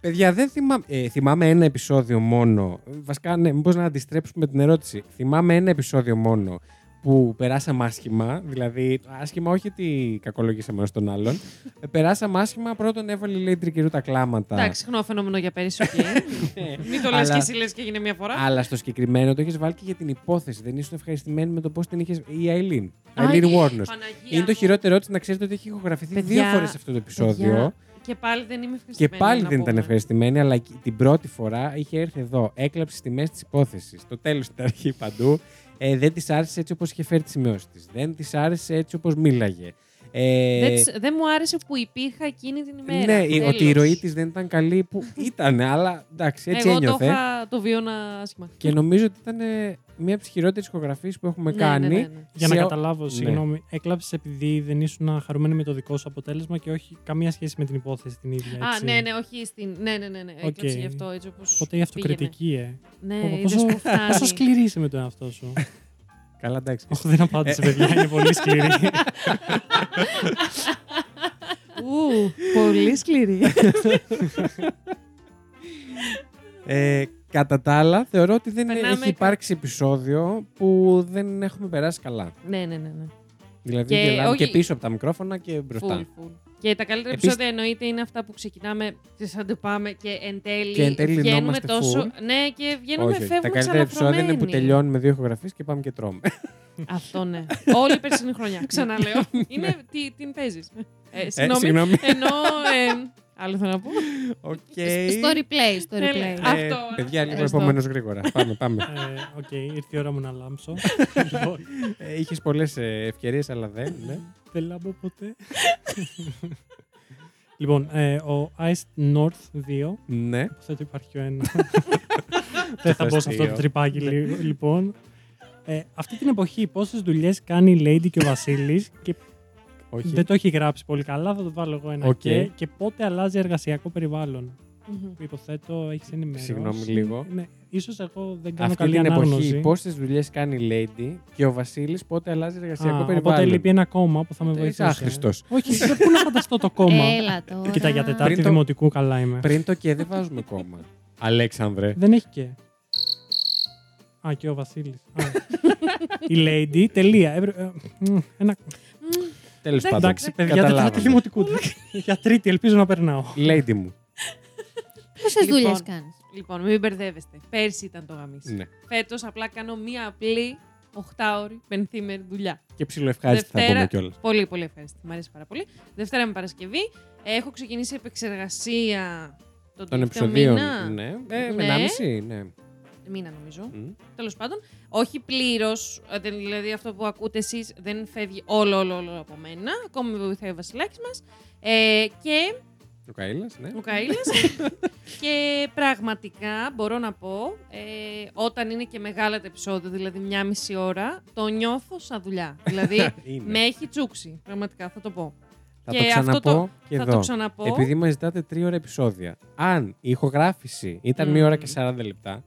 Speaker 3: Παιδιά, δεν θυμάμαι. Ε, θυμάμαι ένα επεισόδιο μόνο. Ε, Βασικά, ναι, μήπως να αντιστρέψουμε την ερώτηση. Θυμάμαι ένα επεισόδιο μόνο που περάσαμε άσχημα. Δηλαδή, άσχημα όχι ότι κακολογήσαμε ένα τον άλλον. Ε, περάσαμε άσχημα. Πρώτον, έβαλε λέει τρικυρού τα κλάματα.
Speaker 4: Εντάξει, συχνό φαινόμενο για
Speaker 3: [laughs]
Speaker 4: πέρυσι, οκ.
Speaker 3: Ε,
Speaker 4: Μην το λες
Speaker 3: Αλλά-
Speaker 4: και εσύ λες και έγινε μια φορά.
Speaker 3: Αλλά στο συγκεκριμένο το έχεις βάλει και για την υπόθεση. Δεν ήσουν ευχαριστημένοι με το πώς την είχες. Η Αιλίν.
Speaker 4: Α,
Speaker 3: Αιλίν
Speaker 4: η-
Speaker 3: Warner.
Speaker 4: Παναγία
Speaker 3: Είναι το
Speaker 4: μου.
Speaker 3: χειρότερό τη να ξέρετε ότι έχει ηχογραφηθεί
Speaker 4: Παιδιά,
Speaker 3: δύο φορές αυτό το επεισόδιο.
Speaker 4: Παιδιά, Και πάλι δεν είμαι
Speaker 3: Και
Speaker 4: ευχαριστημένη.
Speaker 3: πάλι
Speaker 4: να
Speaker 3: δεν
Speaker 4: πούμε.
Speaker 3: ήταν ευχαριστημένη, αλλά και- την πρώτη φορά είχε έρθει εδώ. Έκλαψε τη μέση της υπόθεσης. Το τέλος την αρχή παντού. Ε, δεν της άρεσε έτσι όπως είχε φέρει τι σημειώσεις της. Δεν της άρεσε έτσι όπως μίλαγε. Ε,
Speaker 4: Δεν, της- δεν μου άρεσε που υπήρχα εκείνη την ημέρα.
Speaker 3: ναι, η-
Speaker 4: Τέλος.
Speaker 3: ότι η ροή της δεν ήταν καλή
Speaker 4: [laughs]
Speaker 3: που ήταν, αλλά εντάξει, έτσι
Speaker 4: Εγώ
Speaker 3: ένιωθε.
Speaker 4: το είχα το βίωνα άσχημα.
Speaker 3: Και νομίζω ότι ήταν ε, μία από τις χειρότερες ηχογραφίες που έχουμε
Speaker 4: Ναι,
Speaker 3: κάνει.
Speaker 4: ναι, ναι, ναι.
Speaker 1: Για να
Speaker 3: Σε-
Speaker 1: καταλάβω,
Speaker 3: ναι.
Speaker 1: συγγνώμη, έκλαψες επειδή δεν ήσουν χαρούμενη με το δικό σου αποτέλεσμα και όχι καμία σχέση με την υπόθεση την ίδια.
Speaker 4: Α,
Speaker 1: έτσι.
Speaker 4: ναι, ναι, όχι στην. Ναι, ναι, ναι, ναι. Έκλαψε
Speaker 1: Οκ.
Speaker 4: γι' αυτό έτσι όπως.
Speaker 1: Οπότε η αυτοκριτική, ε.
Speaker 4: Ναι,
Speaker 1: Πω,
Speaker 4: είδες
Speaker 1: πόσο,
Speaker 4: που φτάνει.
Speaker 1: πόσο σκληρή είσαι με τον εαυτό σου.
Speaker 3: Καλά, εντάξει.
Speaker 1: Όχι, δεν
Speaker 3: Ε,
Speaker 1: απάντησε, παιδιά. Είναι πολύ σκληρή.
Speaker 3: [laughs]
Speaker 4: Ου, πολύ σκληρή.
Speaker 3: Ε, κατά τα άλλα, θεωρώ ότι δεν
Speaker 4: Περνάμε
Speaker 3: έχει
Speaker 4: κα-
Speaker 3: υπάρξει επεισόδιο που δεν έχουμε περάσει καλά.
Speaker 4: [laughs] ναι, ναι, ναι. ναι.
Speaker 3: Δηλαδή,
Speaker 4: Και
Speaker 3: και,
Speaker 4: όχι-
Speaker 3: και πίσω από τα μικρόφωνα και μπροστά.
Speaker 4: Φουλ, φουλ. Και τα καλύτερα
Speaker 3: Επίσης-
Speaker 4: επεισόδια εννοείται είναι αυτά που ξεκινάμε, τι αντεπάμε και εν τέλει.
Speaker 3: Και εν τέλει
Speaker 4: βγαίνουμε
Speaker 3: λυνόμαστε
Speaker 4: τόσο.
Speaker 3: φουλ.
Speaker 4: Ναι, και βγαίνουμε,
Speaker 3: Όχι, όχι. Τα
Speaker 4: φεύγουμε
Speaker 3: καλύτερα επεισόδια είναι που
Speaker 4: ξαναθρωμένοι.
Speaker 3: τελειώνουμε δύο ηχογραφίε και πάμε και τρώμε. Ε,
Speaker 4: Αυτό ναι. Όλη η περσινή χρονιά.
Speaker 3: [laughs]
Speaker 4: Ξαναλέω. είναι. Τι, την παίζεις. Ε,
Speaker 3: Ναι. Ε,
Speaker 4: συγγνώμη. [laughs] Ενώ. ε, άλλο θέλω να πω.
Speaker 3: Οκ. Ε,
Speaker 2: Στο replay, στο
Speaker 4: Ναι,
Speaker 2: replay.
Speaker 4: ναι. Αυτό,
Speaker 3: παιδιά, λίγο
Speaker 4: ευχαριστώ.
Speaker 3: επόμενο γρήγορα. πάμε, πάμε.
Speaker 1: Ε, Οκ, ήρθε η ώρα μου να
Speaker 3: [laughs]
Speaker 1: λάμψω.
Speaker 3: ε, Είχες πολλές ευκαιρίες, αλλά δεν. Ναι.
Speaker 1: Δεν λάμπω ποτέ. Λοιπόν, ε, ο Ice North 2
Speaker 3: ναι.
Speaker 1: Υποθέτω υπάρχει και ο
Speaker 3: [laughs]
Speaker 1: ένας. Δεν θα μπω σε αυτό το
Speaker 3: Αστείο.
Speaker 1: τρυπάκι,
Speaker 3: Ναι.
Speaker 1: λίγο, λοιπόν. Ε, αυτή την εποχή, πόσες δουλειές κάνει η Lady και ο Βασίλης, και
Speaker 3: Όχι.
Speaker 1: δεν το έχει γράψει πολύ καλά, θα το βάλω εγώ ένα
Speaker 3: Οκ.
Speaker 1: και, και πότε αλλάζει εργασιακό περιβάλλον.
Speaker 4: Μμμ.
Speaker 1: Υποθέτω, έχεις ενημερώσει.
Speaker 3: Ε, Συγγνώμη λίγο.
Speaker 1: Ναι, ίσως εγώ δεν κάνω
Speaker 3: Αυτή
Speaker 1: καλή
Speaker 3: την εποχή,
Speaker 1: ανάγνωση.
Speaker 3: πόσε δουλειές κάνει η Lady και ο Βασίλης πότε αλλάζει εργασιακό
Speaker 1: Α,
Speaker 3: περιβάλλον. Ε,
Speaker 1: Οπότε λείπει ένα κόμμα που θα με
Speaker 3: Είσαι
Speaker 1: βοηθήσει.
Speaker 3: άχρηστος.
Speaker 1: Όχι, σε πού να φανταστώ το κόμμα.
Speaker 2: Έλα τώρα.
Speaker 1: Κοίτα, για Τετάρτη
Speaker 3: Πριν το-
Speaker 1: Δημοτικού καλά είμαι.
Speaker 3: Πριν το και δεν βάζουμε κόμμα. Αλέξανδρε.
Speaker 1: Δεν έχει και. Α, και ο Βασίλης. Η Lady. Τελεία. Έπρε- ε, μ, Ένα...
Speaker 3: Τέλος πάντων.
Speaker 1: Εντάξει, παιδιά, τετάρτη
Speaker 3: Καταλάβαμε.
Speaker 1: δημοτικού. [laughs] Για τρίτη, ελπίζω να περνάω.
Speaker 3: Lady μου.
Speaker 2: Πόσες
Speaker 4: Λοιπόν.
Speaker 2: δουλειές κάνεις.
Speaker 4: Λοιπόν, μην μπερδεύεστε. Πέρσι ήταν το γαμίσι.
Speaker 3: Ναι.
Speaker 4: Φέτος απλά κάνω μία απλή 8ωρη πενθήμερη δουλειά.
Speaker 3: Και ψιλοευχάριστη θα
Speaker 4: Δευτέρα-
Speaker 3: πούμε κιόλας.
Speaker 4: Πολύ, πολύ ευχαριστή. Μ' αρέσει πάρα πολύ. Δευτέρα με Παρασκευή. Έχω ξεκινήσει επεξεργασία
Speaker 3: Των
Speaker 4: τον τελευταίο μήνα.
Speaker 3: επεισοδίων. Ναι. Ε,
Speaker 4: Ναι.
Speaker 3: με 1,5, ναι.
Speaker 4: Μήνα νομίζω.
Speaker 3: Μμ.
Speaker 4: Τέλος πάντων, όχι πλήρως. Δηλαδή αυτό που ακούτε εσείς δεν φεύγει όλο, όλο, όλο από μένα. Ακόμη με βοηθάει ο Βασιλάκης μας. Ε, και
Speaker 3: Λουκαήλας, ναι. [laughs]
Speaker 4: Λουκαήλας. και πραγματικά μπορώ να πω, ε, όταν είναι και μεγάλα τα επεισόδια, δηλαδή μια μισή ώρα, το νιώθω σαν δουλειά.
Speaker 3: [laughs]
Speaker 4: Δηλαδή,
Speaker 3: Είναι.
Speaker 4: με έχει τσούξει, πραγματικά, θα το πω.
Speaker 3: Θα
Speaker 4: και
Speaker 3: το
Speaker 4: αυτό
Speaker 3: ξαναπώ
Speaker 4: το-
Speaker 3: και
Speaker 4: θα
Speaker 3: εδώ.
Speaker 4: το ξαναπώ.
Speaker 3: Επειδή μας ζητάτε τρία ώρα επεισόδια. Αν η ηχογράφηση ήταν
Speaker 4: Μμμ.
Speaker 3: μία ώρα και 40 λεπτά,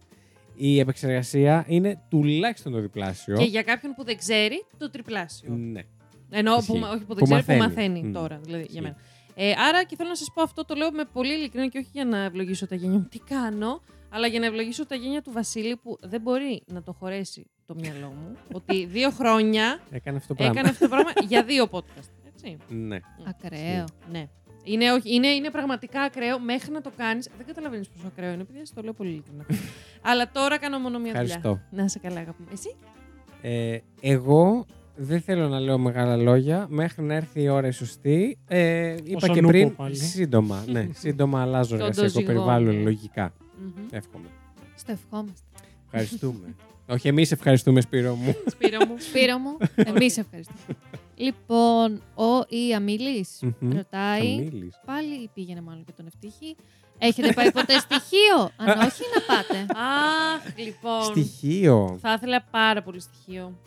Speaker 3: η επεξεργασία είναι τουλάχιστον το διπλάσιο.
Speaker 4: Και για κάποιον που δεν ξέρει, το τριπλάσιο.
Speaker 3: Ναι.
Speaker 4: Ενώ
Speaker 3: Ισχύει.
Speaker 4: που, μα- όχι που
Speaker 3: Που
Speaker 4: δεν ξέρει, που
Speaker 3: μαθαίνει.
Speaker 4: μαθαίνει
Speaker 3: Μμμ.
Speaker 4: τώρα, δηλαδή
Speaker 3: Ισχύει.
Speaker 4: για μένα. Ε, άρα και θέλω να σας πω αυτό, το λέω με πολύ ειλικρίνεια και όχι για να ευλογήσω τα γένια μου. Τι κάνω, αλλά για να ευλογήσω τα γένια του Βασίλη που δεν μπορεί να το χωρέσει το μυαλό μου ότι δύο χρόνια
Speaker 3: Έκανε αυτό το πράγμα.
Speaker 4: έκανε αυτό το πράγμα για δύο podcast. Έτσι.
Speaker 3: Ναι.
Speaker 2: Ακραίο.
Speaker 4: Ναι. Είναι, όχι, είναι, είναι πραγματικά ακραίο μέχρι να το κάνεις. Δεν καταλαβαίνεις πόσο ακραίο είναι, επειδή σας το λέω πολύ
Speaker 3: [laughs]
Speaker 4: ειλικρινά. αλλά τώρα κάνω μόνο μία δουλειά.
Speaker 3: Ευχαριστώ.
Speaker 4: Να σε καλά, αγάπη μου. Εσύ.
Speaker 3: Ε, εγώ δεν θέλω να λέω μεγάλα λόγια μέχρι να έρθει η ώρα η σωστή. Ε, είπα
Speaker 1: Όσον
Speaker 3: και
Speaker 1: ούπο
Speaker 3: πριν,
Speaker 1: πάλι.
Speaker 3: σύντομα, ναι,
Speaker 4: [laughs]
Speaker 3: σύντομα αλλάζω
Speaker 4: Τον
Speaker 3: εργασιακό
Speaker 4: τοζυγό,
Speaker 3: περιβάλλον,
Speaker 4: ναι.
Speaker 3: λογικά.
Speaker 4: Μμμ.
Speaker 3: Εύχομαι.
Speaker 2: Στο ευχόμαστε.
Speaker 3: Ευχαριστούμε. Όχι, εμείς ευχαριστούμε, Σπύρο μου.
Speaker 4: [laughs] Σπύρο μου.
Speaker 2: Σπύρο μου, εμείς
Speaker 3: [laughs]
Speaker 2: ευχαριστούμε. λοιπόν, ο ή Αμίλης
Speaker 3: Μμμ.
Speaker 2: ρωτάει.
Speaker 3: Καμήλης.
Speaker 2: Πάλι πήγαινε μάλλον και τον ευτυχή. Έχετε πάει ποτέ στοιχείο.
Speaker 3: [laughs]
Speaker 2: Αν όχι, να πάτε.
Speaker 4: Αχ, λοιπόν.
Speaker 3: Στοιχείο.
Speaker 4: Θα ήθελα πάρα πολύ στοιχείο.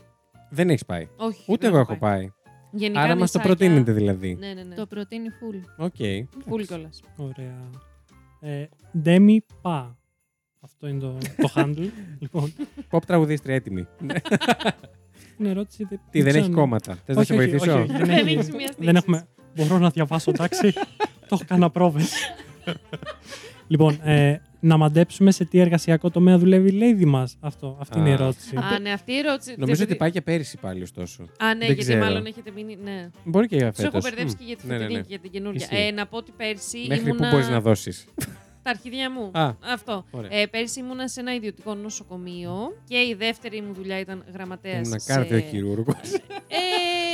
Speaker 3: Δεν έχεις πάει.
Speaker 4: Όχι.
Speaker 3: Ούτε
Speaker 4: δεν
Speaker 3: εγώ έχω πάει.
Speaker 4: Γενικά
Speaker 3: Άρα μας το
Speaker 4: νησάκια-
Speaker 3: προτείνετε δηλαδή.
Speaker 4: Ναι, ναι, ναι.
Speaker 2: Το
Speaker 4: Το
Speaker 2: προτείνει full.
Speaker 3: Οκ.
Speaker 4: πουλ κιόλας.
Speaker 1: Ωραία. Ε, Demi Pa. Αυτό είναι το, το
Speaker 3: [laughs]
Speaker 1: handle. λοιπόν,
Speaker 3: Pop τραγουδίστρια έτοιμη.
Speaker 1: την ερώτηση. δεν-
Speaker 3: Τι,
Speaker 1: ξέρω
Speaker 3: δεν έχει
Speaker 4: ναι.
Speaker 1: αν-
Speaker 3: κόμματα. Θες να
Speaker 1: Όχι,
Speaker 3: σε
Speaker 1: όχι, όχι,
Speaker 3: βοηθήσω.
Speaker 1: όχι,
Speaker 4: Δεν
Speaker 1: έχει-
Speaker 4: έχεις μία στήριξη.
Speaker 1: Δεν έχουμε. Μπορώ να διαβάσω, εντάξει. το έχω κάνει απρόβες. λοιπόν, ε, να μαντέψουμε σε τι εργασιακό τομέα δουλεύει η Lady μας. Αυτό, αυτή είναι η
Speaker 3: Α.
Speaker 1: ερώτηση.
Speaker 4: Α, ναι, αυτή η ερώτηση.
Speaker 3: Νομίζω ότι
Speaker 4: επειδή-
Speaker 3: πάει και πέρυσι πάλι, ωστόσο.
Speaker 4: Α, ναι,
Speaker 3: δεν
Speaker 4: γιατί
Speaker 3: ξέρω.
Speaker 4: μάλλον έχετε μείνει. Ναι.
Speaker 3: Μπορεί και για
Speaker 4: Τους έχω
Speaker 3: φέτος.
Speaker 4: μπερδέψει
Speaker 3: Μμ.
Speaker 4: και για τη
Speaker 3: Ναι, ναι,
Speaker 4: φετινή
Speaker 3: ναι.
Speaker 4: και για την καινούργια.
Speaker 3: Ισχύει.
Speaker 4: Ε, να πω ότι πέρσι.
Speaker 3: Μέχρι που
Speaker 4: ήμουνα-
Speaker 3: μπορείς να δώσεις.
Speaker 4: Τα αρχίδια μου.
Speaker 3: Α. Ναι.
Speaker 4: Αυτό.
Speaker 3: Ωραία.
Speaker 4: Ε, πέρσι ήμουνα σε ένα ιδιωτικό νοσοκομείο και η δεύτερη μου δουλειά ήταν γραμματέας.
Speaker 3: Ήμουν κάρδιο χειρούργο. [laughs]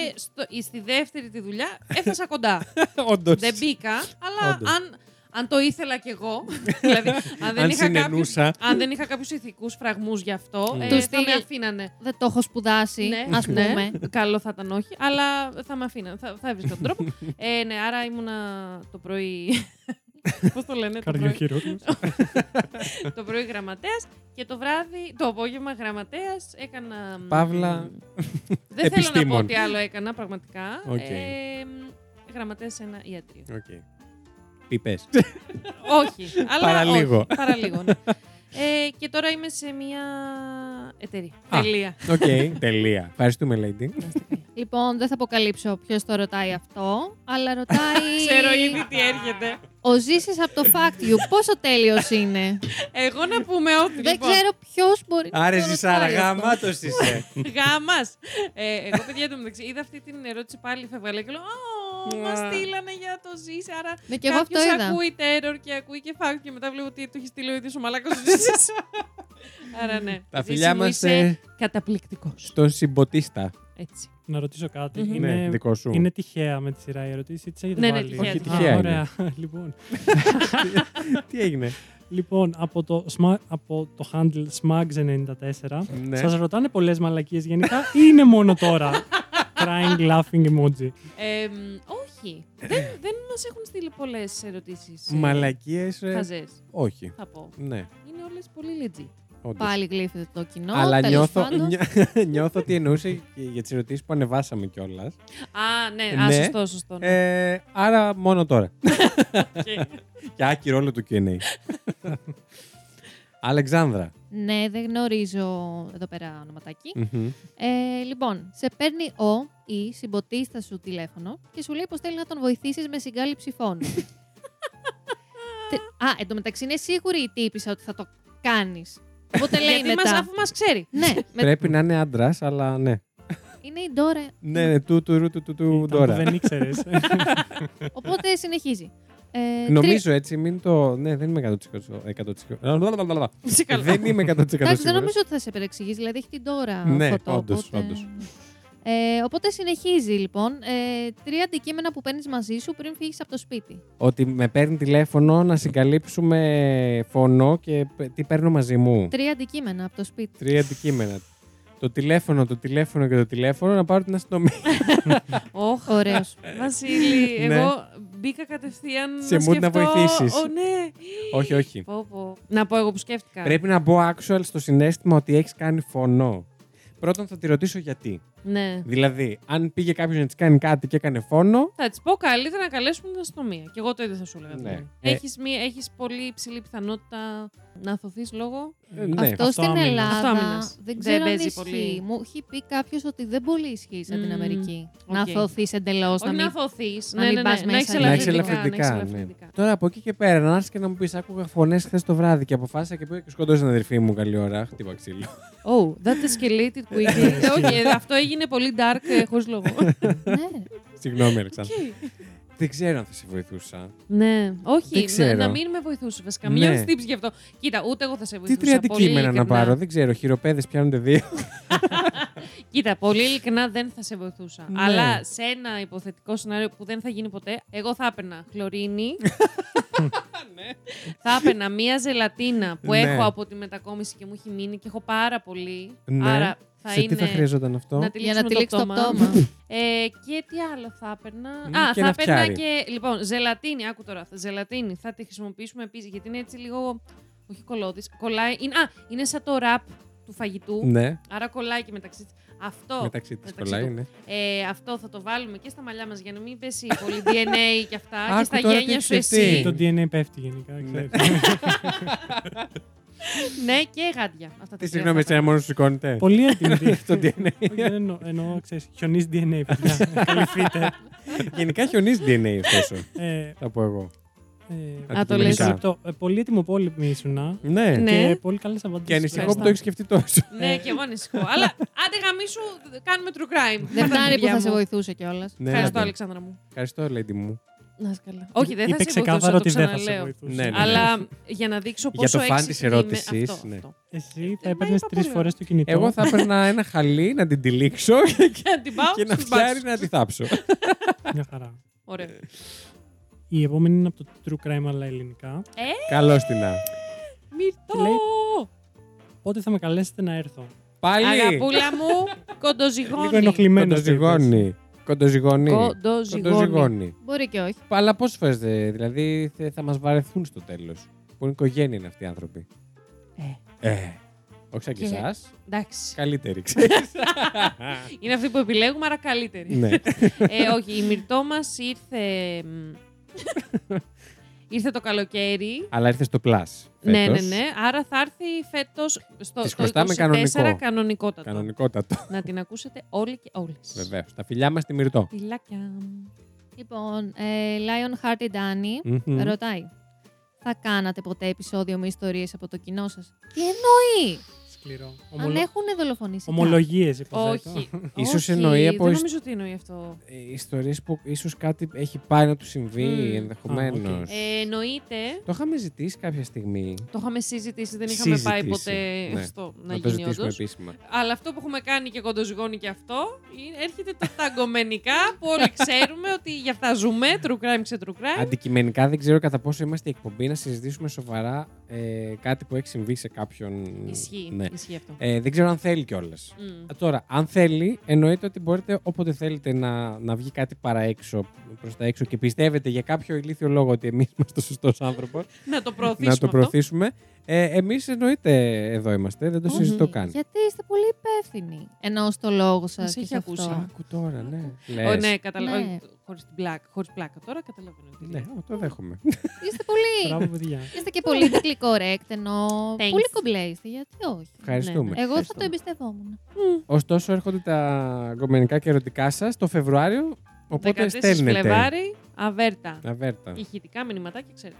Speaker 4: Ε, στο, στη δεύτερη τη δουλειά έφτασα
Speaker 3: [laughs]
Speaker 4: κοντά.
Speaker 3: Όντως.
Speaker 4: Δεν μπήκα, αλλά
Speaker 3: Όντως.
Speaker 4: αν, αν το ήθελα κι εγώ, [laughs] δηλαδή αν δεν
Speaker 3: Αν
Speaker 4: είχα κάποιους,
Speaker 3: συνενούσα. Ναι.
Speaker 4: αν δεν είχα κάποιους ηθικούς φραγμούς γι' αυτό,
Speaker 3: Μμ.
Speaker 4: ε,
Speaker 2: Του
Speaker 4: θα
Speaker 2: στυλ-
Speaker 4: με αφήνανε.
Speaker 2: Δεν το έχω σπουδάσει, ας
Speaker 4: ναι.
Speaker 2: πούμε.
Speaker 4: Καλό θα ήταν όχι, αλλά θα με αφήνανε, θα, θα έβρισκα τον
Speaker 3: [laughs]
Speaker 4: τρόπο. ε, ναι, άρα ήμουνα το πρωί... Πώς το λένε, το
Speaker 3: [laughs]
Speaker 4: πρωί,
Speaker 1: Καρδιοχειρούργο.
Speaker 4: το πρωί γραμματέας και το βράδυ, το απόγευμα γραμματέας έκανα... μ,
Speaker 3: Παύλα.
Speaker 4: Δεν θέλω να πω
Speaker 3: επιστήμον.
Speaker 4: ότι άλλο έκανα πραγματικά.
Speaker 3: Οκ.
Speaker 4: Ε, μ, γραμματέας σε ένα ιατρείο.
Speaker 3: Πιπές. [laughs]
Speaker 4: όχι. Αλλά
Speaker 3: Παραλίγο.
Speaker 4: όχι, παραλίγο, ναι. ε, και τώρα είμαι σε μια εταιρεία.
Speaker 3: Α. [laughs]
Speaker 4: Τελεία.
Speaker 3: Οκ. Τελεία. Ευχαριστούμε, Lady.
Speaker 2: Λοιπόν, δεν θα αποκαλύψω ποιος το ρωτάει αυτό, αλλά ρωτάει.
Speaker 4: [laughs] Ξέρω ήδη τι έρχεται.
Speaker 2: Ο Ζήσης από το Fact You πόσο τέλειος
Speaker 4: [laughs]
Speaker 2: είναι.
Speaker 4: Εγώ να πούμε ότι.
Speaker 2: δεν
Speaker 4: λοιπόν,
Speaker 2: ξέρω ποιος μπορεί να το
Speaker 3: Άρε,
Speaker 2: ρωτάει
Speaker 3: Ζησάρα,
Speaker 2: αυτό.
Speaker 3: γαμάτος είσαι.
Speaker 4: [laughs] Γάμας. Ε, εγώ, παιδιά, το μεταξύ, είδα αυτή την ερώτηση πάλι φευγαλέ και λέω «Ω,
Speaker 3: Μα.
Speaker 4: Μα στείλανε για το ζήσει. Άρα
Speaker 2: Ναι, και εγώ αυτό
Speaker 4: κάποιος
Speaker 2: είδα.
Speaker 4: ακούει terror και ακούει και φάκου και μετά βλέπω ότι του έχει στείλει ο ίδιος ο μαλάκο [laughs] ζήσει. Άρα ναι.
Speaker 3: Τα
Speaker 4: Ζήση
Speaker 3: φιλιά ε.
Speaker 4: μου,
Speaker 3: μας
Speaker 4: Είσαι καταπληκτικός.
Speaker 3: στον συμποτίστα.
Speaker 4: Έτσι.
Speaker 1: Να ρωτήσω κάτι.
Speaker 4: Μμμ.
Speaker 1: Είναι,
Speaker 3: Ναι, δικό σου.
Speaker 1: είναι τυχαία με τη σειρά η ερωτήση. Τι έχετε
Speaker 4: Ναι, ναι,
Speaker 1: βάλει.
Speaker 4: τυχαία,
Speaker 1: Α,
Speaker 4: τυχαία.
Speaker 3: τυχαία
Speaker 1: Ωραία. [laughs] λοιπόν,
Speaker 3: Τι έγινε.
Speaker 1: λοιπόν από, το, sma- από το handle smugs94
Speaker 3: Ναι.
Speaker 1: σας ρωτάνε πολλές μαλακίες γενικά ή είναι μόνο τώρα.
Speaker 3: [laughs]
Speaker 1: Crying laughing emoji.
Speaker 4: Ε, μ, όχι. δεν, δεν μας έχουν στείλει πολλές ερωτήσεις.
Speaker 3: Μαλακίε.
Speaker 4: Χαζέ,
Speaker 3: ε, Όχι.
Speaker 4: θα πω.
Speaker 3: Ναι.
Speaker 4: Είναι όλες πολύ legit.
Speaker 3: όντως.
Speaker 2: Πάλι γλύφεται το κοινό.
Speaker 3: Αλλά
Speaker 2: τέλος
Speaker 3: νιώθω,
Speaker 2: πάντων.
Speaker 3: νιώ- [laughs] νιώθω ότι εννοούσε και για τις ερωτήσεις που ανεβάσαμε κιόλας.
Speaker 4: Α, ναι,
Speaker 3: Ναι.
Speaker 4: α, σωστό, σωστό. ναι.
Speaker 3: Ε, άρα
Speaker 2: [laughs]
Speaker 3: μόνο τώρα.
Speaker 4: Οκ.
Speaker 3: και άκυρο όλο του QA. Αλεξάνδρα.
Speaker 2: Ναι, δεν γνωρίζω εδώ πέρα ονοματάκι.
Speaker 3: Μμμ.
Speaker 2: Ε, λοιπόν, σε παίρνει ο ή συμποτίστας σου τηλέφωνο και σου λέει πως θέλει να τον βοηθήσεις με συγκάλυψη
Speaker 4: [laughs]
Speaker 2: φόνου. Τε- Α, εντωμεταξύ είναι σίγουρη η τύπησα ότι θα το κάνεις. Οπότε λέει
Speaker 4: Γιατί μας,
Speaker 2: μετά.
Speaker 4: αφού μας ξέρει. [laughs]
Speaker 2: Ναι, με-
Speaker 3: Πρέπει να είναι άντρας, αλλά ναι.
Speaker 2: είναι η Ντόρε.
Speaker 3: Ναι, ναι, του του ρου, του του, του
Speaker 1: Ήταν που
Speaker 2: Ε,
Speaker 3: τώρα.
Speaker 1: Δεν ήξερες.
Speaker 3: [laughs]
Speaker 2: Οπότε συνεχίζει. Ε, τρι-
Speaker 3: Νομίζω έτσι, μην το. Ναι, δεν είμαι 100%. 100%. Ε, Δεν είμαι 100%
Speaker 2: Εντάξει, δεν
Speaker 3: σίγουρος.
Speaker 2: νομίζω ότι θα σε περεξηγήσει, δηλαδή έχει την τώρα
Speaker 3: Ναι,
Speaker 2: φωτό.
Speaker 3: όντως,
Speaker 2: οπότε-
Speaker 3: όντως.
Speaker 2: Ε, οπότε συνεχίζει λοιπόν. Ε, τρία αντικείμενα που παίρνεις μαζί σου πριν φύγεις από το σπίτι.
Speaker 3: Ότι με παίρνει τηλέφωνο να συγκαλύψουμε φωνό και π- τι παίρνω μαζί μου.
Speaker 2: Τρία αντικείμενα από το σπίτι.
Speaker 3: Τρία αντικείμενα. Το τηλέφωνο, το τηλέφωνο και το τηλέφωνο να πάρω την αστυνομία.
Speaker 4: Όχ,
Speaker 2: Ωραίος.
Speaker 4: Βασίλη,
Speaker 3: Ναι.
Speaker 4: εγώ μπήκα κατευθείαν
Speaker 3: Σε
Speaker 4: να
Speaker 3: mood να
Speaker 4: σκεφτώ-
Speaker 3: βοηθήσεις.
Speaker 4: Ω, ναι.
Speaker 3: όχι, όχι.
Speaker 4: Πω, πω. Να πω εγώ που σκέφτηκα.
Speaker 3: Πρέπει να μπω actual στο συνέστημα ότι έχεις κάνει φωνό. Πρώτον, θα τη ρωτήσω γιατί.
Speaker 4: Ναι.
Speaker 3: Δηλαδή, αν πήγε κάποιος να της κάνει κάτι και έκανε φόνο.
Speaker 4: Θα της πω καλύτερα να καλέσουμε την αστυνομία. Και εγώ το ίδιο θα σου έλεγα.
Speaker 3: Ναι.
Speaker 4: Ναι.
Speaker 3: Ε.
Speaker 4: Έχεις, μία, έχεις πολύ υψηλή πιθανότητα να αθωθείς λόγω.
Speaker 3: ε, Ναι,
Speaker 2: αυτό,
Speaker 1: αυτό
Speaker 2: στην
Speaker 1: άμυνα.
Speaker 4: Αυτό
Speaker 2: Ελλάδα
Speaker 4: άμυνας. Δεν
Speaker 2: δεν ξέρω αν
Speaker 4: παίζει
Speaker 2: ισχύει.
Speaker 4: πολύ.
Speaker 2: Μου έχει πει κάποιος ότι δεν πολύ ισχύει σαν την
Speaker 4: Μμμ,
Speaker 2: Αμερική. Να
Speaker 4: οκ.
Speaker 2: θωθεί εντελώς.
Speaker 4: Όχι
Speaker 2: Να μην...
Speaker 4: να αθωθείς.
Speaker 2: να
Speaker 4: Ναι,
Speaker 2: μην
Speaker 4: ναι,
Speaker 2: πας
Speaker 4: ναι. Να
Speaker 2: μέσα
Speaker 4: έχεις
Speaker 2: να
Speaker 3: να
Speaker 2: έχεις
Speaker 3: έχει
Speaker 4: ελαφρυντικά. Να έχεις
Speaker 3: ελαφρυντικά. Ναι.
Speaker 4: ελαφρυντικά.
Speaker 3: Τώρα από εκεί και πέρα, να έρθεις και να μου πεις: Άκουγα φωνές χθες το βράδυ και αποφάσισα και πήγα και σκοτώσα την αδερφή μου. Καλή ώρα. Χτύπα ξύλο. [laughs]
Speaker 4: Oh, that escalated [laughs] quickly. okay, Ε, αυτό έγινε πολύ dark ε, χωρίς
Speaker 3: [laughs]
Speaker 4: λόγο. [laughs]
Speaker 2: Ναι.
Speaker 3: Συγγνώμη, Αλεξάνδρα. Δεν ξέρω αν θα σε βοηθούσα.
Speaker 4: ναι, όχι, να,
Speaker 3: ξέρω.
Speaker 4: να μην με βοηθούσε βασικά.
Speaker 3: Ναι.
Speaker 4: Μειώνεις τύψη γι' αυτό. Κοίτα, ούτε εγώ θα σε
Speaker 3: Τι
Speaker 4: βοηθούσα.
Speaker 3: τρία
Speaker 4: πολύ
Speaker 3: αντικείμενα να
Speaker 4: ειλικρινά.
Speaker 3: πάρω, δεν ξέρω. Χειροπέδες πιάνονται δύο.
Speaker 4: Κοίτα, πολύ ειλικρινά δεν θα σε βοηθούσα.
Speaker 3: Ναι.
Speaker 4: Αλλά σε ένα υποθετικό σενάριο που δεν θα γίνει ποτέ, εγώ θα έπαιρνα
Speaker 3: [laughs]
Speaker 4: χλωρίνη. θα έπαιρνα μία ζελατίνα που
Speaker 3: Ναι.
Speaker 4: έχω από τη μετακόμιση και μου έχει μείνει και έχω πάρα πολύ.
Speaker 3: Ναι.
Speaker 4: Άρα θα
Speaker 3: Σε
Speaker 4: είναι.
Speaker 3: τι θα χρειαζόταν αυτό.
Speaker 4: να τη
Speaker 2: Για να
Speaker 4: λήξουμε
Speaker 2: τη λήξει το πτώμα.
Speaker 4: Ε, και τι άλλο θα έπαιρνα.
Speaker 3: Μμ,
Speaker 4: Α,
Speaker 3: και
Speaker 4: θα
Speaker 3: ένα
Speaker 4: έπαιρνα
Speaker 3: φτιάρι.
Speaker 4: και. Λοιπόν, ζελατίνη, άκου τώρα. Ζελατίνη θα τη χρησιμοποιήσουμε επίσης γιατί είναι έτσι λίγο. Όχι κολλώδη. Κολλάει. Είναι, α, είναι σαν το ραπ του φαγητού.
Speaker 3: Ναι,
Speaker 4: Άρα κολλάει και μεταξύ της. Αυτό,
Speaker 3: μεταξύ της
Speaker 4: μεταξύ
Speaker 3: κολλάει.
Speaker 4: του.
Speaker 3: ναι.
Speaker 4: ε, αυτό θα το βάλουμε και στα μαλλιά μας για να μην πέσει πολύ DNA και αυτά.
Speaker 3: Άκου
Speaker 4: και στα
Speaker 3: τώρα τι
Speaker 4: γένια
Speaker 3: έχεις
Speaker 4: σου
Speaker 3: σκεφτεί.
Speaker 4: εσύ.
Speaker 1: Το DNA πέφτει γενικά.
Speaker 3: Ναι.
Speaker 1: ξέρεις.
Speaker 4: ναι, και γάντια. Αυτά
Speaker 3: Τι
Speaker 4: τα
Speaker 3: συγγνώμη,
Speaker 4: τρία θα
Speaker 3: εσένα μόνος σου σηκώνεται. [laughs]
Speaker 1: Πολύ έτοιμη.
Speaker 3: Το DNA.
Speaker 1: Όχι, δεν εννοώ- Εννοώ, ξέρεις, χιονίζει DNA,
Speaker 3: [laughs]
Speaker 1: παιδιά. Καλυφθείτε.
Speaker 3: Γενικά χιονίζει DNA, ωστόσο.
Speaker 1: Ε,
Speaker 3: Θα πω εγώ.
Speaker 1: ε,
Speaker 4: Α, το
Speaker 1: μισό
Speaker 4: λες.
Speaker 3: Αντικειμενικά.
Speaker 1: λεπτό. Ε, Πολύ έτοιμο πόλεμο ήσουνα.
Speaker 3: Ναι.
Speaker 4: Ναι.
Speaker 1: Και πολύ καλές απαντήσεις.
Speaker 3: Και ανησυχώ που
Speaker 4: Ευχαριστώ.
Speaker 3: το έχεις σκεφτεί τόσο.
Speaker 4: πάρω. Ναι, και εγώ ανησυχώ. Αλλά άντε γαμίσου, κάνουμε true crime.
Speaker 2: Δεν φτάνει που
Speaker 4: παιδιά
Speaker 2: θα σε
Speaker 4: μου.
Speaker 2: βοηθούσε κιόλας.
Speaker 3: Ναι,
Speaker 4: Ευχαριστώ, Λοιπόν.
Speaker 3: ναι.
Speaker 4: Αλεξάνδρα μου.
Speaker 3: Ευχαριστώ, lady μου.
Speaker 4: Να είσαι καλά. Όχι, δεν θα
Speaker 1: Είπε
Speaker 4: σε
Speaker 1: ξεκάθαρο
Speaker 4: βοηθούσα, το
Speaker 1: ότι δεν θα σε
Speaker 4: ξαναλέω.
Speaker 1: βοηθούσε.
Speaker 3: Ναι, ναι.
Speaker 4: Αλλά για να δείξω
Speaker 3: Για το
Speaker 4: πόσο
Speaker 3: φαν της
Speaker 4: έξυπνη είμαι,
Speaker 3: ερώτησης,
Speaker 4: αυτό,
Speaker 3: ναι.
Speaker 4: αυτό.
Speaker 1: Εσύ θα
Speaker 4: Ε, μα
Speaker 1: έπαιρνες
Speaker 4: είπα
Speaker 1: τρει
Speaker 4: πολύ
Speaker 1: φορέ το κινητό.
Speaker 3: Εγώ θα έπαιρνα ένα χαλί να την τυλίξω
Speaker 4: Και να την πάω
Speaker 3: και να
Speaker 4: στους μπάτσους.
Speaker 3: φτιάρει να τη θάψω.
Speaker 1: Μια χαρά.
Speaker 4: Ωραία.
Speaker 1: Η επόμενη είναι από το True Crime, αλλά ελληνικά.
Speaker 3: Καλώ την να.
Speaker 1: Λέει-
Speaker 4: Μυρτό!
Speaker 1: Πότε θα με καλέσετε να έρθω.
Speaker 3: Πάλι
Speaker 4: Αγαπούλα μου, κοντοζυγώνει.
Speaker 1: Λίγο ενοχλημένος. το είπες.
Speaker 3: κοντοζυγώνει. Κοντοζυγώνει.
Speaker 4: Κοντοζυγώνει.
Speaker 3: Κοντοζυγώνει.
Speaker 2: Μπορεί και όχι.
Speaker 3: Αλλά πόσε φορέ δηλαδή θε- θα μας βαρεθούν στο τέλος. Που είναι οικογένεια είναι αυτοί οι άνθρωποι. Ε. Όχι σαν και
Speaker 4: Και-
Speaker 3: εσάς.
Speaker 4: Εντάξει.
Speaker 3: Καλύτεροι,
Speaker 4: [laughs]
Speaker 3: ξέρεις.
Speaker 4: Είναι αυτή που επιλέγουμε, άρα καλύτερη.
Speaker 3: ναι.
Speaker 4: ε, όχι, η Μυρτό μας ήρθε. μ, ήρθε το καλοκαίρι.
Speaker 3: Αλλά ήρθε στο πλάσ.
Speaker 4: Ναι, ναι, ναι. Άρα θα έρθει φέτος στο
Speaker 3: Της
Speaker 4: το
Speaker 3: χρωστάμε
Speaker 4: 24
Speaker 3: κανονικό.
Speaker 4: κανονικότατο.
Speaker 3: Κανονικότατο.
Speaker 4: Να την ακούσετε όλοι και όλες.
Speaker 3: Βεβαίως. Τα φιλιά μας στη Μυρτό.
Speaker 4: Φιλάκια.
Speaker 2: Λοιπόν, ε, Lion Heart η Ντάνη
Speaker 3: Μμμ.
Speaker 2: ρωτάει. Θα κάνατε ποτέ επεισόδιο με ιστορίες από το κοινό σας. Τι εννοεί!
Speaker 1: Σκληρό.
Speaker 2: Αν έχουν δολοφονήσει. κάτι.
Speaker 1: Ομολογίες,
Speaker 4: Όχι.
Speaker 3: [laughs] Ίσως
Speaker 4: όχι,
Speaker 3: εννοεί από
Speaker 4: Δεν
Speaker 3: ισ-
Speaker 4: νομίζω ότι εννοεί αυτό.
Speaker 3: ε, ιστορίες που ίσως κάτι έχει πάει να του συμβεί
Speaker 4: Μμμ.
Speaker 3: ενδεχομένως.
Speaker 1: Α, οκ.
Speaker 4: Ε, εννοείται.
Speaker 3: Το είχαμε ζητήσει κάποια στιγμή.
Speaker 4: Το είχαμε συζητήσει, δεν είχαμε πάει
Speaker 3: Συζητήσει,
Speaker 4: ποτέ
Speaker 3: ναι.
Speaker 4: στο να,
Speaker 3: Να, το
Speaker 4: γίνει
Speaker 3: ζητήσουμε
Speaker 4: όντως.
Speaker 3: επίσημα.
Speaker 4: Αλλά αυτό που έχουμε κάνει και κοντοζυγώνει και αυτό, είναι- έρχεται τα ταγκομενικά που όλοι ξέρουμε ότι για αυτά ζούμε, true crime σε true crime.
Speaker 3: Αντικειμενικά δεν ξέρω κατά πόσο είμαστε η εκπομπή να συζητήσουμε σοβαρά ε, κάτι που έχει συμβεί σε κάποιον.
Speaker 4: Ισχύει,
Speaker 3: Ναι.
Speaker 4: ισχύει αυτό.
Speaker 3: Ε, δεν ξέρω αν θέλει κιόλας.
Speaker 4: Μμ.
Speaker 3: Τώρα, αν θέλει, εννοείται ότι μπορείτε όποτε θέλετε να, να βγει κάτι παρά έξω, προς τα έξω και πιστεύετε για κάποιο ηλίθιο λόγο ότι εμείς [laughs] είμαστε ο σωστός άνθρωπος,
Speaker 4: Να το
Speaker 3: να το
Speaker 4: προωθήσουμε αυτό.
Speaker 3: προωθήσουμε. Ε, εμείς εννοείται εδώ είμαστε, δεν το
Speaker 4: Όχι,
Speaker 3: συζητώ καν.
Speaker 2: Γιατί είστε πολύ υπεύθυνοι. Ενώ στο λόγο σας.
Speaker 4: Μας έχει ακούσει.
Speaker 3: Άκου τώρα, ναι.
Speaker 4: Ω,
Speaker 3: Λες.
Speaker 4: ναι, καταλαβαίνω.
Speaker 2: Ναι.
Speaker 4: Χωρίς, την πλάκα, χωρίς πλάκα τώρα, καταλαβαίνω. τι
Speaker 3: Ναι,
Speaker 4: λέει.
Speaker 3: το δέχομαι.
Speaker 2: Είστε πολύ.
Speaker 1: Μπράβο, παιδιά.
Speaker 2: είστε και πολύ technical correct. Ενώ.
Speaker 4: Thanks.
Speaker 2: Πολύ κομπλέ είστε. Γιατί όχι.
Speaker 3: Ευχαριστούμε.
Speaker 4: Ναι,
Speaker 2: Εγώ θα το
Speaker 3: Ευχαριστούμε.
Speaker 2: εμπιστευόμουν.
Speaker 3: Ωστόσο, έρχονται τα γκομενικά και ερωτικά σας το Φεβρουάριο. Οπότε
Speaker 4: 14
Speaker 3: στέλνετε. Ναι.
Speaker 4: Φλεβάρι, αβέρτα.
Speaker 3: Αβέρτα.
Speaker 4: Ηχητικά μηνυματάκια, ξέρετε.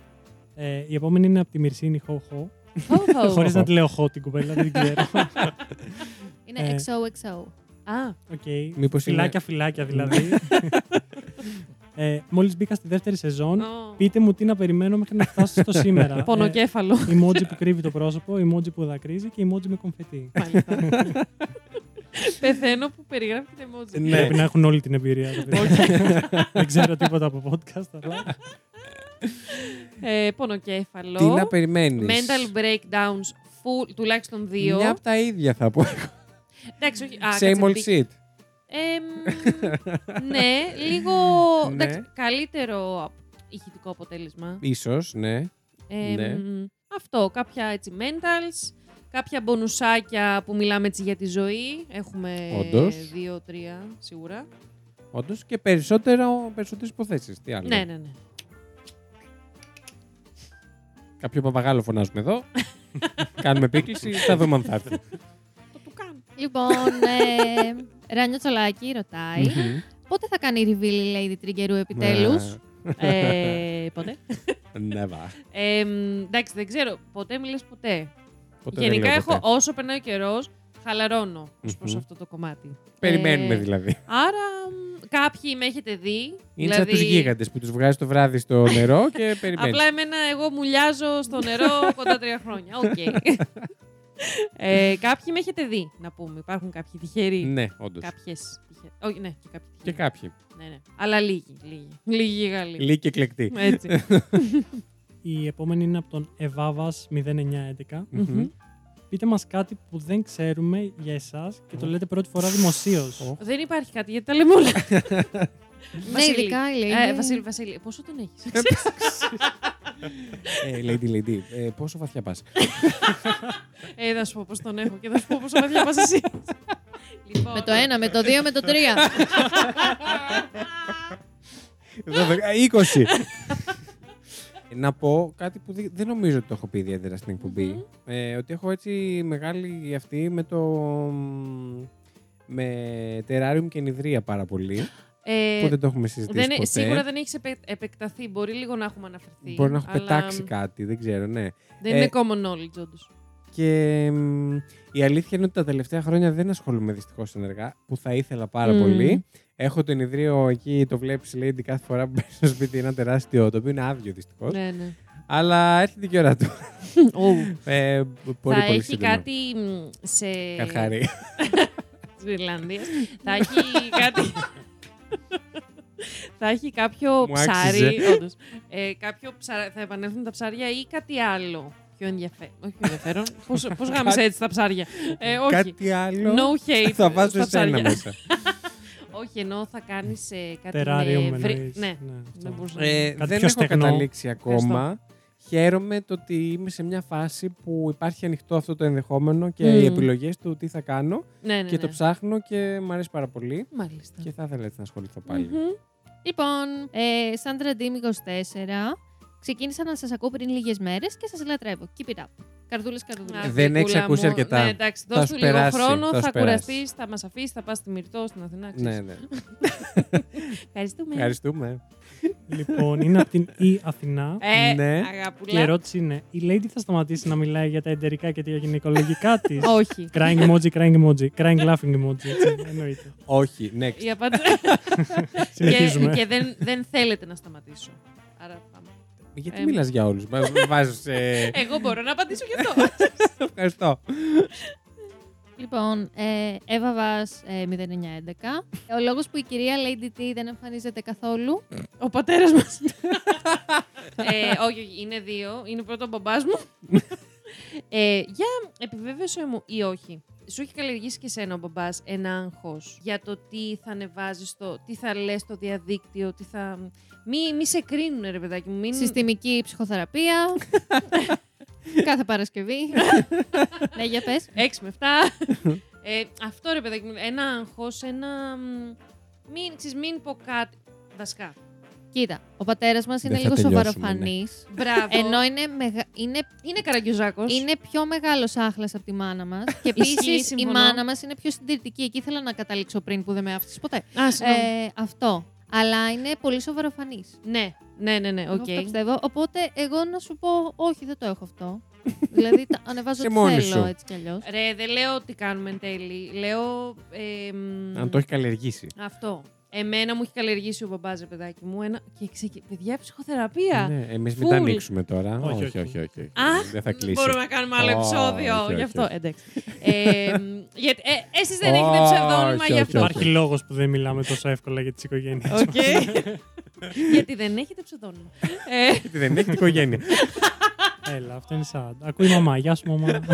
Speaker 1: Ε, η επόμενη είναι από τη Μυρσίνη Χοχό.
Speaker 4: Ω, ω.
Speaker 1: Χωρίς να τη λέω χω την κουβέλα, δεν την
Speaker 4: [laughs]
Speaker 1: ξέρω.
Speaker 2: Είναι
Speaker 1: Ε.
Speaker 2: XOXO.
Speaker 4: Α,
Speaker 1: Οκ.
Speaker 3: Μήπως είναι-
Speaker 1: Φυλάκια, φυλάκια δηλαδή. [laughs] ε, Μόλις μπήκα στη δεύτερη σεζόν,
Speaker 4: ω.
Speaker 1: πείτε μου τι να περιμένω μέχρι να φτάσω στο
Speaker 4: [laughs]
Speaker 1: σήμερα. ε,
Speaker 4: Πονοκέφαλο.
Speaker 1: emoji που κρύβει το πρόσωπο, emoji που δακρύζει και emoji με κομφετή.
Speaker 3: [laughs]
Speaker 4: Μάλιστα. Πεθαίνω που περιγράφεται emoji.
Speaker 3: Ναι.
Speaker 1: Πρέπει να έχουν όλη την εμπειρία. τα παιδιά. [laughs] Δεν ξέρω τίποτα από podcast, αλλά
Speaker 4: Ε, πονοκέφαλο.
Speaker 3: Τι να περιμένεις.
Speaker 4: Mental breakdowns, full, τουλάχιστον δύο.
Speaker 3: Μια από τα ίδια θα πω.
Speaker 4: Εντάξει, όχι. α,
Speaker 3: Same
Speaker 4: κάτσε,
Speaker 3: old
Speaker 4: μπήκε.
Speaker 3: shit. [laughs]
Speaker 4: Εμ, ναι, λίγο
Speaker 3: Ναι.
Speaker 4: εντάξει, καλύτερο ηχητικό αποτέλεσμα.
Speaker 3: Ίσως, ναι.
Speaker 4: Εμ,
Speaker 3: Ναι.
Speaker 4: Αυτό, κάποια έτσι mentals, κάποια μπονουσάκια που μιλάμε έτσι για τη ζωή. Έχουμε
Speaker 3: Όντως.
Speaker 4: δύο-τρία σίγουρα.
Speaker 3: Όντως και περισσότερο, περισσότερες υποθέσεις. Τι άλλο.
Speaker 4: Ναι, ναι, ναι.
Speaker 3: Κάποιο παπαγάλο φωνάζουμε
Speaker 4: [laughs]
Speaker 3: εδώ. Κάνουμε επίκληση, θα δούμε αν θα έρθει.
Speaker 4: Το του κάνω.
Speaker 2: Λοιπόν, ε, Ράνιο Τσολάκη ρωτάει.
Speaker 3: Μμμ. Ναι.
Speaker 2: Πότε θα κάνει reveal η Lady Triggerου επιτέλους.
Speaker 4: ε, ποτέ.
Speaker 3: Never.
Speaker 4: Εμ, εντάξει, δεν ξέρω. Ποτέ μιλες ποτέ.
Speaker 3: Ποτέ δεν
Speaker 4: Γενικά
Speaker 3: λέω
Speaker 4: έχω, ε,
Speaker 3: ποτέ.
Speaker 4: όσο περνάει ο καιρός, χαλαρώνω ως προς
Speaker 3: Μμμ.
Speaker 4: αυτό το κομμάτι.
Speaker 3: Περιμένουμε
Speaker 4: Ε,
Speaker 3: δηλαδή.
Speaker 4: Άρα, μ, κάποιοι με έχετε δει.
Speaker 3: Είναι σαν τους γίγαντες που τους βγάζει το βράδυ στο νερό και περιμένεις.
Speaker 4: δηλαδή- [laughs] Απλά εμένα, εγώ μουλιάζω στο
Speaker 3: [laughs]
Speaker 4: νερό κοντά τρία χρόνια. Οκ. ε, κάποιοι με έχετε δει, να πούμε. Υπάρχουν κάποιοι τυχεροί.
Speaker 3: Ναι, όντως.
Speaker 4: Κάποιες τυχεροί. Όχι, ναι, και κάποιοι
Speaker 3: Και
Speaker 4: τυχεροί.
Speaker 3: κάποιοι.
Speaker 4: Ναι, ναι. Αλλά λίγοι. Λίγοι, λίγοι γαλλοί.
Speaker 3: Λίγοι και εκλεκτοί.
Speaker 4: Έτσι.
Speaker 1: Η επόμενη είναι από τον Εβάβα 0911.
Speaker 3: [laughs]
Speaker 4: Ναι.
Speaker 3: Μμμ.
Speaker 1: Πείτε μας κάτι που δεν ξέρουμε για εσάς και το λέτε πρώτη φορά δημοσίως.
Speaker 3: Ω.
Speaker 4: Δεν υπάρχει κάτι γιατί τα λέμε
Speaker 3: [laughs]
Speaker 4: όλα.
Speaker 2: Ναι,
Speaker 4: Βασίλη.
Speaker 2: ειδικά η Lady.
Speaker 4: Ε, Βασίλη, Βασίλη, πόσο τον έχεις.
Speaker 3: Ε, Lady, lady, ε, πόσο βαθιά πας.
Speaker 4: ε, θα σου πω πώς τον έχω και θα σου πω πόσο παιδιά πας εσύ. λοιπόν,
Speaker 2: Με το ένα, με το δύο, με το τρία.
Speaker 4: [laughs]
Speaker 3: 20. ε, Να πω κάτι που δεν δεν νομίζω ότι το έχω πει ιδιαίτερα στην εκπομπη Ε, ότι έχω έτσι μεγάλη αυτή με το. μ, με τεράριουμ και νηδρία πάρα πολύ.
Speaker 4: Ε,
Speaker 3: που δεν το έχουμε συζητήσει.
Speaker 4: δεν-
Speaker 3: ποτέ.
Speaker 4: σίγουρα δεν έχεις επεκταθεί. Μπορεί λίγο να έχουμε αναφερθεί.
Speaker 3: Μπορεί να έχω
Speaker 4: αλλά
Speaker 3: πετάξει κάτι, δεν ξέρω, ναι.
Speaker 4: Δεν
Speaker 3: Ε,
Speaker 4: είναι common knowledge, όντως.
Speaker 3: Και μ, η αλήθεια είναι ότι τα τελευταία χρόνια δεν ασχολούμαι δυστυχώς ενεργά, που θα ήθελα πάρα
Speaker 4: Μμμ.
Speaker 3: πολύ. Έχω τον ιδρύο εκεί, το βλέπεις, λέει κάθε φορά [laughs] που μπαίνεις στο σπίτι, ένα τεράστιο, το οποίο είναι άδειο δυστυχώς.
Speaker 4: Ναι,
Speaker 3: [laughs]
Speaker 4: ναι.
Speaker 3: Αλλά έρχεται και η ώρα του. Ε, πολύ,
Speaker 4: θα
Speaker 3: πολύ
Speaker 4: έχει
Speaker 3: σύντομα.
Speaker 4: κάτι μ, σε.
Speaker 3: Καρχάρι.
Speaker 4: Της Ιρλανδίας. θα έχει κάτι.
Speaker 3: [laughs]
Speaker 4: θα έχει κάποιο
Speaker 3: Μου
Speaker 4: ψάρι.
Speaker 3: άξιζε.
Speaker 4: όντως. Ε, κάποιο ψα- Θα επανέλθουν τα ψάρια ή κάτι άλλο. Πιο ενδιαφέρον. Όχι πιο
Speaker 3: [laughs]
Speaker 4: ενδιαφέρον. Πώς, πώς γάμισε έτσι τα ψάρια. Ε, όχι.
Speaker 3: Κάτι άλλο.
Speaker 4: No hate.
Speaker 3: θα βάζω
Speaker 4: στα
Speaker 3: εσένα
Speaker 4: ψάρια.
Speaker 3: μέσα.
Speaker 4: Όχι, ενώ θα κάνεις κάτι.
Speaker 1: Τεράριο
Speaker 4: με
Speaker 1: με
Speaker 4: βρύ-
Speaker 1: εννοείς.
Speaker 4: Ναι.
Speaker 1: αυτό.
Speaker 4: δεν μπορούσα.
Speaker 3: Ε,
Speaker 1: Κάτι
Speaker 3: δεν
Speaker 1: πιο
Speaker 3: έχω
Speaker 1: στεγνό.
Speaker 3: καταλήξει ακόμα. Χαίρομαι το ότι είμαι σε μια φάση που υπάρχει ανοιχτό αυτό το ενδεχόμενο και
Speaker 4: Μμμ.
Speaker 3: οι επιλογές του τι θα κάνω
Speaker 4: Ναι, ναι,
Speaker 3: και το
Speaker 4: ναι.
Speaker 3: ψάχνω και μου αρέσει πάρα πολύ.
Speaker 4: Μάλιστα.
Speaker 3: Και θα ήθελα έτσι να ασχοληθώ πάλι.
Speaker 4: Μμμ.
Speaker 2: Λοιπόν, ε, Σάντρα Ντίμ 24. Ξεκίνησα να σας ακούω πριν λίγες μέρες και σας λατρεύω. Keep it up. Καρδούλες, καρδούλες.
Speaker 4: Α,
Speaker 3: Δεν έχεις
Speaker 4: γλυκούλα
Speaker 3: ακούσει
Speaker 4: μου.
Speaker 3: αρκετά.
Speaker 4: Ναι, εντάξει,
Speaker 3: Θα
Speaker 4: δώσ'
Speaker 3: σου
Speaker 4: του λίγο
Speaker 3: περάσει,
Speaker 4: χρόνο,
Speaker 3: θα
Speaker 4: θα,
Speaker 3: σου περάσει.
Speaker 4: κουραστεί, θα μας αφήσεις, θα πας στη Μυρτό στην Αθηνά. ξέρεις.
Speaker 3: Ναι, ναι.
Speaker 4: Ευχαριστούμε.
Speaker 3: Ευχαριστούμε.
Speaker 1: λοιπόν, είναι από την Ή Αθηνά.
Speaker 4: Ε,
Speaker 3: Ναι.
Speaker 1: Και η
Speaker 4: αγαπούλα.
Speaker 1: ερώτηση είναι, η Lady θα σταματήσει να μιλάει για τα εντερικά και τα γυναικολογικά
Speaker 4: [laughs]
Speaker 1: της.
Speaker 4: Όχι.
Speaker 1: crying emoji, crying emoji, crying laughing emoji. Έτσι, εννοείται.
Speaker 3: Όχι, next.
Speaker 4: Η απάντηση. [laughs] και
Speaker 1: Συνεχίζουμε.
Speaker 4: [laughs] και δεν, δεν θέλετε να σταματήσω. Άρα πάμε.
Speaker 3: Γιατί
Speaker 4: Ε,
Speaker 3: μιλάς για όλους μας, βάζεις σε...
Speaker 4: Εγώ μπορώ να απαντήσω γι' αυτό.
Speaker 3: Ευχαριστώ.
Speaker 2: Λοιπόν, ε, Εύα Βας, ε, 0911. Ο λόγος που η κυρία Lady T δεν εμφανίζεται καθόλου.
Speaker 4: Ο πατέρας μας. ε, όχι, όχι, είναι δύο. Είναι πρώτο ο μπαμπάς μου. ε, για επιβέβαιωσέ μου ή όχι. Σου έχει καλλιεργήσει και σένα ο μπαμπάς ένα άγχος για το τι θα ανεβάζεις, στο, τι θα λες στο διαδίκτυο, τι θα. Μη, μη σε κρίνουν, ρε παιδάκι μου. Μην...
Speaker 2: Συστημική ψυχοθεραπεία. Κάθε Παρασκευή. ναι, για πες.
Speaker 4: 6 με 7. ε, αυτό ρε παιδάκι μου. Ένα άγχος, ένα. μ, Μην, ξέρεις, μην πω κάτι. Βασικά.
Speaker 2: Κοίτα, ο πατέρας μας
Speaker 3: Δεν
Speaker 2: είναι
Speaker 3: θα
Speaker 2: λίγο
Speaker 3: τελειώσουμε,
Speaker 4: ναι.
Speaker 2: σοβαροφανής.
Speaker 4: Μπράβο.
Speaker 2: Ενώ είναι, μεγα... είναι
Speaker 4: Είναι καραγκιουζάκος.
Speaker 2: Είναι πιο μεγάλος άχλας από τη μάνα μας. Και
Speaker 4: Ισχύει,
Speaker 2: επίσης η
Speaker 4: συμφωνώ.
Speaker 2: μάνα μας είναι πιο συντηρητική. Εκεί ήθελα να καταλήξω πριν που δεν με άφησες ποτέ.
Speaker 4: Α, συγγνώμη.
Speaker 2: Ε, αυτό. Αλλά είναι πολύ σοβαροφανής.
Speaker 4: Ναι, ναι, ναι, ναι.
Speaker 2: Εγώ
Speaker 4: οκ.
Speaker 2: αυτό πιστεύω. Οπότε εγώ να σου πω, όχι, δεν το έχω
Speaker 4: [laughs]
Speaker 2: αυτό. δηλαδή τα ανεβάζω
Speaker 3: Σε
Speaker 2: ό,τι
Speaker 3: μόνη
Speaker 2: θέλω
Speaker 3: σου.
Speaker 2: έτσι κι αλλιώς.
Speaker 4: Ρε, δεν λέω τι κάνουμε εν τέλει. Λέω. Ε, μ,
Speaker 3: Αν το έχει καλλιεργήσει.
Speaker 4: Αυτό. Εμένα μου έχει καλλιεργήσει ο μπαμπάς, ρε παιδάκι μου. Ένα... Και ξεκι... παιδιά, ψυχοθεραπεία.
Speaker 3: Ναι, εμείς μην
Speaker 4: Full.
Speaker 3: τα ανοίξουμε τώρα.
Speaker 1: Όχι, όχι.
Speaker 3: Όχι, όχι, όχι.
Speaker 4: Αχ,
Speaker 3: Δεν θα κλείσει.
Speaker 4: Μπορούμε να κάνουμε
Speaker 3: Ω,
Speaker 4: άλλο επεισόδιο
Speaker 3: όχι,
Speaker 4: γι'
Speaker 3: όχι,
Speaker 4: αυτό.
Speaker 3: όχι.
Speaker 4: Εντάξει. ε, μ, γιατί ε, εσείς δεν
Speaker 3: Ω,
Speaker 4: έχετε ψευδόνυμα
Speaker 3: όχι,
Speaker 4: γι'
Speaker 3: όχι,
Speaker 4: αυτό.
Speaker 1: Υπάρχει λόγος που δεν μιλάμε τόσο εύκολα για τις οικογένειες.
Speaker 3: [laughs]
Speaker 4: Οκ. γιατί δεν έχετε ψευδόνυμα. ε, [laughs]
Speaker 3: Γιατί δεν έχει την οικογένεια.
Speaker 1: Έλα, αυτό είναι sad. Ακούει η μαμά, γεια σου μαμά.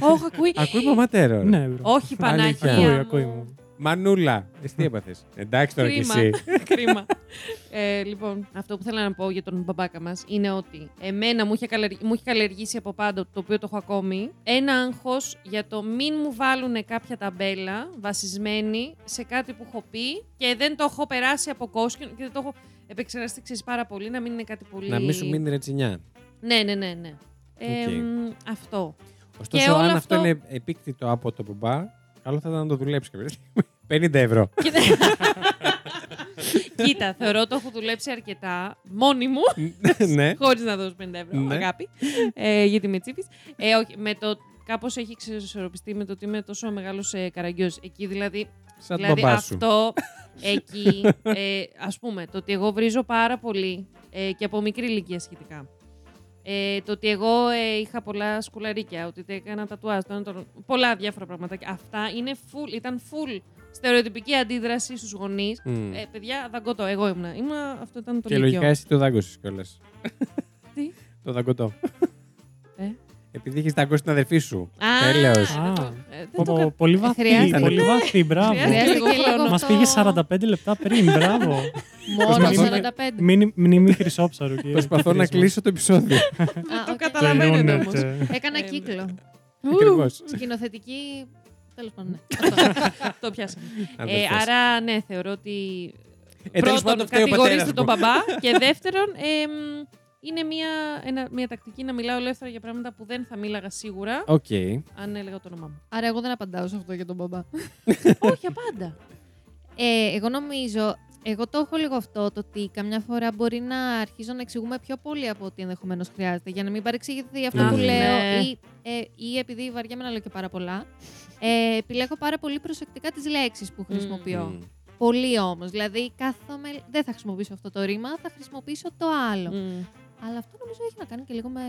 Speaker 4: Όχι, ακούει.
Speaker 3: Ακούει μαμά τέρορ.
Speaker 1: ναι, bro.
Speaker 4: Όχι,
Speaker 3: Αλήθεια.
Speaker 4: Παναγία.
Speaker 1: Ακούει,
Speaker 4: μου.
Speaker 1: ακούει μου.
Speaker 3: Μανούλα. Εσύ τι έπαθες. Εντάξει τώρα κι
Speaker 4: Κρίμα.
Speaker 3: εσύ.
Speaker 4: [laughs] Κρίμα. Ε, λοιπόν, αυτό που θέλω να πω για τον μπαμπάκα μας είναι ότι εμένα μου είχε, καλεργ- μου είχε καλλιεργήσει από πάντα, το οποίο το έχω ακόμη, ένα άγχος για το μην μου βάλουν κάποια ταμπέλα βασισμένη σε κάτι που έχω πει και δεν το έχω περάσει από κόσκινο και δεν το έχω επεξεργαστεί ξέρεις, πάρα πολύ, να μην είναι κάτι πολύ.
Speaker 3: Να μην σου μείνει ρετσινιά.
Speaker 4: Ναι, ναι, ναι. ναι. Ε,
Speaker 3: Οκ.
Speaker 4: μ, αυτό. [laughs]
Speaker 3: Ωστόσο,
Speaker 4: Και όλο
Speaker 3: αν αυτό...
Speaker 4: αυτό-
Speaker 3: είναι επίκτητο από τον μπαμπά, καλό θα ήταν να το δουλέψει κάποια [laughs] στιγμή. 50
Speaker 4: [laughs]
Speaker 3: ευρώ.
Speaker 4: Κοίτα. Κοίτα, θεωρώ το έχω δουλέψει αρκετά μόνη μου.
Speaker 3: ναι.
Speaker 4: Χωρίς να δώσω 50 ευρώ,
Speaker 3: Ναι.
Speaker 4: αγάπη. Ε, γιατί με τσίπη. Ε, όχι, με το. Κάπως έχει εξισορροπιστεί με το ότι είμαι τόσο μεγάλος ε, καραγκιός. Εκεί δηλαδή.
Speaker 3: Σαν τον
Speaker 4: δηλαδή
Speaker 3: μπαμπά σου.
Speaker 4: αυτό. εκεί.
Speaker 3: [laughs]
Speaker 4: Ε, Ας πούμε, το ότι εγώ βρίζω πάρα πολύ ε, και από μικρή ηλικία σχετικά. Ε, το ότι εγώ ε, είχα πολλά σκουλαρίκια, ότι τα έκανα τατουάζ, το ένα το άλλο, πολλά διάφορα πραγματάκια. Αυτά είναι full, ήταν full στερεοτυπική αντίδραση στους γονείς.
Speaker 3: Μμ.
Speaker 4: Ε, παιδιά, δαγκώτο, εγώ ήμουνα. Ήμουνα, αυτό ήταν το
Speaker 3: και
Speaker 4: λύκειο.
Speaker 3: λογικά εσύ το δάγκωσες κιόλας.
Speaker 4: [laughs] Τι?
Speaker 3: Το δαγκωτό.
Speaker 4: [laughs] Ε.
Speaker 3: Επειδή έχει δαγκώσει την αδερφή σου.
Speaker 4: Α,
Speaker 3: Τέλειος.
Speaker 4: δεν το-
Speaker 1: Α.
Speaker 4: ε, δεν
Speaker 1: Πω,
Speaker 4: το
Speaker 1: πω,
Speaker 4: κα-
Speaker 1: Πολύ βαθύ,
Speaker 2: Χρειάζεται,
Speaker 1: πολύ
Speaker 3: ναι.
Speaker 1: βαθύ, μπράβο.
Speaker 4: Χρειάζεται.
Speaker 2: Χρειάζεται και λίγο
Speaker 4: Μα
Speaker 1: Μα
Speaker 2: αυτό.
Speaker 1: πήγε 45 λεπτά πριν, μπράβο.
Speaker 2: Μόνο
Speaker 1: Προσπαθώ να-
Speaker 2: 45.
Speaker 1: Μνήμη- Μνήμη χρυσόψαρου. κύριε.
Speaker 3: Προσπαθώ να
Speaker 1: Χρυσό.
Speaker 3: κλείσω το επεισόδιο.
Speaker 2: Α,
Speaker 4: το
Speaker 2: οκ.
Speaker 4: καταλαβαίνετε όμως.
Speaker 1: Τελειώνεται.
Speaker 2: Έκανα
Speaker 4: Ε,
Speaker 2: κύκλο.
Speaker 3: Ακριβώς.
Speaker 2: Σκηνοθετική. Τέλος πάντων, ναι.
Speaker 4: [laughs] Το πιάσαμε. Ε, άρα, ναι, θεωρώ ότι.
Speaker 3: Ε, τέλος πάντων,
Speaker 4: πρώτον,
Speaker 3: φταίει ο
Speaker 4: κατηγορήστε
Speaker 3: πατέρας
Speaker 4: τον
Speaker 3: μου. [laughs]
Speaker 4: μπαμπά. Και δεύτερον, ε, μ, είναι μια, ένα- μια τακτική να μιλάω ελεύθερα για πράγματα που δεν θα μίλαγα σίγουρα
Speaker 3: Οκ.
Speaker 4: αν έλεγα το όνομά μου.
Speaker 2: Άρα εγώ δεν απαντάω σε αυτό για τον μπαμπά.
Speaker 4: Όχι, απάντα.
Speaker 2: Ε, εγώ νομίζω, εγώ το έχω λίγο αυτό, το ότι καμιά φορά μπορεί να αρχίζω να εξηγούμε πιο πολύ από ό,τι ενδεχομένως χρειάζεται. Για να μην παρεξηγηθεί αυτό
Speaker 3: Αχ,
Speaker 2: που
Speaker 3: ναι.
Speaker 2: λέω, ή, ε, ή επειδή βαριέμαι να λέω και πάρα πολλά. Ε, επιλέγω πάρα πολύ προσεκτικά τις λέξεις που χρησιμοποιώ.
Speaker 3: Μμ.
Speaker 2: Πολύ όμως. Δηλαδή, κάθομαι. Δεν θα χρησιμοποιήσω αυτό το ρήμα, θα χρησιμοποιήσω το άλλο.
Speaker 4: Μ.
Speaker 2: Αλλά αυτό νομίζω έχει να κάνει και λίγο με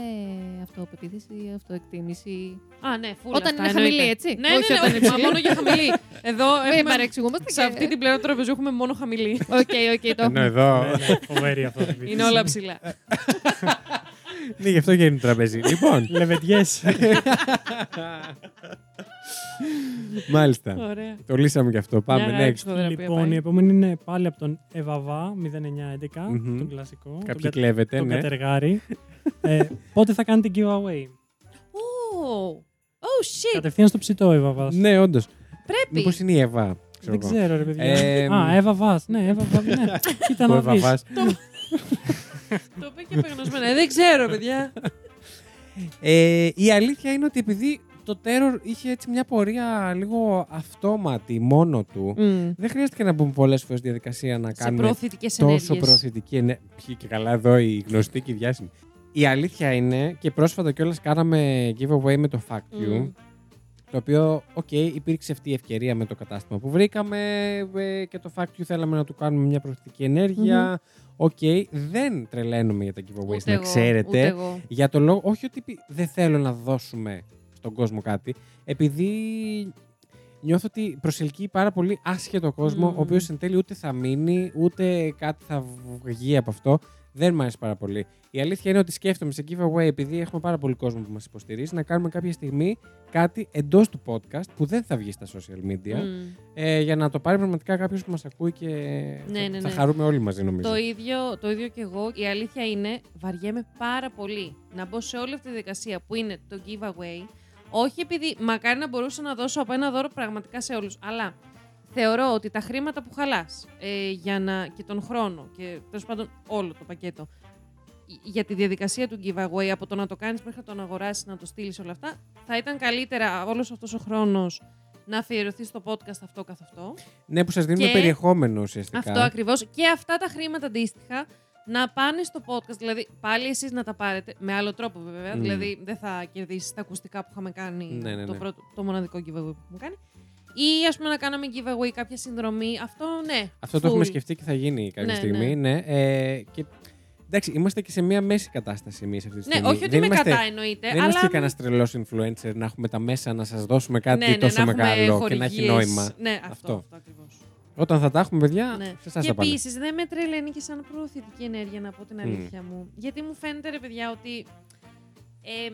Speaker 2: αυτοπεποίθηση, αυτοεκτίμηση.
Speaker 4: Α, ναι, φούλα.
Speaker 2: Όταν είναι χαμηλή, έτσι.
Speaker 4: Ναι, ναι,
Speaker 2: Όχι
Speaker 4: ναι,
Speaker 2: όταν
Speaker 4: όχι,
Speaker 2: είναι
Speaker 4: μα
Speaker 2: υψηλή.
Speaker 4: μόνο για χαμηλή. Εδώ
Speaker 2: Μην
Speaker 4: έχουμε,
Speaker 2: παρεξηγούμαστε
Speaker 4: σε αυτή την πλευρά του τραπεζού έχουμε μόνο χαμηλή.
Speaker 2: Οκ, οκ, το
Speaker 3: Ενώ
Speaker 2: έχουμε.
Speaker 1: Ναι,
Speaker 3: εδώ.
Speaker 1: ναι, Φοβερή αυτό. το βίντεο.
Speaker 4: Είναι όλα ψηλά.
Speaker 3: Ε, Ναι, γι' αυτό γίνει το [laughs] τραπέζι. Λοιπόν.
Speaker 1: Λεβεντιές.
Speaker 3: Μάλιστα.
Speaker 4: Ωραία.
Speaker 3: Το λύσαμε κι αυτό.
Speaker 4: Μια
Speaker 3: Πάμε
Speaker 4: χαρά
Speaker 3: next. ε-
Speaker 4: ψυχοθεραπεία
Speaker 1: Λοιπόν,
Speaker 4: πάει.
Speaker 1: η επόμενη είναι πάλι από τον Εβαβά 0911,
Speaker 3: Μμμ.
Speaker 1: τον κλασικό. τον
Speaker 3: Κάποιοι
Speaker 1: κα-
Speaker 3: κλέβετε,
Speaker 1: Τον
Speaker 3: ναι. [laughs]
Speaker 1: κατεργάρι. Ε, πότε θα κάνετε giveaway.
Speaker 4: Oh, oh shit.
Speaker 1: Κατευθείαν στο ψητό, Εβαβά.
Speaker 3: Ναι, όντως.
Speaker 4: Πρέπει.
Speaker 3: Μήπως είναι η Εύα.
Speaker 1: Δεν ξέρω, ρε παιδιά.
Speaker 3: Ε,
Speaker 1: Α, Εβαβάς. Ναι, Εβαβά. Ναι.
Speaker 3: [laughs]
Speaker 1: Κοίτα να δεις.
Speaker 3: Εύα.
Speaker 4: Το είπε και απεγνωσμένα. Ε, Δεν ξέρω, παιδιά.
Speaker 3: Ε, η αλήθεια είναι ότι επειδή το Terror είχε έτσι μια πορεία λίγο αυτόματη μόνο του, δεν χρειάστηκε να μπούμε πολλές φορές στη διαδικασία να
Speaker 4: Σε
Speaker 3: κάνουμε
Speaker 4: προωθητικές
Speaker 3: τόσο
Speaker 4: ενέργειες.
Speaker 3: προωθητική ενέργεια. Ποιοι και καλά εδώ οι γνωστοί και οι διάσημοι. Η αλήθεια είναι και πρόσφατα κιόλας κάναμε giveaway με το Fact You.
Speaker 4: Μμμ.
Speaker 3: Το οποίο, οκ, υπήρξε αυτή η ευκαιρία με το κατάστημα που βρήκαμε ε, και το fact you θέλαμε να του κάνουμε μια προωθητική ενέργεια. Οκ, δεν τρελαίνουμε για τα giveaways,
Speaker 4: Ούτε
Speaker 3: να
Speaker 4: εγώ,
Speaker 3: ξέρετε.
Speaker 4: Ούτε εγώ.
Speaker 3: Για το λόγο, όχι ότι πι- δεν θέλω να δώσουμε στον κόσμο κάτι, επειδή νιώθω ότι προσελκύει πάρα πολύ άσχετο κόσμο,
Speaker 4: Μμμ.
Speaker 3: ο οποίος εν τέλει ούτε θα μείνει, ούτε κάτι θα βγει από αυτό. Δεν μου αρέσει πάρα πολύ. Η αλήθεια είναι ότι σκέφτομαι σε giveaway, επειδή έχουμε πάρα πολύ κόσμο που μας υποστηρίζει, να κάνουμε κάποια στιγμή κάτι εντός του podcast που δεν θα βγει στα social media,
Speaker 4: Μμ.
Speaker 3: ε, για να το πάρει πραγματικά κάποιος που μας ακούει και
Speaker 4: Ναι,
Speaker 3: θα,
Speaker 4: ναι,
Speaker 3: θα
Speaker 4: ναι.
Speaker 3: χαρούμε όλοι μαζί, νομίζω.
Speaker 4: Το ίδιο, το ίδιο και εγώ. Η αλήθεια είναι, βαριέμαι πάρα πολύ να μπω σε όλη αυτή τη διαδικασία που είναι το giveaway. Όχι επειδή μακάρι να μπορούσα να δώσω από ένα δώρο πραγματικά σε όλους, αλλά θεωρώ ότι τα χρήματα που χαλάς ε, για να, και τον χρόνο και τέλος πάντων όλο το πακέτο για τη διαδικασία του giveaway από το να το κάνεις μέχρι να τον αγοράσεις, να το στείλεις όλα αυτά, θα ήταν καλύτερα όλος αυτός ο χρόνος να αφιερωθείς στο podcast αυτό καθ' αυτό.
Speaker 3: Ναι, που σας δίνουμε
Speaker 4: Και-
Speaker 3: περιεχόμενο ουσιαστικά.
Speaker 4: Αυτό ακριβώς. Και αυτά τα χρήματα αντίστοιχα να πάνε στο podcast. Δηλαδή, πάλι εσείς να τα πάρετε. Με άλλο τρόπο, βέβαια.
Speaker 3: Μμμ.
Speaker 4: Δηλαδή, δεν θα κερδίσεις τα ακουστικά που είχαμε κάνει.
Speaker 3: Mm. Ναι, ναι,
Speaker 4: Το,
Speaker 3: ναι.
Speaker 4: πρώτο, το μοναδικό giveaway που είχαμε κάνει. Ή ας πούμε να κάναμε giveaway κάποια συνδρομή. Αυτό ναι.
Speaker 3: Αυτό το έχουμε
Speaker 4: full.
Speaker 3: σκεφτεί και θα γίνει κάποια
Speaker 4: Ναι,
Speaker 3: στιγμή.
Speaker 4: ναι.
Speaker 3: Ναι. Ε, και, εντάξει, είμαστε και σε μία μέση κατάσταση εμείς αυτή τη
Speaker 4: Ναι,
Speaker 3: στιγμή.
Speaker 4: όχι ότι
Speaker 3: δεν
Speaker 4: με
Speaker 3: είμαστε,
Speaker 4: κατά εννοείται.
Speaker 3: Δεν
Speaker 4: αλλά...
Speaker 3: είμαστε κανένας τρελός influencer να έχουμε τα μέσα να σας δώσουμε κάτι
Speaker 4: ναι, ναι,
Speaker 3: τόσο
Speaker 4: να έχουμε
Speaker 3: μεγάλο και να έχει
Speaker 4: χορηγίες.
Speaker 3: νόημα.
Speaker 4: Ναι, αυτό,
Speaker 3: Αυτό.
Speaker 4: αυτό. ακριβώς.
Speaker 3: Όταν θα τα έχουμε, παιδιά,
Speaker 4: Ναι.
Speaker 3: σε εσάς
Speaker 4: Και
Speaker 3: θα πάνε.
Speaker 4: επίσης δεν με τρελαίνει και σαν προωθητική ενέργεια, να πω την
Speaker 3: Μμ.
Speaker 4: αλήθεια μου. Γιατί μου φαίνεται, ρε παιδιά, ότι Ε,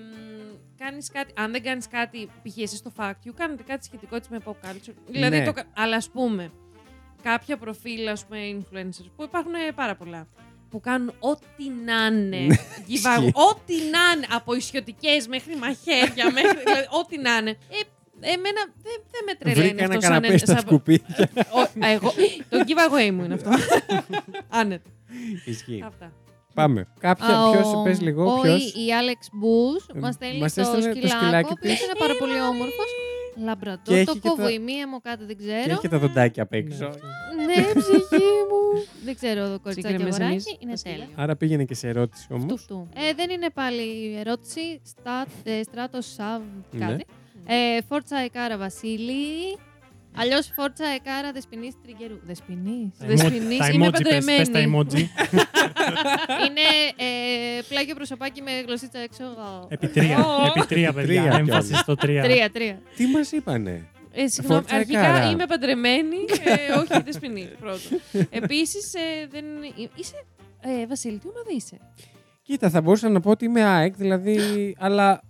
Speaker 4: κάνεις κάτι, αν δεν κάνεις κάτι, π.χ. εσείς στο Fact You, κάνετε κάτι σχετικό έτσι με pop culture. Δηλαδή,
Speaker 3: Ναι.
Speaker 4: το, κα- αλλά ας πούμε, κάποια προφίλ, ας πούμε, influencers, που υπάρχουν ε, πάρα πολλά, που κάνουν ό,τι να είναι.
Speaker 3: Ναι,
Speaker 4: giveaway,
Speaker 3: ισχύει.
Speaker 4: ό,τι να είναι. Από ισιωτικές μέχρι μαχαίρια, μέχρι, δηλαδή, ό,τι να είναι. Ε, εμένα δεν δεν με τρελαίνει
Speaker 3: Βρήκα ένα
Speaker 4: αυτό σαν
Speaker 3: καναπέ στα
Speaker 4: σαν- [laughs]
Speaker 3: σκουπίδια.
Speaker 4: Ο- α, εγώ, το giveaway μου είναι αυτό. Άνετα.
Speaker 3: Ισχύει.
Speaker 4: Αυτά.
Speaker 3: Πάμε. Κάποια,
Speaker 2: Ο-
Speaker 3: ποιος, πες λίγο,
Speaker 2: ο-
Speaker 3: ποιος.
Speaker 2: Η Άλεξ Μπούς
Speaker 3: Ε,
Speaker 2: μας στέλνει
Speaker 3: μας
Speaker 2: το
Speaker 3: έστειλε το
Speaker 2: σκυλάκο,
Speaker 3: σκυλάκι
Speaker 2: ο οποίος
Speaker 3: της.
Speaker 2: είναι πάρα πολύ όμορφος.
Speaker 3: Και
Speaker 2: Λαμπραντό,
Speaker 3: έχει
Speaker 2: το
Speaker 3: και
Speaker 2: κόβω
Speaker 3: τα-
Speaker 2: η μία μου κάτι, δεν
Speaker 3: Και
Speaker 2: ξέρω.
Speaker 3: έχει και τα δοντάκια απ'
Speaker 1: Ναι,
Speaker 3: έξω.
Speaker 1: αυτό.
Speaker 2: Ναι, ψυχή
Speaker 3: [laughs]
Speaker 2: μου. Δεν ξέρω εδώ κοριτσάκι
Speaker 4: Συγκρεμές εμείς,
Speaker 2: αγοράκι, είναι
Speaker 4: τα σκύλα.
Speaker 2: τέλειο.
Speaker 3: Άρα πήγαινε και σε ερώτηση όμως.
Speaker 2: Τουφτού. Ε, δεν είναι πάλι ερώτηση. Στα, ε, στράτος Σαβ
Speaker 3: Ναι.
Speaker 2: κάτι. Ε, φόρτσα Εκάρα Βασίλη. Αλλιώς Φόρτσα Εκάρα Δεσποινής Τριγκερού. Δεσποινή.
Speaker 3: Ε, ναι,
Speaker 1: Τα
Speaker 4: Δεσποινής,
Speaker 1: emoji- τα
Speaker 4: είμαι
Speaker 1: emoji, πες- πες τα
Speaker 4: παντρεμένη.
Speaker 1: emoji.
Speaker 4: [laughs]
Speaker 2: είναι ε, πλάγιο προσωπάκι με γλωσσίτσα έξω.
Speaker 1: Επί τρία,
Speaker 4: Ω.
Speaker 1: επί τρία, παιδιά.
Speaker 3: Τρία
Speaker 1: Έμφαση
Speaker 3: κιόλας.
Speaker 1: στο τρία.
Speaker 2: Τρία, τρία.
Speaker 3: Τι μας είπανε.
Speaker 4: Ε, συγγνώμη,
Speaker 3: Φόρτσα
Speaker 4: αρχικά
Speaker 3: εκάρα.
Speaker 4: είμαι παντρεμένη, ε, όχι δεσποινή πρώτον. Επίσης, ε, δεν... Είσαι... Ε, Βασίλη, τι ομάδα είσαι.
Speaker 3: Κοίτα, θα μπορούσα να πω ότι είμαι ΑΕΚ, δηλαδή. αλλά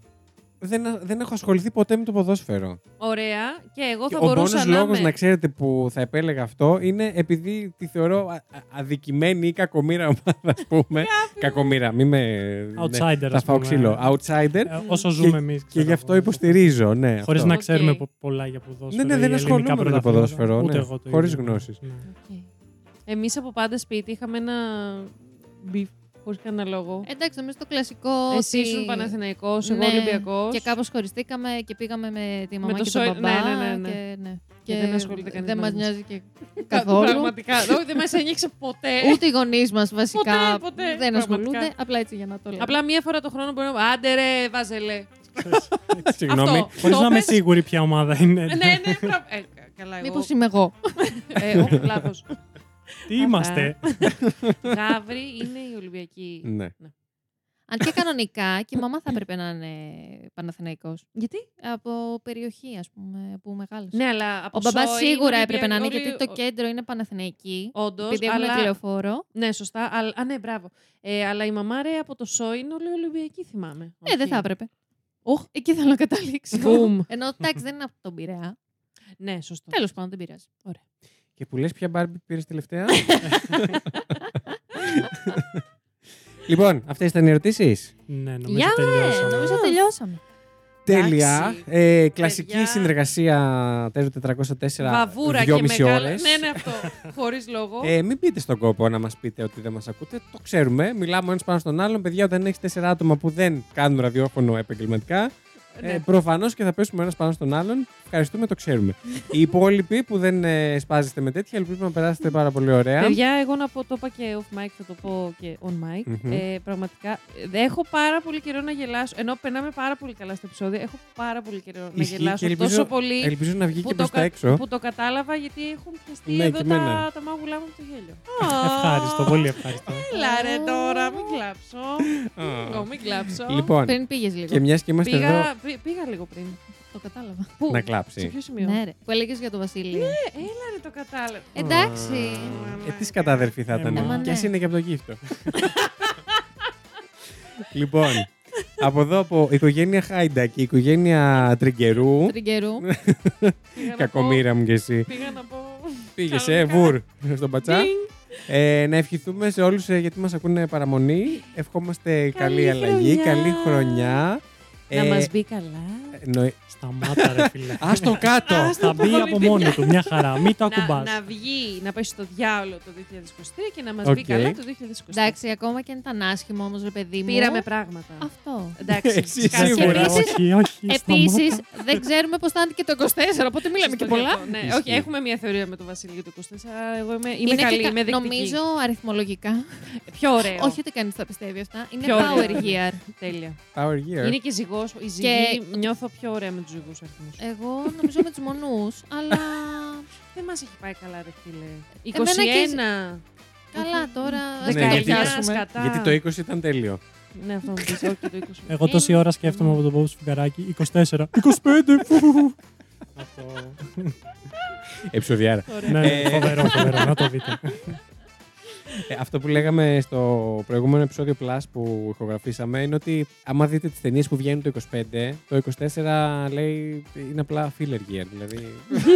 Speaker 3: δεν, δεν έχω ασχοληθεί ποτέ με το ποδόσφαιρο.
Speaker 4: Ωραία. Και εγώ
Speaker 3: Και
Speaker 4: θα
Speaker 3: ο
Speaker 4: μπορούσα
Speaker 3: μόνος
Speaker 4: να
Speaker 3: λόγος,
Speaker 4: είμαι.
Speaker 3: να ξέρετε, που θα επέλεγα αυτό είναι επειδή τη θεωρώ α- α- αδικημένη ή κακομήρα ομάδα, ας πούμε. κακομήρα, μην με. ναι,
Speaker 1: Outsider,
Speaker 3: θα
Speaker 1: ας
Speaker 3: φάω
Speaker 1: πούμε.
Speaker 3: ξύλο. Outsider.
Speaker 1: Ε, Όσο ζούμε εμείς.
Speaker 3: Και
Speaker 1: ξέρω
Speaker 3: γι' αυτό
Speaker 1: εγώ.
Speaker 3: υποστηρίζω, ναι.
Speaker 1: Χωρίς
Speaker 3: αυτό.
Speaker 1: να
Speaker 4: Οκ.
Speaker 1: ξέρουμε πο- πολλά για ποδόσφαιρο.
Speaker 3: Ναι, ναι, δεν
Speaker 1: ή ελληνικά
Speaker 3: ασχολούμαι με το
Speaker 1: πρωταθλήματα.
Speaker 3: ποδόσφαιρο,
Speaker 1: Ούτε
Speaker 3: ναι.
Speaker 1: εγώ το
Speaker 3: Χωρίς
Speaker 1: ίδιο.
Speaker 3: γνώσεις.
Speaker 1: Ναι.
Speaker 4: Οκ.
Speaker 2: Ε,
Speaker 4: Εμείς από πάντα σπίτι είχαμε ένα μπιφ, χωρίς κανένα λόγο.
Speaker 2: Εντάξει, νομίζω το κλασικό.
Speaker 4: Εσύ
Speaker 2: Ε, ότι-
Speaker 4: ήσουν Παναθηναϊκός, εγώ
Speaker 2: Ναι.
Speaker 4: Ολυμπιακός.
Speaker 2: Και κάπως χωριστήκαμε και πήγαμε με τη μαμά
Speaker 4: το
Speaker 2: και τον
Speaker 4: σόι-
Speaker 2: μπαμπά.
Speaker 4: ναι, ναι, ναι, ναι.
Speaker 2: Και, ναι.
Speaker 4: Και δεν ασχολείται κανείς
Speaker 2: Δεν μα
Speaker 4: μαζί μας.
Speaker 2: νοιάζει και
Speaker 4: Κα-
Speaker 2: καθόλου.
Speaker 4: Πραγματικά. όχι, δεν μας ένιωξε ποτέ.
Speaker 2: Ούτε οι γονείς μας βασικά
Speaker 4: Ποτέ, ποτέ,
Speaker 2: δεν ασχολούνται.
Speaker 4: πραγματικά.
Speaker 2: Απλά έτσι για να το λέμε.
Speaker 4: Απλά μία φορά το χρόνο μπορεί να πούμε «Άντε ρε, βάζελε».
Speaker 3: [laughs] Συγγνώμη.
Speaker 4: Αυτό.
Speaker 1: Χωρίς
Speaker 4: Το
Speaker 1: να είμαι
Speaker 4: πες.
Speaker 1: σίγουρη ποια ομάδα είναι.
Speaker 4: ναι, ναι, πρα- ε, κα- καλά εγώ.
Speaker 2: Μήπω είμαι εγώ.
Speaker 4: Ε, όχι, λάθος.
Speaker 1: Τι είμαστε.
Speaker 4: Γαύρι είναι η Ολυμπιακή.
Speaker 3: Ναι.
Speaker 2: Αν και κανονικά και η μαμά θα έπρεπε να είναι Παναθηναϊκός.
Speaker 4: Γιατί?
Speaker 2: Από περιοχή, ας πούμε, που μεγάλωσε.
Speaker 4: Ναι, αλλά από
Speaker 2: Ο μπαμπάς
Speaker 4: σόι,
Speaker 2: σίγουρα
Speaker 4: Ολυμπιακ-
Speaker 2: έπρεπε να είναι,
Speaker 4: όλοι-
Speaker 2: γιατί το κέντρο είναι Παναθηναϊκή.
Speaker 4: Όντως,
Speaker 2: Επειδή έχουν
Speaker 4: αλλά...
Speaker 2: τηλεοφόρο.
Speaker 4: Ναι, σωστά. Αλλά... Α, ναι, μπράβο. Ε, αλλά η μαμά ρε από το σόι είναι όλη Ολυμπιακή, θυμάμαι.
Speaker 2: Ναι, δεν θα έπρεπε.
Speaker 4: Οχ.
Speaker 2: Εκεί θέλω να καταλήξω.
Speaker 4: Μπούμ.
Speaker 2: Ενώ εντάξει, δεν είναι από τον Πειραιά.
Speaker 4: Ναι, σωστό.
Speaker 2: Τέλος πάντων, δεν πειράζει.
Speaker 3: Και που λες ποια μπάρμπι πήρες
Speaker 4: [laughs]
Speaker 3: τελευταία. λοιπόν, αυτές ήταν οι ερωτήσεις.
Speaker 1: Ναι, νομίζω
Speaker 4: Γεια,
Speaker 1: τελειώσαμε.
Speaker 2: Ε, Νομίζω τελειώσαμε.
Speaker 3: Τέλεια. Ε, κλασική
Speaker 4: Παιδιά.
Speaker 3: συνεργασία Τέζο 404.
Speaker 4: Βαβούρα και
Speaker 3: δυόμιση
Speaker 4: μεγάλα.
Speaker 3: ώρες.
Speaker 4: Ναι, ναι, αυτό. Χωρίς λόγο.
Speaker 3: Ε, μην πείτε στον κόπο να μας πείτε ότι δεν μας ακούτε. Το ξέρουμε. Μιλάμε ένας πάνω στον άλλον. Παιδιά, όταν έχεις τέσσερα άτομα που δεν κάνουν ραδιόφωνο επαγγελματικά,
Speaker 4: ναι.
Speaker 3: ε, προφανώς και θα πέσουμε ένας πάνω στον άλλον. Ευχαριστούμε, το ξέρουμε. Οι υπόλοιποι που δεν ε, σπάζεστε με τέτοια, ελπίζουμε να περάσετε πάρα πολύ ωραία.
Speaker 4: Παιδιά, εγώ να πω, το είπα και off mic, θα το πω και on mic.
Speaker 3: Μμμ.
Speaker 4: ε, πραγματικά, ε, έχω πάρα πολύ καιρό να γελάσω. Ενώ περνάμε πάρα πολύ καλά στα επεισόδια, έχω πάρα πολύ καιρό να
Speaker 3: Ισχύει
Speaker 4: γελάσω
Speaker 3: και ελπίζω-
Speaker 4: τόσο πολύ
Speaker 3: Ελπίζω να βγει
Speaker 4: Που
Speaker 3: και
Speaker 4: το
Speaker 3: προς τα
Speaker 4: κα-
Speaker 3: έξω.
Speaker 4: που το κατάλαβα γιατί έχουν πιαστεί
Speaker 3: Ναι,
Speaker 4: εδώ
Speaker 3: και
Speaker 4: τα,
Speaker 3: εμένα.
Speaker 4: τα μάγουλά μου από το γέλιο.
Speaker 1: Ευχάριστο, πολύ ευχάριστο.
Speaker 4: Έλα ρε τώρα, μην κλάψω.
Speaker 3: Α.
Speaker 4: Εγώ μην κλάψω.
Speaker 3: Λοιπόν,
Speaker 2: Πριν πήγες λίγο.
Speaker 3: και μιας και είμαστε εδώ.
Speaker 4: πήγα, πή- πήγα λίγο πριν.
Speaker 2: Το κατάλαβα.
Speaker 4: Πού?
Speaker 3: Να
Speaker 4: Σε
Speaker 3: κλάψει.
Speaker 4: ποιο σημείο.
Speaker 2: Ναι, ρε. Που έλεγες για τον Βασίλη.
Speaker 4: Ε, έλα ρε το κατάλαβα.
Speaker 2: Εντάξει.
Speaker 3: Ε, τι σκατάδερφη θα
Speaker 1: Ε,
Speaker 3: ήταν.
Speaker 1: μα
Speaker 3: κι
Speaker 2: ναι.
Speaker 3: ας είναι και από το γύφτο. λοιπόν, από εδώ από οικογένεια Χάιντα και οικογένεια Τριγκερού.
Speaker 2: Τριγκερού.
Speaker 4: Πήγα να
Speaker 3: Κακομήρα μου κι εσύ. ε,
Speaker 4: πω- Πήγα να πω...
Speaker 3: Πήγες σε
Speaker 4: Κανονικά.
Speaker 3: βουρ στον πατσά.
Speaker 4: Ντινγκ.
Speaker 3: Ε, να ευχηθούμε σε όλους ε, γιατί μας ακούνε παραμονή. Ευχόμαστε καλή,
Speaker 4: Καλή
Speaker 3: αλλαγή,
Speaker 4: χρονιά.
Speaker 3: καλή χρονιά. ε,
Speaker 4: Να μας μπει καλά.
Speaker 3: νο...
Speaker 1: Σταμάτα, ρε φίλε.
Speaker 3: Ας το κάτω.
Speaker 4: Ας το
Speaker 1: Θα μπει από
Speaker 4: πολιτικά.
Speaker 1: μόνο του. Μια χαρά. Μην το
Speaker 4: να,
Speaker 1: ακουμπάς.
Speaker 4: να βγει, να πάει στο διάολο το 2023 και να μας
Speaker 3: Οκ.
Speaker 4: μπει καλά το 2023.
Speaker 2: Εντάξει, ακόμα και αν ήταν άσχημο όμως, ρε παιδί μου.
Speaker 4: Πήραμε πράγματα.
Speaker 2: Αυτό.
Speaker 4: Εντάξει.
Speaker 3: Εσύ
Speaker 4: σκάσε.
Speaker 3: σίγουρα.
Speaker 2: Επίσης-
Speaker 1: Όχι, όχι.
Speaker 2: Επίση,
Speaker 1: σταμάτα.
Speaker 2: δεν ξέρουμε πώς θα είναι και το 24, οπότε μιλάμε και
Speaker 4: Στο
Speaker 2: πολλά.
Speaker 4: λοιπόν, Ναι,
Speaker 3: Ισχύει.
Speaker 4: όχι, έχουμε μια θεωρία με τον Βασίλη για το 24. αλλά Εγώ είμαι, είμαι
Speaker 2: Είναι
Speaker 4: καλή,
Speaker 2: και κα-
Speaker 4: είμαι δεκτική. Ε,
Speaker 2: Νομίζω αριθμολογικά.
Speaker 4: Πιο ωραίο.
Speaker 2: Όχι ότι κανείς θα πιστεύει αυτά. Είναι
Speaker 4: Πιο ωραία.
Speaker 2: power year.
Speaker 4: Τέλεια.
Speaker 3: Power Gear.
Speaker 4: Είναι και ζυγός. Οι ζυγοί
Speaker 2: Και- Ε.
Speaker 4: νιώθω πιο ωραία με τους ζυγούς αριθμούς.
Speaker 2: Εγώ νομίζω με τους μονούς,
Speaker 3: [laughs]
Speaker 2: αλλά.
Speaker 4: δεν μας έχει πάει καλά, ρε φίλε. 21.
Speaker 2: Ε, Εμένα και- Καλά τώρα. ας
Speaker 3: Ναι,
Speaker 2: το
Speaker 3: γιατί-
Speaker 2: πιάσουμε.
Speaker 4: σκατά.
Speaker 3: Γιατί το 20 ήταν τέλειο.
Speaker 4: Ναι, αυτό μου πεις, όχι το Ε, 20.
Speaker 1: Εγώ τόση ώρα σκέφτομαι από τον Πόμπο Σφουγγαράκη. 24. 25. Αυτό.
Speaker 3: Εψοδιάρα.
Speaker 1: Ναι, ναι, φοβερό, φοβερό. Να το δείτε.
Speaker 3: Ε, αυτό που λέγαμε στο προηγούμενο επεισόδιο Plus που ηχογραφήσαμε είναι ότι άμα δείτε τις ταινίες που βγαίνουν το 25, το 24 λέει είναι απλά filler gear. Δηλαδή.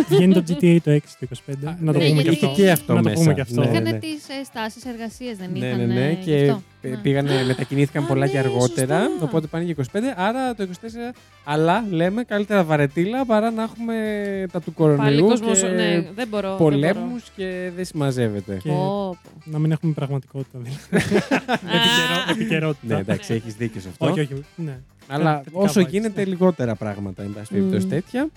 Speaker 1: Βγαίνει το GTA το 6 το 25.
Speaker 3: Α,
Speaker 1: να το
Speaker 2: ναι,
Speaker 1: πούμε
Speaker 2: γιατί-
Speaker 1: και αυτό.
Speaker 3: και αυτό
Speaker 1: Να το
Speaker 3: μέσα.
Speaker 1: πούμε και αυτό.
Speaker 3: Ναι,
Speaker 2: Είχαν
Speaker 3: ναι.
Speaker 2: τις στάσεις εργασίας, ε, δεν
Speaker 3: Ναι,
Speaker 2: είχαν.
Speaker 3: ναι, ναι.
Speaker 2: ε, γι'
Speaker 3: Και
Speaker 2: αυτό.
Speaker 3: π-
Speaker 2: Ναι.
Speaker 3: πήγανε, μετακινήθηκαν
Speaker 2: Α,
Speaker 3: πολλά
Speaker 2: ναι,
Speaker 3: και αργότερα.
Speaker 2: σωστά.
Speaker 3: Οπότε πάνε και 25. Άρα το 24. Αλλά λέμε καλύτερα βαρετήλα παρά να έχουμε τα του
Speaker 4: Πάλι
Speaker 3: κορονοϊού.
Speaker 4: κόσμο.
Speaker 3: και
Speaker 4: Ναι, δεν μπορώ. δεν μπορώ.
Speaker 3: πολέμου και δεν συμμαζεύεται.
Speaker 1: Και
Speaker 4: Πω, πω.
Speaker 1: να μην έχουμε πραγματικότητα. δηλαδή. Επικαιρό-
Speaker 3: Ναι,
Speaker 1: Επικαιρότητα.
Speaker 3: εντάξει, έχεις δίκιο σε αυτό.
Speaker 1: Όχι, όχι. Ναι.
Speaker 3: Αλλά
Speaker 1: θετικά
Speaker 3: όσο
Speaker 1: vibes,
Speaker 3: γίνεται
Speaker 1: ναι.
Speaker 3: λιγότερα πράγματα, εν πάση περιπτώσει,
Speaker 4: Μμμ.
Speaker 3: τέτοια.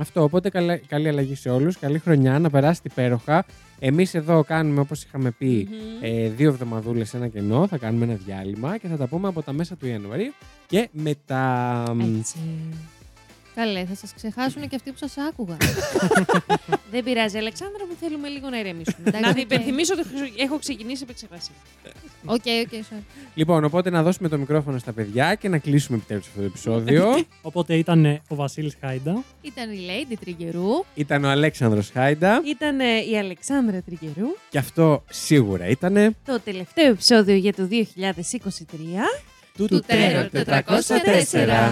Speaker 3: Αυτό, οπότε καλή, καλή αλλαγή σε όλους, καλή χρονιά, να περάσετε υπέροχα. Εμείς εδώ κάνουμε, όπως είχαμε πει,
Speaker 4: Μμμ.
Speaker 3: ε, δύο εβδομαδούλες ένα κενό, θα κάνουμε ένα διάλειμμα και θα τα πούμε από τα μέσα του Ιανουαρίου και μετά.
Speaker 4: Έτσι.
Speaker 2: Καλέ, θα σας ξεχάσουν και αυτοί που σας
Speaker 3: [laughs]
Speaker 2: άκουγαν.
Speaker 4: Δεν πειράζει, Αλεξάνδρα, μου θέλουμε λίγο να [laughs] ηρεμήσουμε.
Speaker 2: Εντάξει,
Speaker 4: να
Speaker 2: οκ.
Speaker 4: την υπενθυμίσω ότι έχω ξεκινήσει επεξεργασία.
Speaker 2: Οκ, οκ, sorry.
Speaker 3: Λοιπόν, οπότε να δώσουμε το μικρόφωνο στα παιδιά και να κλείσουμε επιτέλους αυτό το
Speaker 4: [laughs]
Speaker 3: επεισόδιο.
Speaker 1: Οπότε ήταν ε, ο Βασίλης Χάιντα.
Speaker 2: Ήταν η Lady Τριγερού.
Speaker 3: Ήταν ο Αλέξανδρος Χάιντα
Speaker 4: Ήταν ε, η Αλεξάνδρα Τρικερού.
Speaker 3: και αυτό σίγουρα ήταν
Speaker 4: Το τελευταίο επεισόδιο για το 2023.
Speaker 2: του Τέρο 404.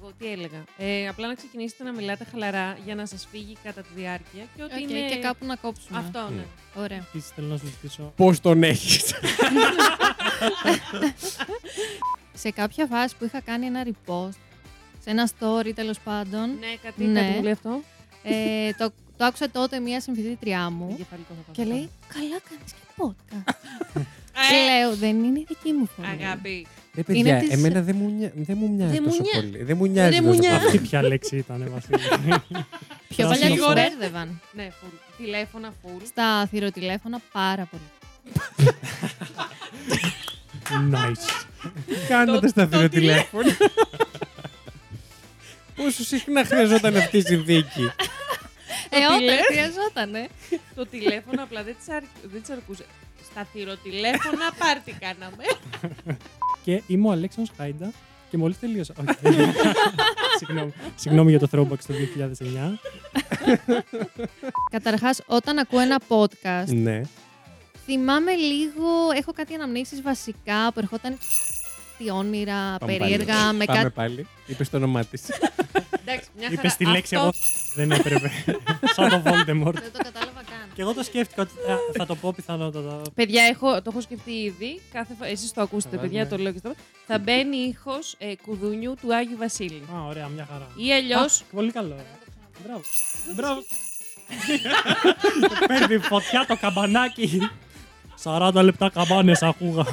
Speaker 4: Εγώ τι έλεγα. Ε, απλά να ξεκινήσετε να μιλάτε χαλαρά για να σας φύγει κατά τη διάρκεια. Και ότι
Speaker 2: Οκ,
Speaker 4: είναι...
Speaker 2: Και κάπου να κόψουμε.
Speaker 4: Αυτό, ναι.
Speaker 2: Ωραία.
Speaker 1: Επίσης θέλω να σου ζητήσω
Speaker 3: Πώς τον έχεις.
Speaker 2: Σε κάποια φάση που είχα κάνει ένα repost, σε ένα story τέλος πάντων,
Speaker 4: Ναι, κάτι,
Speaker 2: Ναι.
Speaker 4: κάτι μου λέει αυτό.
Speaker 2: ε, το, το άκουσα τότε μία συμφιλήτριά μου
Speaker 4: Εγκεφαλικό θα πάω.
Speaker 2: και λέει «Καλά κάνεις και πότε».
Speaker 4: Ε,
Speaker 2: και λέω «Δεν είναι η δική μου φωνή».
Speaker 4: Αγάπη.
Speaker 3: Ρε Ε, παιδιά,
Speaker 2: Είναι της-
Speaker 3: εμένα δεν μου, νοιάζει δεν μου μοιάζει
Speaker 4: Δεν μου
Speaker 3: τόσο
Speaker 4: νοιάζει.
Speaker 3: πολύ. Δεν μου νοιάζει
Speaker 4: Δεν μου
Speaker 3: τόσο
Speaker 4: νοιάζει.
Speaker 1: Τι
Speaker 3: πολύ.
Speaker 1: ποια λέξη ήταν, ε, Βασίλη.
Speaker 2: Πιο
Speaker 1: Πράσινο
Speaker 2: παλιά τους
Speaker 4: φως.
Speaker 2: μπέρδευαν.
Speaker 4: Ναι, full. Τηλέφωνα full.
Speaker 2: Στα θηροτηλέφωνα πάρα πολύ.
Speaker 1: Nice.
Speaker 3: [laughs] Κάνατε σταθερό
Speaker 4: το
Speaker 3: τηλέφωνο. [laughs] Πόσο συχνά χρειαζόταν αυτή η συνθήκη.
Speaker 2: ε, όταν
Speaker 4: τηλέφωνο.
Speaker 2: χρειαζότανε.
Speaker 4: Το τηλέφωνο απλά δεν της, αρ... δεν της αρκούσε. Σταθερό τηλέφωνα, πάρτι κάναμε.
Speaker 1: Και είμαι ο Αλέξανδρος Χάιντα και μόλις τελείωσα. Όχι, δεν- Συγγνώμη. Συγγνώμη για το throwback στο 2009.
Speaker 2: Καταρχάς, όταν ακούω ένα podcast,
Speaker 3: ναι.
Speaker 2: θυμάμαι λίγο, έχω κάτι αναμνήσεις βασικά που ερχόταν τι όνειρα, περίεργα, με
Speaker 3: Πάμε
Speaker 2: κάτι.
Speaker 3: πάλι. Είπες το όνομά της.
Speaker 4: Εντάξει, μια χαρά.
Speaker 1: Είπες τη λέξη
Speaker 4: Αυτό
Speaker 1: εγώ. Δεν έπρεπε. Σαν το Voldemort.
Speaker 2: Δεν το κατάλαβα καν.
Speaker 1: Και εγώ το σκέφτηκα ότι α, θα το πω πιθανότατα.
Speaker 4: Παιδιά, έχω, το έχω σκεφτεί ήδη. Κάθε φο- Εσείς το ακούσετε,
Speaker 3: Θα
Speaker 4: παιδιά,
Speaker 3: βάλουμε.
Speaker 4: το λέω και στο- Θα μπαίνει ήχος κουδουνιού του Άγιου Βασίλη.
Speaker 1: Α, ωραία, μια χαρά.
Speaker 4: Ή αλλιώς.
Speaker 1: Α, Πολύ καλό. ε. Μπράβο. Μπράβο. [laughs] Παίρνει φωτιά το καμπανάκι. 40 λεπτά καμπάνες ακούγα.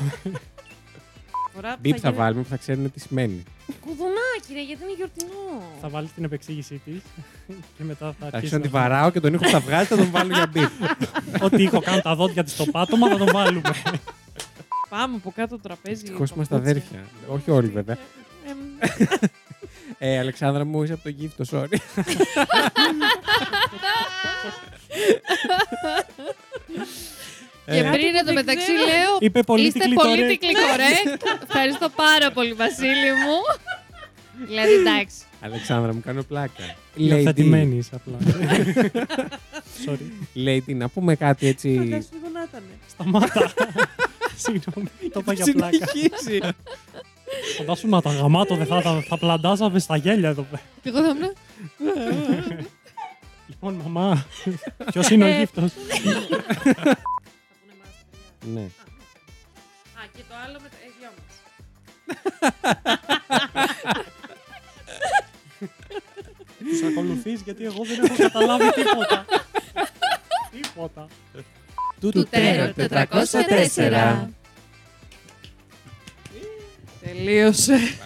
Speaker 3: Μπίπ θα βάλουμε που θα ξέρουν τι σημαίνει.
Speaker 4: Κουδουνάκι, ρε, γιατί είναι γιορτινό.
Speaker 1: θα βάλει την επεξήγησή της και μετά θα
Speaker 3: Θα αρχίσω
Speaker 1: αρχίσει.
Speaker 3: να τη βαράω και τον ήχο που θα βγάζει θα τον βάλω για μπίπ.
Speaker 1: Ό,τι έχω κάνει τα δόντια της στο πάτωμα θα τον βάλουμε.
Speaker 4: Πάμε από κάτω το τραπέζι.
Speaker 3: Ευτυχώς είμαστε
Speaker 4: παπούτσια.
Speaker 3: αδέρφια. Όχι όλοι βέβαια.
Speaker 4: Εμ,
Speaker 3: Ε, Αλεξάνδρα μου, είσαι από το γύφτο, sorry.
Speaker 2: Και πριν εδώ
Speaker 4: δεν
Speaker 2: μεταξύ
Speaker 4: ξέρω.
Speaker 2: λέω.
Speaker 1: Είπε πολύ
Speaker 2: Είστε πολύ correct. Ευχαριστώ πάρα πολύ, Βασίλη μου. δηλαδή, εντάξει.
Speaker 3: Αλεξάνδρα μου, κάνω πλάκα.
Speaker 1: Υιοθετημένη είσαι απλά. Sorry.
Speaker 3: Lady, να πούμε κάτι έτσι.
Speaker 4: Φαντάσου λίγο να ήταν.
Speaker 3: [laughs]
Speaker 1: Σταμάτα. Συγγνώμη, το είπα για πλάκα.
Speaker 3: Συνεχίζει.
Speaker 1: Φαντάσου να τα γαμάτο, δεν θα, τα- θα πλαντάζαμε στα γέλια εδώ πέρα.
Speaker 2: Και εγώ θα ήμουν.
Speaker 1: Λοιπόν, μαμά, ποιος είναι ο Αιγύπτος.
Speaker 4: Θα
Speaker 3: Ναι.
Speaker 4: πούνε μάσκα, παιδιά. Α, και το άλλο με τα ε, δυο μας.
Speaker 1: Τους ακολουθείς γιατί εγώ δεν έχω καταλάβει τίποτα. Τίποτα.
Speaker 2: Του τέρο 404.
Speaker 4: Τελείωσε.